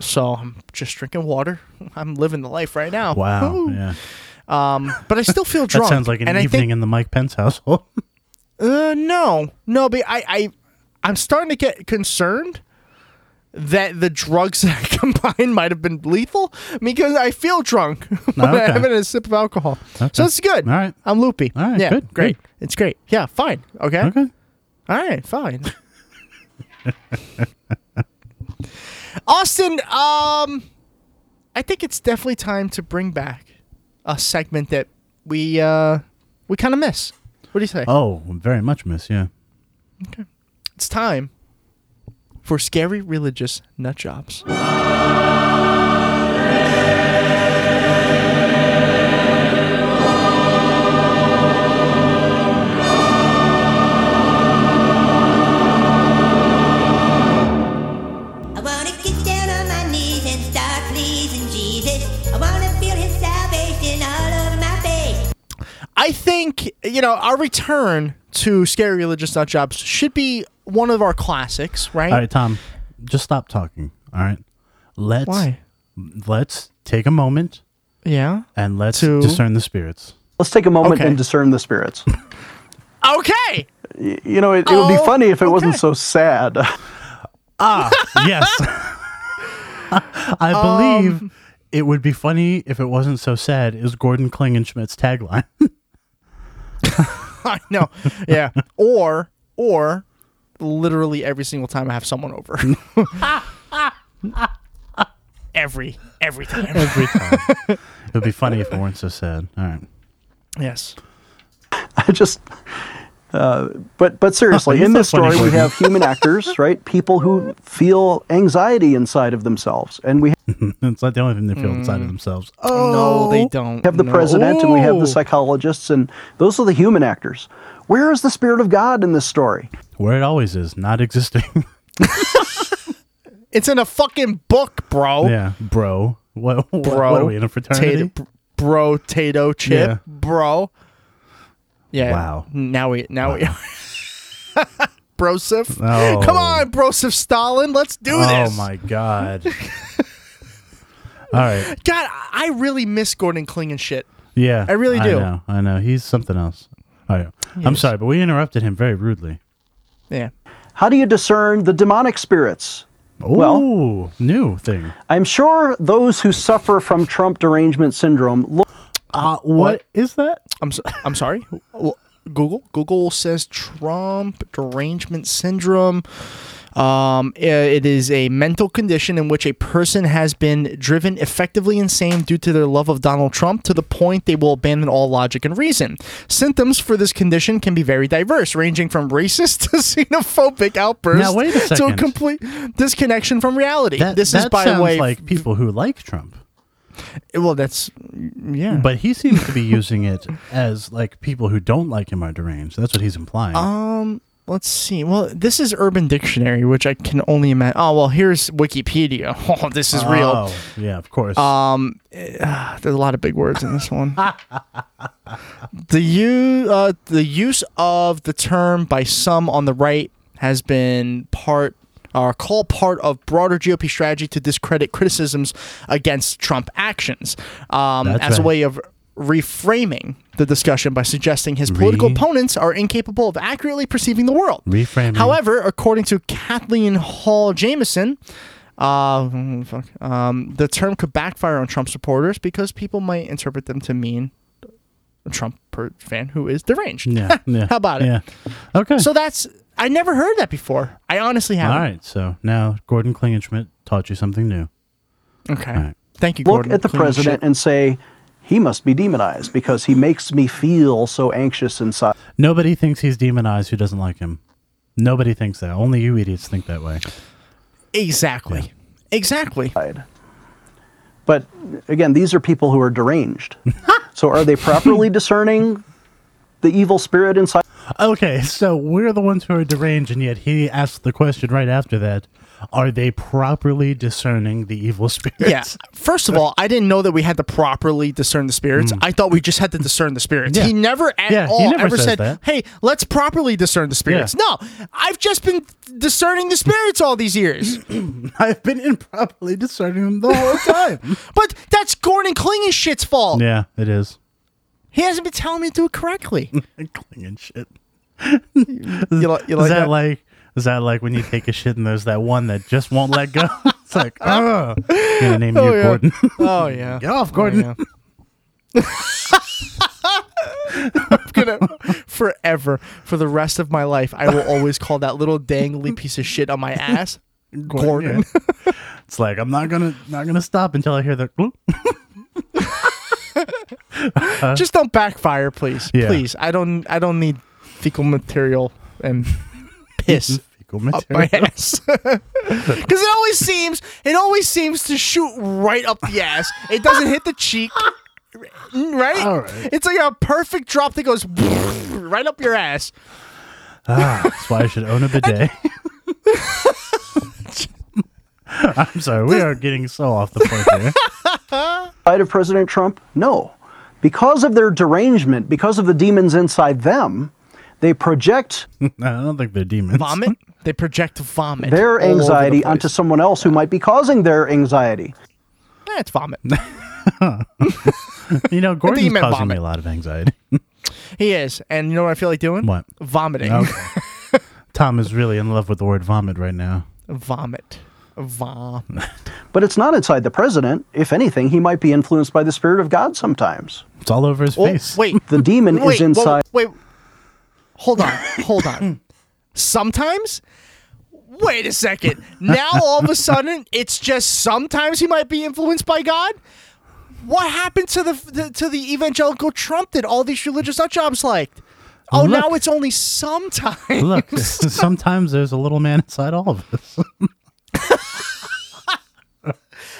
[SPEAKER 4] so I'm just drinking water. I'm living the life right now.
[SPEAKER 5] Wow.
[SPEAKER 4] Woo.
[SPEAKER 5] Yeah.
[SPEAKER 4] Um, but I still feel
[SPEAKER 5] That
[SPEAKER 4] Oh, drunk.
[SPEAKER 5] sounds like an
[SPEAKER 4] and I
[SPEAKER 5] evening
[SPEAKER 4] think,
[SPEAKER 5] in the Mike Pence household.
[SPEAKER 4] uh, no, no, but I, I, I'm starting to get concerned that the drugs that I combined might have been lethal because I feel drunk when I
[SPEAKER 5] Ah, Okay.
[SPEAKER 4] have a sip of alcohol.
[SPEAKER 5] Okay.
[SPEAKER 4] So it's good.
[SPEAKER 5] All right.
[SPEAKER 4] I'm loopy.
[SPEAKER 5] All right,
[SPEAKER 4] Yeah.
[SPEAKER 5] good,
[SPEAKER 4] Great.
[SPEAKER 5] good.
[SPEAKER 4] It's great. Yeah. Fine. Okay.
[SPEAKER 5] okay.
[SPEAKER 4] All right, fine. Austin, um, I think it's definitely time to bring back a segment that we uh we kind of miss. What do you say?
[SPEAKER 5] Oh, very much miss. Yeah.
[SPEAKER 4] It's time for scary religious nut jobs.
[SPEAKER 8] I wanna get down on my knees and start pleasing Jesus. I wanna feel his salvation all over my face.
[SPEAKER 4] I think you know our return to scary religious nut jobs should be one of our classics, right?
[SPEAKER 5] All right, Tom, just stop talking. All right. Let's
[SPEAKER 4] Why?
[SPEAKER 5] let's take a moment
[SPEAKER 4] Yeah.
[SPEAKER 5] and let's
[SPEAKER 4] To-
[SPEAKER 5] discern the spirits.
[SPEAKER 9] Let's take a moment
[SPEAKER 4] Okay.
[SPEAKER 9] and discern the spirits.
[SPEAKER 4] Okay.
[SPEAKER 9] You know, it, it would
[SPEAKER 4] Oh,
[SPEAKER 9] be funny if it wasn't
[SPEAKER 4] okay.
[SPEAKER 9] so sad.
[SPEAKER 5] yes. I believe
[SPEAKER 4] Um,
[SPEAKER 5] it would be funny if it wasn't so sad. Is Gordon Klingenschmidt's tagline?
[SPEAKER 4] I know. Yeah. or or literally every single time I have someone over. every every time.
[SPEAKER 5] Every time. it would be funny if it weren't so sad. All right.
[SPEAKER 4] Yes.
[SPEAKER 9] I just, uh, but but seriously,
[SPEAKER 5] You're
[SPEAKER 9] in
[SPEAKER 5] so
[SPEAKER 9] this
[SPEAKER 5] funny,
[SPEAKER 9] story we
[SPEAKER 5] Gordon.
[SPEAKER 9] have human actors, right? People who feel anxiety inside of themselves, and we
[SPEAKER 5] It's not the only thing they feel
[SPEAKER 4] Mm.
[SPEAKER 5] inside of themselves. Oh,
[SPEAKER 4] No, they don't.
[SPEAKER 9] have the
[SPEAKER 4] No.
[SPEAKER 9] president and we have
[SPEAKER 4] Ooh.
[SPEAKER 9] the psychologists, and those are the human actors. Where is the spirit of God in this story?
[SPEAKER 5] where it always is, not existing.
[SPEAKER 4] It's in a fucking book, bro.
[SPEAKER 5] yeah, bro. What, what-
[SPEAKER 4] Bro.
[SPEAKER 5] what are we in a
[SPEAKER 4] Tato,
[SPEAKER 5] fraternity?
[SPEAKER 4] br- bro, tato chip,
[SPEAKER 5] Yeah.
[SPEAKER 4] bro. Yeah.
[SPEAKER 5] Wow.
[SPEAKER 4] Now we now we Brosif.
[SPEAKER 5] Oh.
[SPEAKER 4] Come on, Brosif Stalin. Let's do
[SPEAKER 5] Oh
[SPEAKER 4] this.
[SPEAKER 5] my god. All right.
[SPEAKER 4] God, I- I really miss Gordon Kling and shit.
[SPEAKER 5] Yeah.
[SPEAKER 4] I really do.
[SPEAKER 5] I know. I know. He's something else. All right. I'm sorry, but we interrupted him very rudely.
[SPEAKER 4] Yeah.
[SPEAKER 9] How do you discern the demonic spirits? Well-
[SPEAKER 5] Ooh, new thing.
[SPEAKER 9] I'm sure those who suffer from Trump derangement syndrome look.
[SPEAKER 5] Uh,
[SPEAKER 4] what?
[SPEAKER 5] what is that?
[SPEAKER 4] I'm so, I'm sorry. Wh- Google Google says Trump derangement syndrome. Um, i- it is a mental condition in which a person has been driven effectively insane due to their love of Donald Trump to the point they will abandon all logic and reason. Symptoms for this condition can be very diverse, ranging from racist to xenophobic outbursts
[SPEAKER 5] Now, wait a
[SPEAKER 4] to a
[SPEAKER 5] second.
[SPEAKER 4] complete disconnection from reality.
[SPEAKER 5] That
[SPEAKER 4] this is
[SPEAKER 5] that
[SPEAKER 4] by the
[SPEAKER 5] sounds
[SPEAKER 4] way
[SPEAKER 5] like people who like Trump.
[SPEAKER 4] Well, that's yeah.
[SPEAKER 5] But he seems to be using it as like people who don't like him are deranged. That's what he's implying.
[SPEAKER 4] Um, let's see. Well, this is Urban Dictionary, which I can only imagine. Oh, well, here's Wikipedia. Oh, this is real.
[SPEAKER 5] Oh, yeah, of course.
[SPEAKER 4] Um, eh, there's a lot of big words in this one. the u uh, the use of the term by some on the right has been part or called part of broader GOP strategy to discredit criticisms against Trump actions um,
[SPEAKER 5] That's
[SPEAKER 4] as a
[SPEAKER 5] right.
[SPEAKER 4] way of reframing the discussion by suggesting his political
[SPEAKER 5] Re-
[SPEAKER 4] opponents are incapable of accurately perceiving the world.
[SPEAKER 5] Reframing.
[SPEAKER 4] However, according to Kathleen Hall Jameson, uh, mm, fuck, um, the term could backfire on Trump supporters because people might interpret them to mean a Trump per- fan who is deranged.
[SPEAKER 5] yeah, yeah,
[SPEAKER 4] How about it?
[SPEAKER 5] Yeah. Okay.
[SPEAKER 4] So that's I never heard that before. I honestly
[SPEAKER 5] all
[SPEAKER 4] haven't.
[SPEAKER 5] right. So now Gordon Klingenschmidt taught you something new.
[SPEAKER 4] Okay.
[SPEAKER 5] All right.
[SPEAKER 4] Thank you.
[SPEAKER 9] Look
[SPEAKER 4] Gordon.
[SPEAKER 9] at the
[SPEAKER 4] Clean
[SPEAKER 9] president
[SPEAKER 4] shit.
[SPEAKER 9] and say, he must be demonized because he makes me feel so anxious inside.
[SPEAKER 5] Nobody thinks he's demonized who doesn't like him. Nobody thinks that. Only you idiots think that way.
[SPEAKER 4] exactly. Exactly.
[SPEAKER 9] But again, these are people who are deranged. so are they properly discerning the evil spirit inside?
[SPEAKER 5] Okay, so we're the ones who are deranged, and yet he asked the question right after that: Are they properly discerning the evil spirits?
[SPEAKER 4] Yeah. First of all, I didn't know that we had to properly discern the spirits. I thought we just had to discern the spirits.
[SPEAKER 5] Mm. Yeah.
[SPEAKER 4] He never at
[SPEAKER 5] Yeah, he
[SPEAKER 4] all
[SPEAKER 5] never
[SPEAKER 4] ever
[SPEAKER 5] says
[SPEAKER 4] said,
[SPEAKER 5] that.
[SPEAKER 4] "Hey, let's properly discern the spirits."
[SPEAKER 5] Yeah.
[SPEAKER 4] No, I've just been discerning the spirits all these years.
[SPEAKER 5] I've been improperly discerning them the whole time.
[SPEAKER 4] but that's Gordon Klingen's shit's fault.
[SPEAKER 5] yeah, it is.
[SPEAKER 4] He hasn't been telling me to do it correctly.
[SPEAKER 5] Clinging shit.
[SPEAKER 4] you li- you
[SPEAKER 5] is
[SPEAKER 4] like
[SPEAKER 5] that,
[SPEAKER 4] that?
[SPEAKER 5] like is that like when you take a shit and there's that one that just won't let go? it's like, oh, I'm gonna name you
[SPEAKER 4] yeah.
[SPEAKER 5] Gordon.
[SPEAKER 4] oh yeah.
[SPEAKER 5] Get off, Gordon.
[SPEAKER 4] yeah. I'm gonna forever for the rest of my life. I will always call that little dangly piece of shit on my ass Gordon.
[SPEAKER 5] Yeah. it's like I'm not gonna not gonna stop until I hear the. "Bloop."
[SPEAKER 4] Just don't backfire, please.
[SPEAKER 5] Yeah.
[SPEAKER 4] Please, I don't. I don't need fecal material and piss
[SPEAKER 5] Fecal
[SPEAKER 4] up my
[SPEAKER 5] material.
[SPEAKER 4] ass. Because it always seems, it always seems to shoot right up the ass. It doesn't hit the cheek, Mm, right?
[SPEAKER 5] All right.
[SPEAKER 4] It's like a perfect drop that goes right up your ass.
[SPEAKER 5] Ah, that's why I should own a bidet. I'm sorry, we are getting so off the point here.
[SPEAKER 9] of President Trump? No. Because of their derangement, because of the demons inside them, they project
[SPEAKER 5] I don't think they're demons.
[SPEAKER 4] Vomit. They project vomit.
[SPEAKER 9] their
[SPEAKER 4] all over the
[SPEAKER 9] anxiety
[SPEAKER 4] place.
[SPEAKER 9] onto someone else who might be causing their anxiety.
[SPEAKER 4] Eh, it's vomit.
[SPEAKER 5] You know, Gordon's
[SPEAKER 4] Demon
[SPEAKER 5] causing me
[SPEAKER 4] vomit.
[SPEAKER 5] a lot of anxiety.
[SPEAKER 4] he is, and you know what I feel like doing?
[SPEAKER 5] What?
[SPEAKER 4] Vomiting.
[SPEAKER 5] Okay. Tom is really in love with the word vomit right now.
[SPEAKER 4] Vomit. Vom.
[SPEAKER 9] But it's not inside the president. If anything, he might be influenced by the Spirit of God sometimes.
[SPEAKER 5] It's all over his
[SPEAKER 4] Oh,
[SPEAKER 5] face.
[SPEAKER 4] wait.
[SPEAKER 9] The demon is
[SPEAKER 4] whoa,
[SPEAKER 9] inside.
[SPEAKER 4] Wait, hold on, hold on. Sometimes. Wait a second. Now all of a sudden, it's just sometimes he might be influenced by God. What happened to the, the to the evangelical Trump that all these religious nutjobs liked? Oh,
[SPEAKER 5] Look.
[SPEAKER 4] now it's only sometimes.
[SPEAKER 5] Look, sometimes there's a little man inside all of us.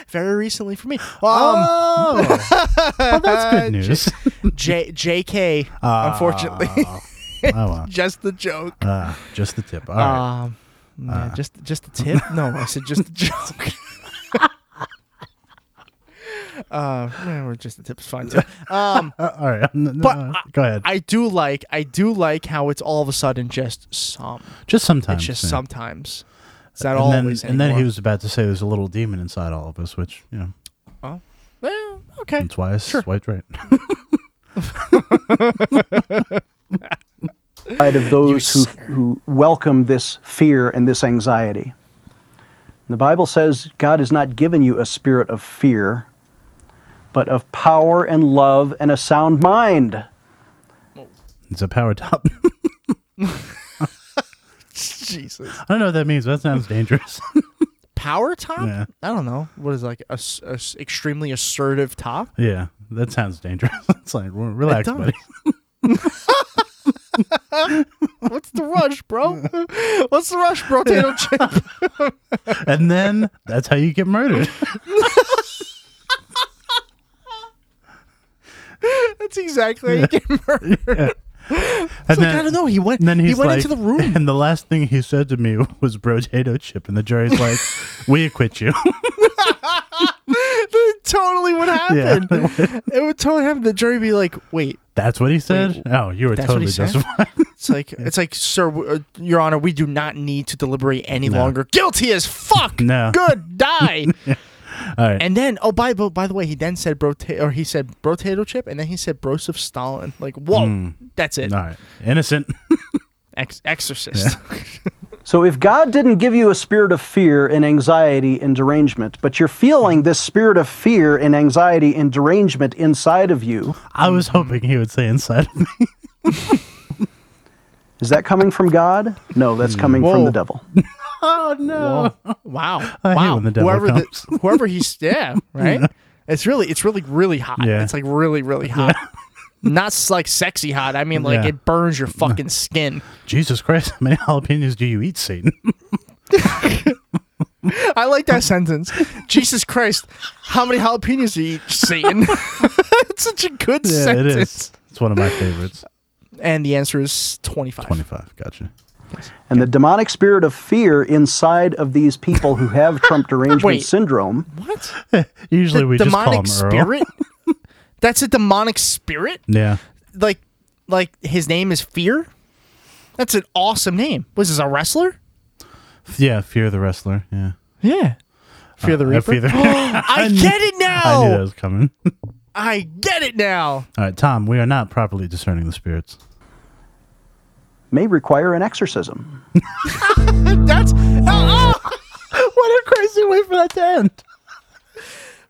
[SPEAKER 4] Very recently for me. Um,
[SPEAKER 5] Oh, well, that's
[SPEAKER 4] Uh,
[SPEAKER 5] good news.
[SPEAKER 4] J- JK, unfortunately,
[SPEAKER 5] oh, well.
[SPEAKER 4] just the joke.
[SPEAKER 5] Ah, just the tip. All right. Uh,
[SPEAKER 4] Um, yeah, just just a tip? No, I said just a joke. uh, man, we're just a tip's fine too. Um,
[SPEAKER 5] Uh, all right. No, no,
[SPEAKER 4] but
[SPEAKER 5] no.
[SPEAKER 4] I-
[SPEAKER 5] go ahead.
[SPEAKER 4] I do like I do like how it's all of a sudden just some.
[SPEAKER 5] just sometimes.
[SPEAKER 4] It's just
[SPEAKER 5] yeah.
[SPEAKER 4] sometimes. It's not
[SPEAKER 5] And
[SPEAKER 4] always.
[SPEAKER 5] then, and then he
[SPEAKER 4] anymore.
[SPEAKER 5] was about to say there's a little demon inside all of us, which you know
[SPEAKER 4] Well, okay.
[SPEAKER 5] that's why I swiped right.
[SPEAKER 9] side of those who,
[SPEAKER 4] You
[SPEAKER 9] who welcome this fear and this anxiety. The Bible says God has not given you a spirit of fear, but of power and love and a sound mind.
[SPEAKER 5] It's a power top.
[SPEAKER 4] Jesus.
[SPEAKER 5] I don't know what that means. But that sounds dangerous.
[SPEAKER 4] Power top?
[SPEAKER 5] Yeah.
[SPEAKER 4] I don't know. What is it, like a, s- a s- extremely assertive top?
[SPEAKER 5] yeah, that sounds dangerous. it's like re- relax,
[SPEAKER 4] does.
[SPEAKER 5] buddy.
[SPEAKER 4] What's the rush, bro? What's the rush, bro? Potato chip.
[SPEAKER 5] And then that's how you get murdered.
[SPEAKER 4] That's exactly how you get murdered. like,
[SPEAKER 5] And
[SPEAKER 4] I don't know, he went-
[SPEAKER 5] and then
[SPEAKER 4] he
[SPEAKER 5] he's
[SPEAKER 4] went
[SPEAKER 5] like-
[SPEAKER 4] into the room.
[SPEAKER 5] And the last thing he said to me was potato chip. And the jury's like, we acquit you.
[SPEAKER 4] That totally would happen. it would totally happen. The jury be like, "Wait,
[SPEAKER 5] That's what he said? oh, you were
[SPEAKER 4] That's what
[SPEAKER 5] totally
[SPEAKER 4] he said?
[SPEAKER 5] justified.
[SPEAKER 4] It's like it's like, sir, w- uh, your honor, we do not need to deliberate any longer. Guilty as fuck.
[SPEAKER 5] No.
[SPEAKER 4] Good. Die.
[SPEAKER 5] All right.
[SPEAKER 4] And then, oh, by by the way, he then said bro, or he said brotato chip, and then he said broseph Stalin. Like, whoa,
[SPEAKER 5] Mm.
[SPEAKER 4] that's it.
[SPEAKER 5] All right. Innocent.
[SPEAKER 4] Ex- exorcist.
[SPEAKER 9] So if God didn't give you a spirit of fear and anxiety and derangement, but you're feeling this spirit of fear and anxiety and derangement inside of you,
[SPEAKER 5] I was hoping he would say inside of me.
[SPEAKER 9] is that coming from God? No, that's coming from
[SPEAKER 4] Whoa.
[SPEAKER 9] the devil.
[SPEAKER 5] Oh, no.
[SPEAKER 4] Wow.
[SPEAKER 5] I hate
[SPEAKER 4] wow.
[SPEAKER 5] when the devil
[SPEAKER 4] whoever
[SPEAKER 5] comes.
[SPEAKER 4] The, whoever he's yeah, right. It's really it's really really hot.
[SPEAKER 5] Yeah.
[SPEAKER 4] It's like really really hot. Not s- like sexy hot. I mean, like
[SPEAKER 5] Yeah.
[SPEAKER 4] it burns your fucking skin.
[SPEAKER 5] Jesus Christ. How many jalapenos do you eat, Satan?
[SPEAKER 4] I like that sentence. Jesus Christ, how many jalapenos do you eat, Satan? it's such a good
[SPEAKER 5] yeah, it
[SPEAKER 4] sentence.
[SPEAKER 5] is. It's one of my favorites.
[SPEAKER 4] And the answer is 25.
[SPEAKER 5] 25. Gotcha.
[SPEAKER 9] And the demonic spirit of fear inside of these people who have Trump derangement
[SPEAKER 4] Wait.
[SPEAKER 9] syndrome
[SPEAKER 4] What?
[SPEAKER 5] Usually
[SPEAKER 4] The
[SPEAKER 5] we just call him
[SPEAKER 4] demonic
[SPEAKER 5] Earl.
[SPEAKER 4] spirit? That's a demonic spirit?
[SPEAKER 5] Yeah.
[SPEAKER 4] Like like his name is Fear? That's an awesome name. Was this a wrestler?
[SPEAKER 5] Yeah. Fear the Wrestler. Yeah.
[SPEAKER 4] Yeah. Fear the
[SPEAKER 5] Uh,
[SPEAKER 4] Reaper.
[SPEAKER 5] Fear the-
[SPEAKER 4] I, get it now.
[SPEAKER 5] I
[SPEAKER 4] I,
[SPEAKER 5] knew that was coming.
[SPEAKER 4] get it now.
[SPEAKER 5] All right, Tom, we are not properly discerning the spirits.
[SPEAKER 9] may require an exorcism.
[SPEAKER 4] That's oh, oh! what a crazy way for that to end.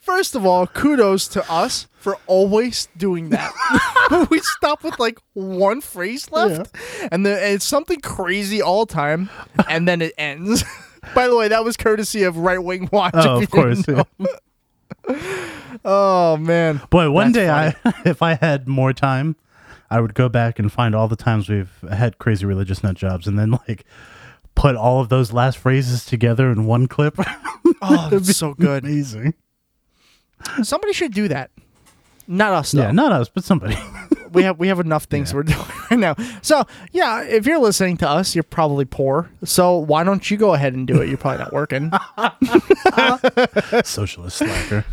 [SPEAKER 4] First of all, kudos to us for always doing that. we stop with like one phrase left, and then and it's something crazy all time, and then it ends. By the way, that was courtesy of Right Wing Watch. if
[SPEAKER 5] Oh,
[SPEAKER 4] you
[SPEAKER 5] of course.
[SPEAKER 4] didn't know. Oh man.
[SPEAKER 5] Boy, one day I if I had more time, I would go back and find all the times we've had crazy religious nut jobs and then like put all of those last phrases together in one clip.
[SPEAKER 4] Oh, that's so good.
[SPEAKER 5] Amazing.
[SPEAKER 4] Somebody should do that. Not us though.
[SPEAKER 5] Yeah, not us, but somebody.
[SPEAKER 4] we have we have enough things we're doing right now. So yeah, if you're listening to us, you're probably poor. So why don't you go ahead and do it? You're probably not working.
[SPEAKER 5] Socialist slacker.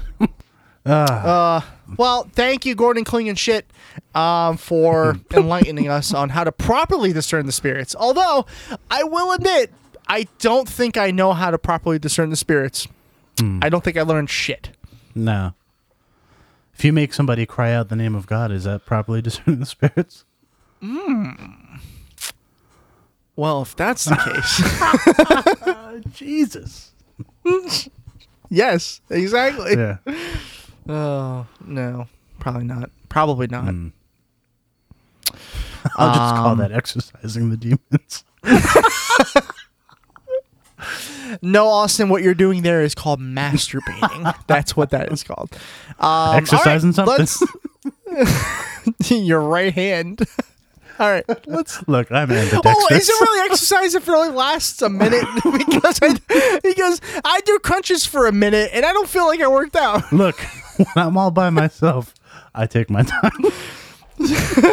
[SPEAKER 4] well, thank you, Gordon Kling and shit, um, for enlightening us on how to properly discern the spirits. Although I will admit, I don't think I know how to properly discern the spirits. I don't think I learned shit.
[SPEAKER 5] No. If you make somebody cry out the name of God, is that properly discerning the spirits?
[SPEAKER 4] Well, if that's the case,
[SPEAKER 5] Jesus.
[SPEAKER 4] yes, exactly.
[SPEAKER 5] Yeah.
[SPEAKER 4] Oh no, probably not. Probably not.
[SPEAKER 5] I'll just call that
[SPEAKER 4] Um,
[SPEAKER 5] exercising the demons.
[SPEAKER 4] No, Austin, what you're doing there is called masturbating. That's what that is called. Um,
[SPEAKER 5] exercising
[SPEAKER 4] all right,
[SPEAKER 5] something.
[SPEAKER 4] Your right hand. All right, let's.
[SPEAKER 5] Look, I'm ambidextrous.
[SPEAKER 4] Oh, is it really exercise if it only lasts a minute? because I because I do crunches for a minute and I don't feel like I worked out.
[SPEAKER 5] Look, when I'm all by myself, I take my time.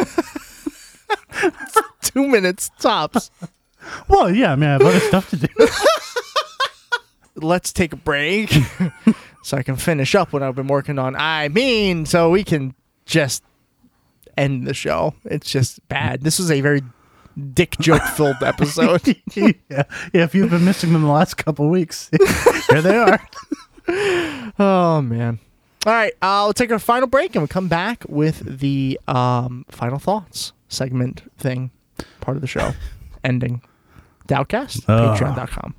[SPEAKER 4] Two minutes tops.
[SPEAKER 5] Well, yeah, I mean, I have other stuff to do.
[SPEAKER 4] Let's take a break so I can finish up what I've been working on. I mean, so we can just end the show. It's just bad. This was a very dick joke filled episode.
[SPEAKER 5] yeah. yeah, if you've been missing them the last couple weeks, here they are.
[SPEAKER 4] Oh man. All right, I'll take a final break and we'll come back with the um, final thoughts segment thing, part of the show, ending. Doubtcast,
[SPEAKER 5] Ah.
[SPEAKER 4] patreon.com.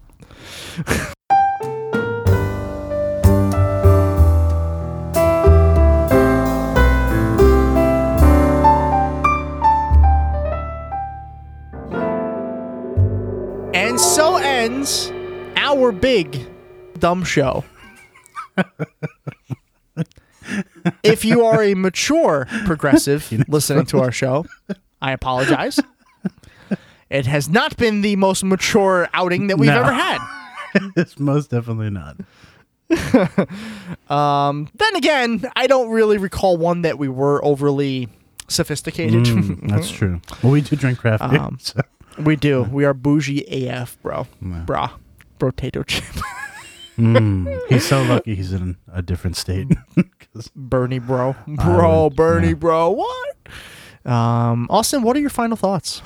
[SPEAKER 4] And so ends our big dumb show. if you are a mature progressive listening to our show, I apologize. It has not been the most mature outing that we've
[SPEAKER 5] No.
[SPEAKER 4] ever had.
[SPEAKER 5] It's most definitely not.
[SPEAKER 4] um, then again, I don't really recall one that we were overly sophisticated.
[SPEAKER 5] Mm, that's true. Well, we do drink craft beer.
[SPEAKER 4] Um,
[SPEAKER 5] so-
[SPEAKER 4] we do. We are bougie AF, bro.
[SPEAKER 5] Yeah.
[SPEAKER 4] Brah. Potato chip.
[SPEAKER 5] Mm, he's so lucky he's in a different state. 'Cause-
[SPEAKER 4] Bernie, bro. Bro,
[SPEAKER 5] would-
[SPEAKER 4] Bernie,
[SPEAKER 5] yeah.
[SPEAKER 4] bro. What? Um, Austin, what are your final thoughts?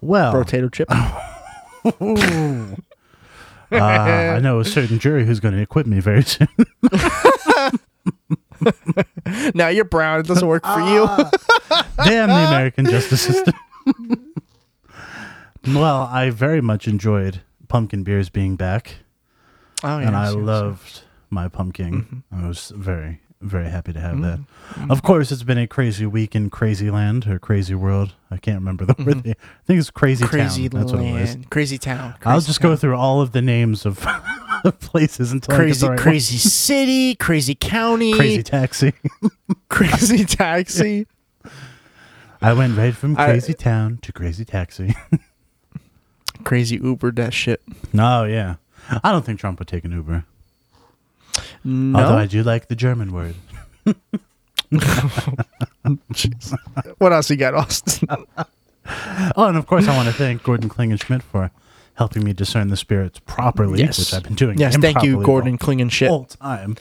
[SPEAKER 5] well,
[SPEAKER 4] Potato chip.
[SPEAKER 5] uh, I know a certain jury who's going to acquit me very soon.
[SPEAKER 4] now you're brown. It doesn't work for you.
[SPEAKER 5] Damn the American justice system. well, I very much enjoyed pumpkin beers being back,
[SPEAKER 4] oh, Mm-hmm.
[SPEAKER 5] and I
[SPEAKER 4] yes, yes.
[SPEAKER 5] loved my pumpkin. I was very, very happy to have that.
[SPEAKER 4] Mm-hmm.
[SPEAKER 5] Of course, it's been a crazy week in crazy land or crazy world. I can't remember the word. I think it's crazy,
[SPEAKER 4] Mm-hmm. Crazy
[SPEAKER 5] town. That's what it was.
[SPEAKER 4] land. Crazy town.
[SPEAKER 5] I'll
[SPEAKER 4] Crazy
[SPEAKER 5] just
[SPEAKER 4] town.
[SPEAKER 5] go through all of the names of places until
[SPEAKER 4] crazy,
[SPEAKER 5] I get the right one.
[SPEAKER 4] crazy city, crazy county,
[SPEAKER 5] crazy taxi.
[SPEAKER 4] crazy taxi.
[SPEAKER 5] I went right from
[SPEAKER 4] I-
[SPEAKER 5] crazy town to crazy taxi.
[SPEAKER 4] crazy Uber that shit.
[SPEAKER 5] No, yeah. I don't think Trump would take an Uber.
[SPEAKER 4] No,
[SPEAKER 5] Although I do like the German word.
[SPEAKER 4] what else you got, Austin?
[SPEAKER 5] Oh, and of course, I want to thank Gordon Klingenschmidt for helping me discern the spirits properly,
[SPEAKER 4] Yes.
[SPEAKER 5] which I've been doing. Oh.
[SPEAKER 4] yes, thank you,
[SPEAKER 5] improperly
[SPEAKER 4] Gordon Klingon
[SPEAKER 5] the
[SPEAKER 4] shit.
[SPEAKER 5] whole time.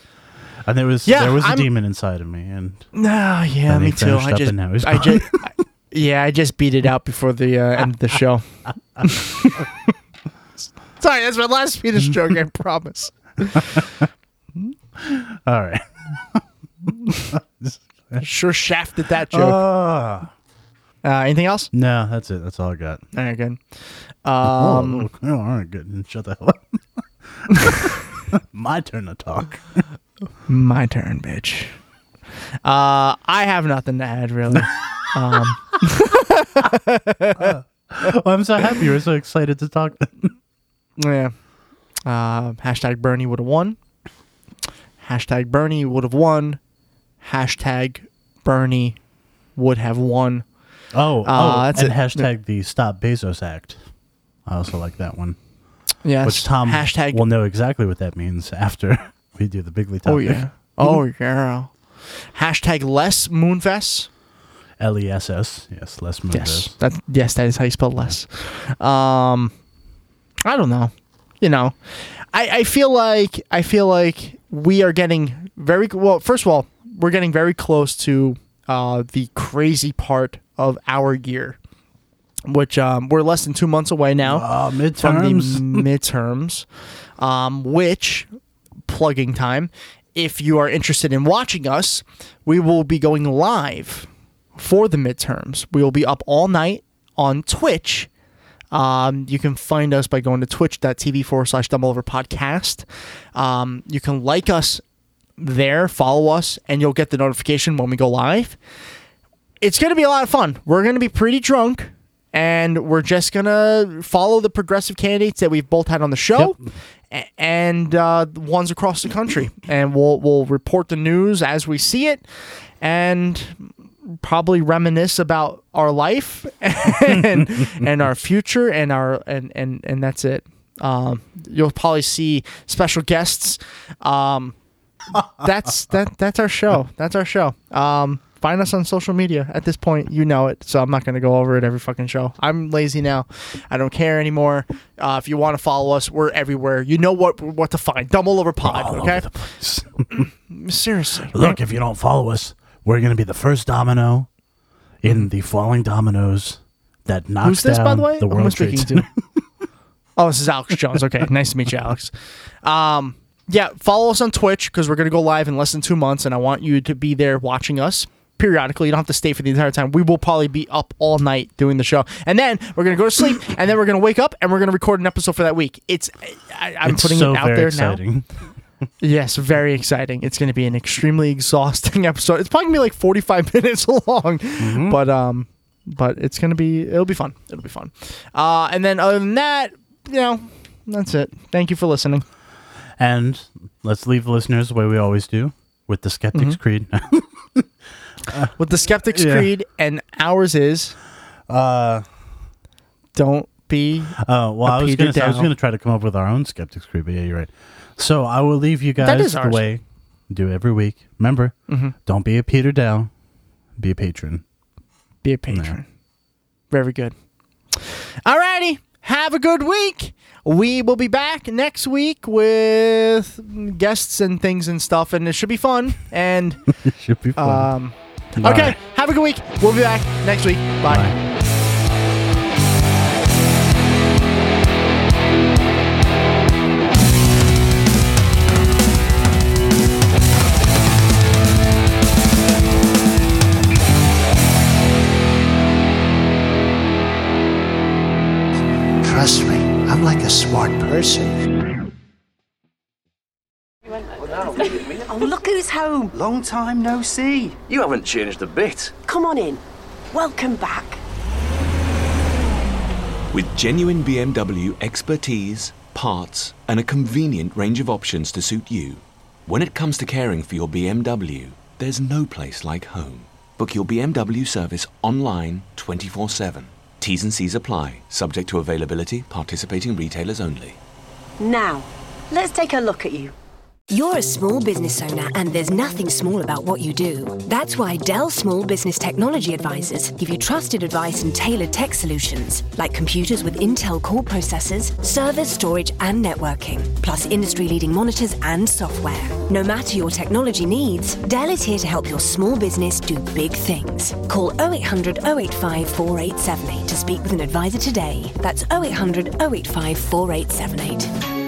[SPEAKER 5] And there was
[SPEAKER 4] Yeah,
[SPEAKER 5] there was a
[SPEAKER 4] I'm-
[SPEAKER 5] demon inside of me, and
[SPEAKER 4] No, yeah,
[SPEAKER 5] Then
[SPEAKER 4] me
[SPEAKER 5] he
[SPEAKER 4] too.
[SPEAKER 5] finished
[SPEAKER 4] I
[SPEAKER 5] up
[SPEAKER 4] just,
[SPEAKER 5] and now he's
[SPEAKER 4] I
[SPEAKER 5] gone.
[SPEAKER 4] just, yeah, I just beat it out before the uh, end of the show. Sorry, that's my last Swedish joke. I promise.
[SPEAKER 5] all right.
[SPEAKER 4] I sure shafted that joke.
[SPEAKER 5] Ah.
[SPEAKER 4] Uh, anything else?
[SPEAKER 5] no, that's it. That's all I got.
[SPEAKER 4] All right, good.
[SPEAKER 5] Um, oh, oh, all right, good. Shut the hell up. My turn to talk.
[SPEAKER 4] My turn, bitch. Uh, I have nothing to add really.
[SPEAKER 5] Oh, I'm so happy. You're so excited to talk.
[SPEAKER 4] Yeah. Uh, hashtag Bernie would have won. Hashtag Bernie would have won. Hashtag Bernie would have won.
[SPEAKER 5] Oh, oh,
[SPEAKER 4] Uh, that's
[SPEAKER 5] and
[SPEAKER 4] it.
[SPEAKER 5] hashtag the Stop Bezos Act. I also like that one.
[SPEAKER 4] Yes.
[SPEAKER 5] Which Tom
[SPEAKER 4] Hashtag.
[SPEAKER 5] will know exactly what that means after we do the Bigley topic.
[SPEAKER 4] oh yeah. Oh yeah. Hashtag less Moonfest.
[SPEAKER 5] L-E-S-S. E Yes, Les Moonves.
[SPEAKER 4] Yes. That yes, that is how you spell less. Um, I don't know. You know, I I feel like I feel like we are getting very well. First of all, we're getting very close to uh, the crazy part of our year, which um, we're less than two months away now
[SPEAKER 5] Uh,
[SPEAKER 4] from
[SPEAKER 5] midterms.
[SPEAKER 4] the midterms, um, which plugging time. If you are interested in watching us, we will be going live for the midterms. We will be up all night on Twitch. Um, you can find us by going to twitch.tv forward slash dumble over podcast. Um, you can like us there, follow us, and you'll get the notification when we go live it's going to be a lot of fun. We're going to be pretty drunk, and we're just going to follow the progressive candidates that we've both had on the show, a- and uh, the ones across the country, and we'll we'll report the news as we see it, and probably reminisce about our life and and our future and our and and and that's it. Um, you'll probably see special guests. Um, that's that that's our show. That's our show. Um, find us on social media. At this point, you know it, so I'm not gonna go over it every fucking show. I'm lazy now. I don't care anymore. Uh, if you want to follow us, we're everywhere. You know what what to find. Double over pod.
[SPEAKER 5] All
[SPEAKER 4] okay,
[SPEAKER 5] over the place.
[SPEAKER 4] seriously.
[SPEAKER 5] Look, if you don't follow us, we're going to be the first domino in the falling dominoes that knocks
[SPEAKER 4] Who's this,
[SPEAKER 5] down
[SPEAKER 4] by the way? Who
[SPEAKER 5] the
[SPEAKER 4] am I
[SPEAKER 5] world trade
[SPEAKER 4] speaking
[SPEAKER 5] center.
[SPEAKER 4] Oh, this is Alex Jones. Okay, nice to meet you, Alex. Um, yeah, follow us on Twitch because we're gonna go live in less than two months, and I want you to be there watching us periodically. You don't have to stay for the entire time. We will probably be up all night doing the show, and then we're gonna go to sleep, and then we're gonna wake up, and we're gonna record an episode for that week. It's I, I'm
[SPEAKER 5] It's
[SPEAKER 4] putting
[SPEAKER 5] so
[SPEAKER 4] it out
[SPEAKER 5] very
[SPEAKER 4] there now.
[SPEAKER 5] exciting.
[SPEAKER 4] Yes, very exciting. It's going to be an extremely exhausting episode. It's probably going to be like 45 minutes long,
[SPEAKER 5] Mm-hmm.
[SPEAKER 4] but um but it's going to be it'll be fun. It'll be fun. Uh and then other than that, you know, that's it. Thank you for listening.
[SPEAKER 5] And let's leave the listeners the way we always do with the Skeptics
[SPEAKER 4] Mm-hmm.
[SPEAKER 5] Creed.
[SPEAKER 4] With the Skeptics
[SPEAKER 5] Yeah.
[SPEAKER 4] Creed and ours is
[SPEAKER 5] uh,
[SPEAKER 4] don't
[SPEAKER 10] be.
[SPEAKER 5] Oh well,
[SPEAKER 10] A
[SPEAKER 5] I was
[SPEAKER 10] Peter
[SPEAKER 5] gonna say- I was
[SPEAKER 10] Dow.
[SPEAKER 5] gonna try to come up with our own skeptics crew, but yeah, you're right. So I will leave you guys
[SPEAKER 10] That is
[SPEAKER 5] the
[SPEAKER 10] ours. Mm-hmm.
[SPEAKER 5] way we do every week. Remember, don't be a Peter Dow, be a patron.
[SPEAKER 10] Be a patron. Very good. Alrighty. Have a good week. We will be back next week with guests and things and stuff, and it should be fun. And
[SPEAKER 5] It should be fun.
[SPEAKER 10] um,
[SPEAKER 5] Bye.
[SPEAKER 10] okay, have a good week. We'll be back next week. Bye.
[SPEAKER 5] Bye.
[SPEAKER 11] Trust me, I'm like a smart person.
[SPEAKER 4] Oh, look who's home.
[SPEAKER 11] Long time no see.
[SPEAKER 1] You haven't changed a bit.
[SPEAKER 4] Come on in. Welcome back.
[SPEAKER 12] With genuine BMW expertise, parts, and a convenient range of options to suit you. When it comes to caring for your BMW, there's no place like home. Book your BMW service online 24 7. T's and C's apply, subject to availability, participating retailers only.
[SPEAKER 4] Now, let's take a look at you. You're a small business owner, and there's nothing small about what you do. That's why Dell Small Business Technology Advisors give you trusted advice and tailored tech solutions, like computers with Intel core processors, servers, storage, and networking, plus industry leading monitors and software. No matter your technology needs, Dell is here to help your small business do big things. Call 0800 085 4878 to speak with an advisor today. That's 0800 085 4878.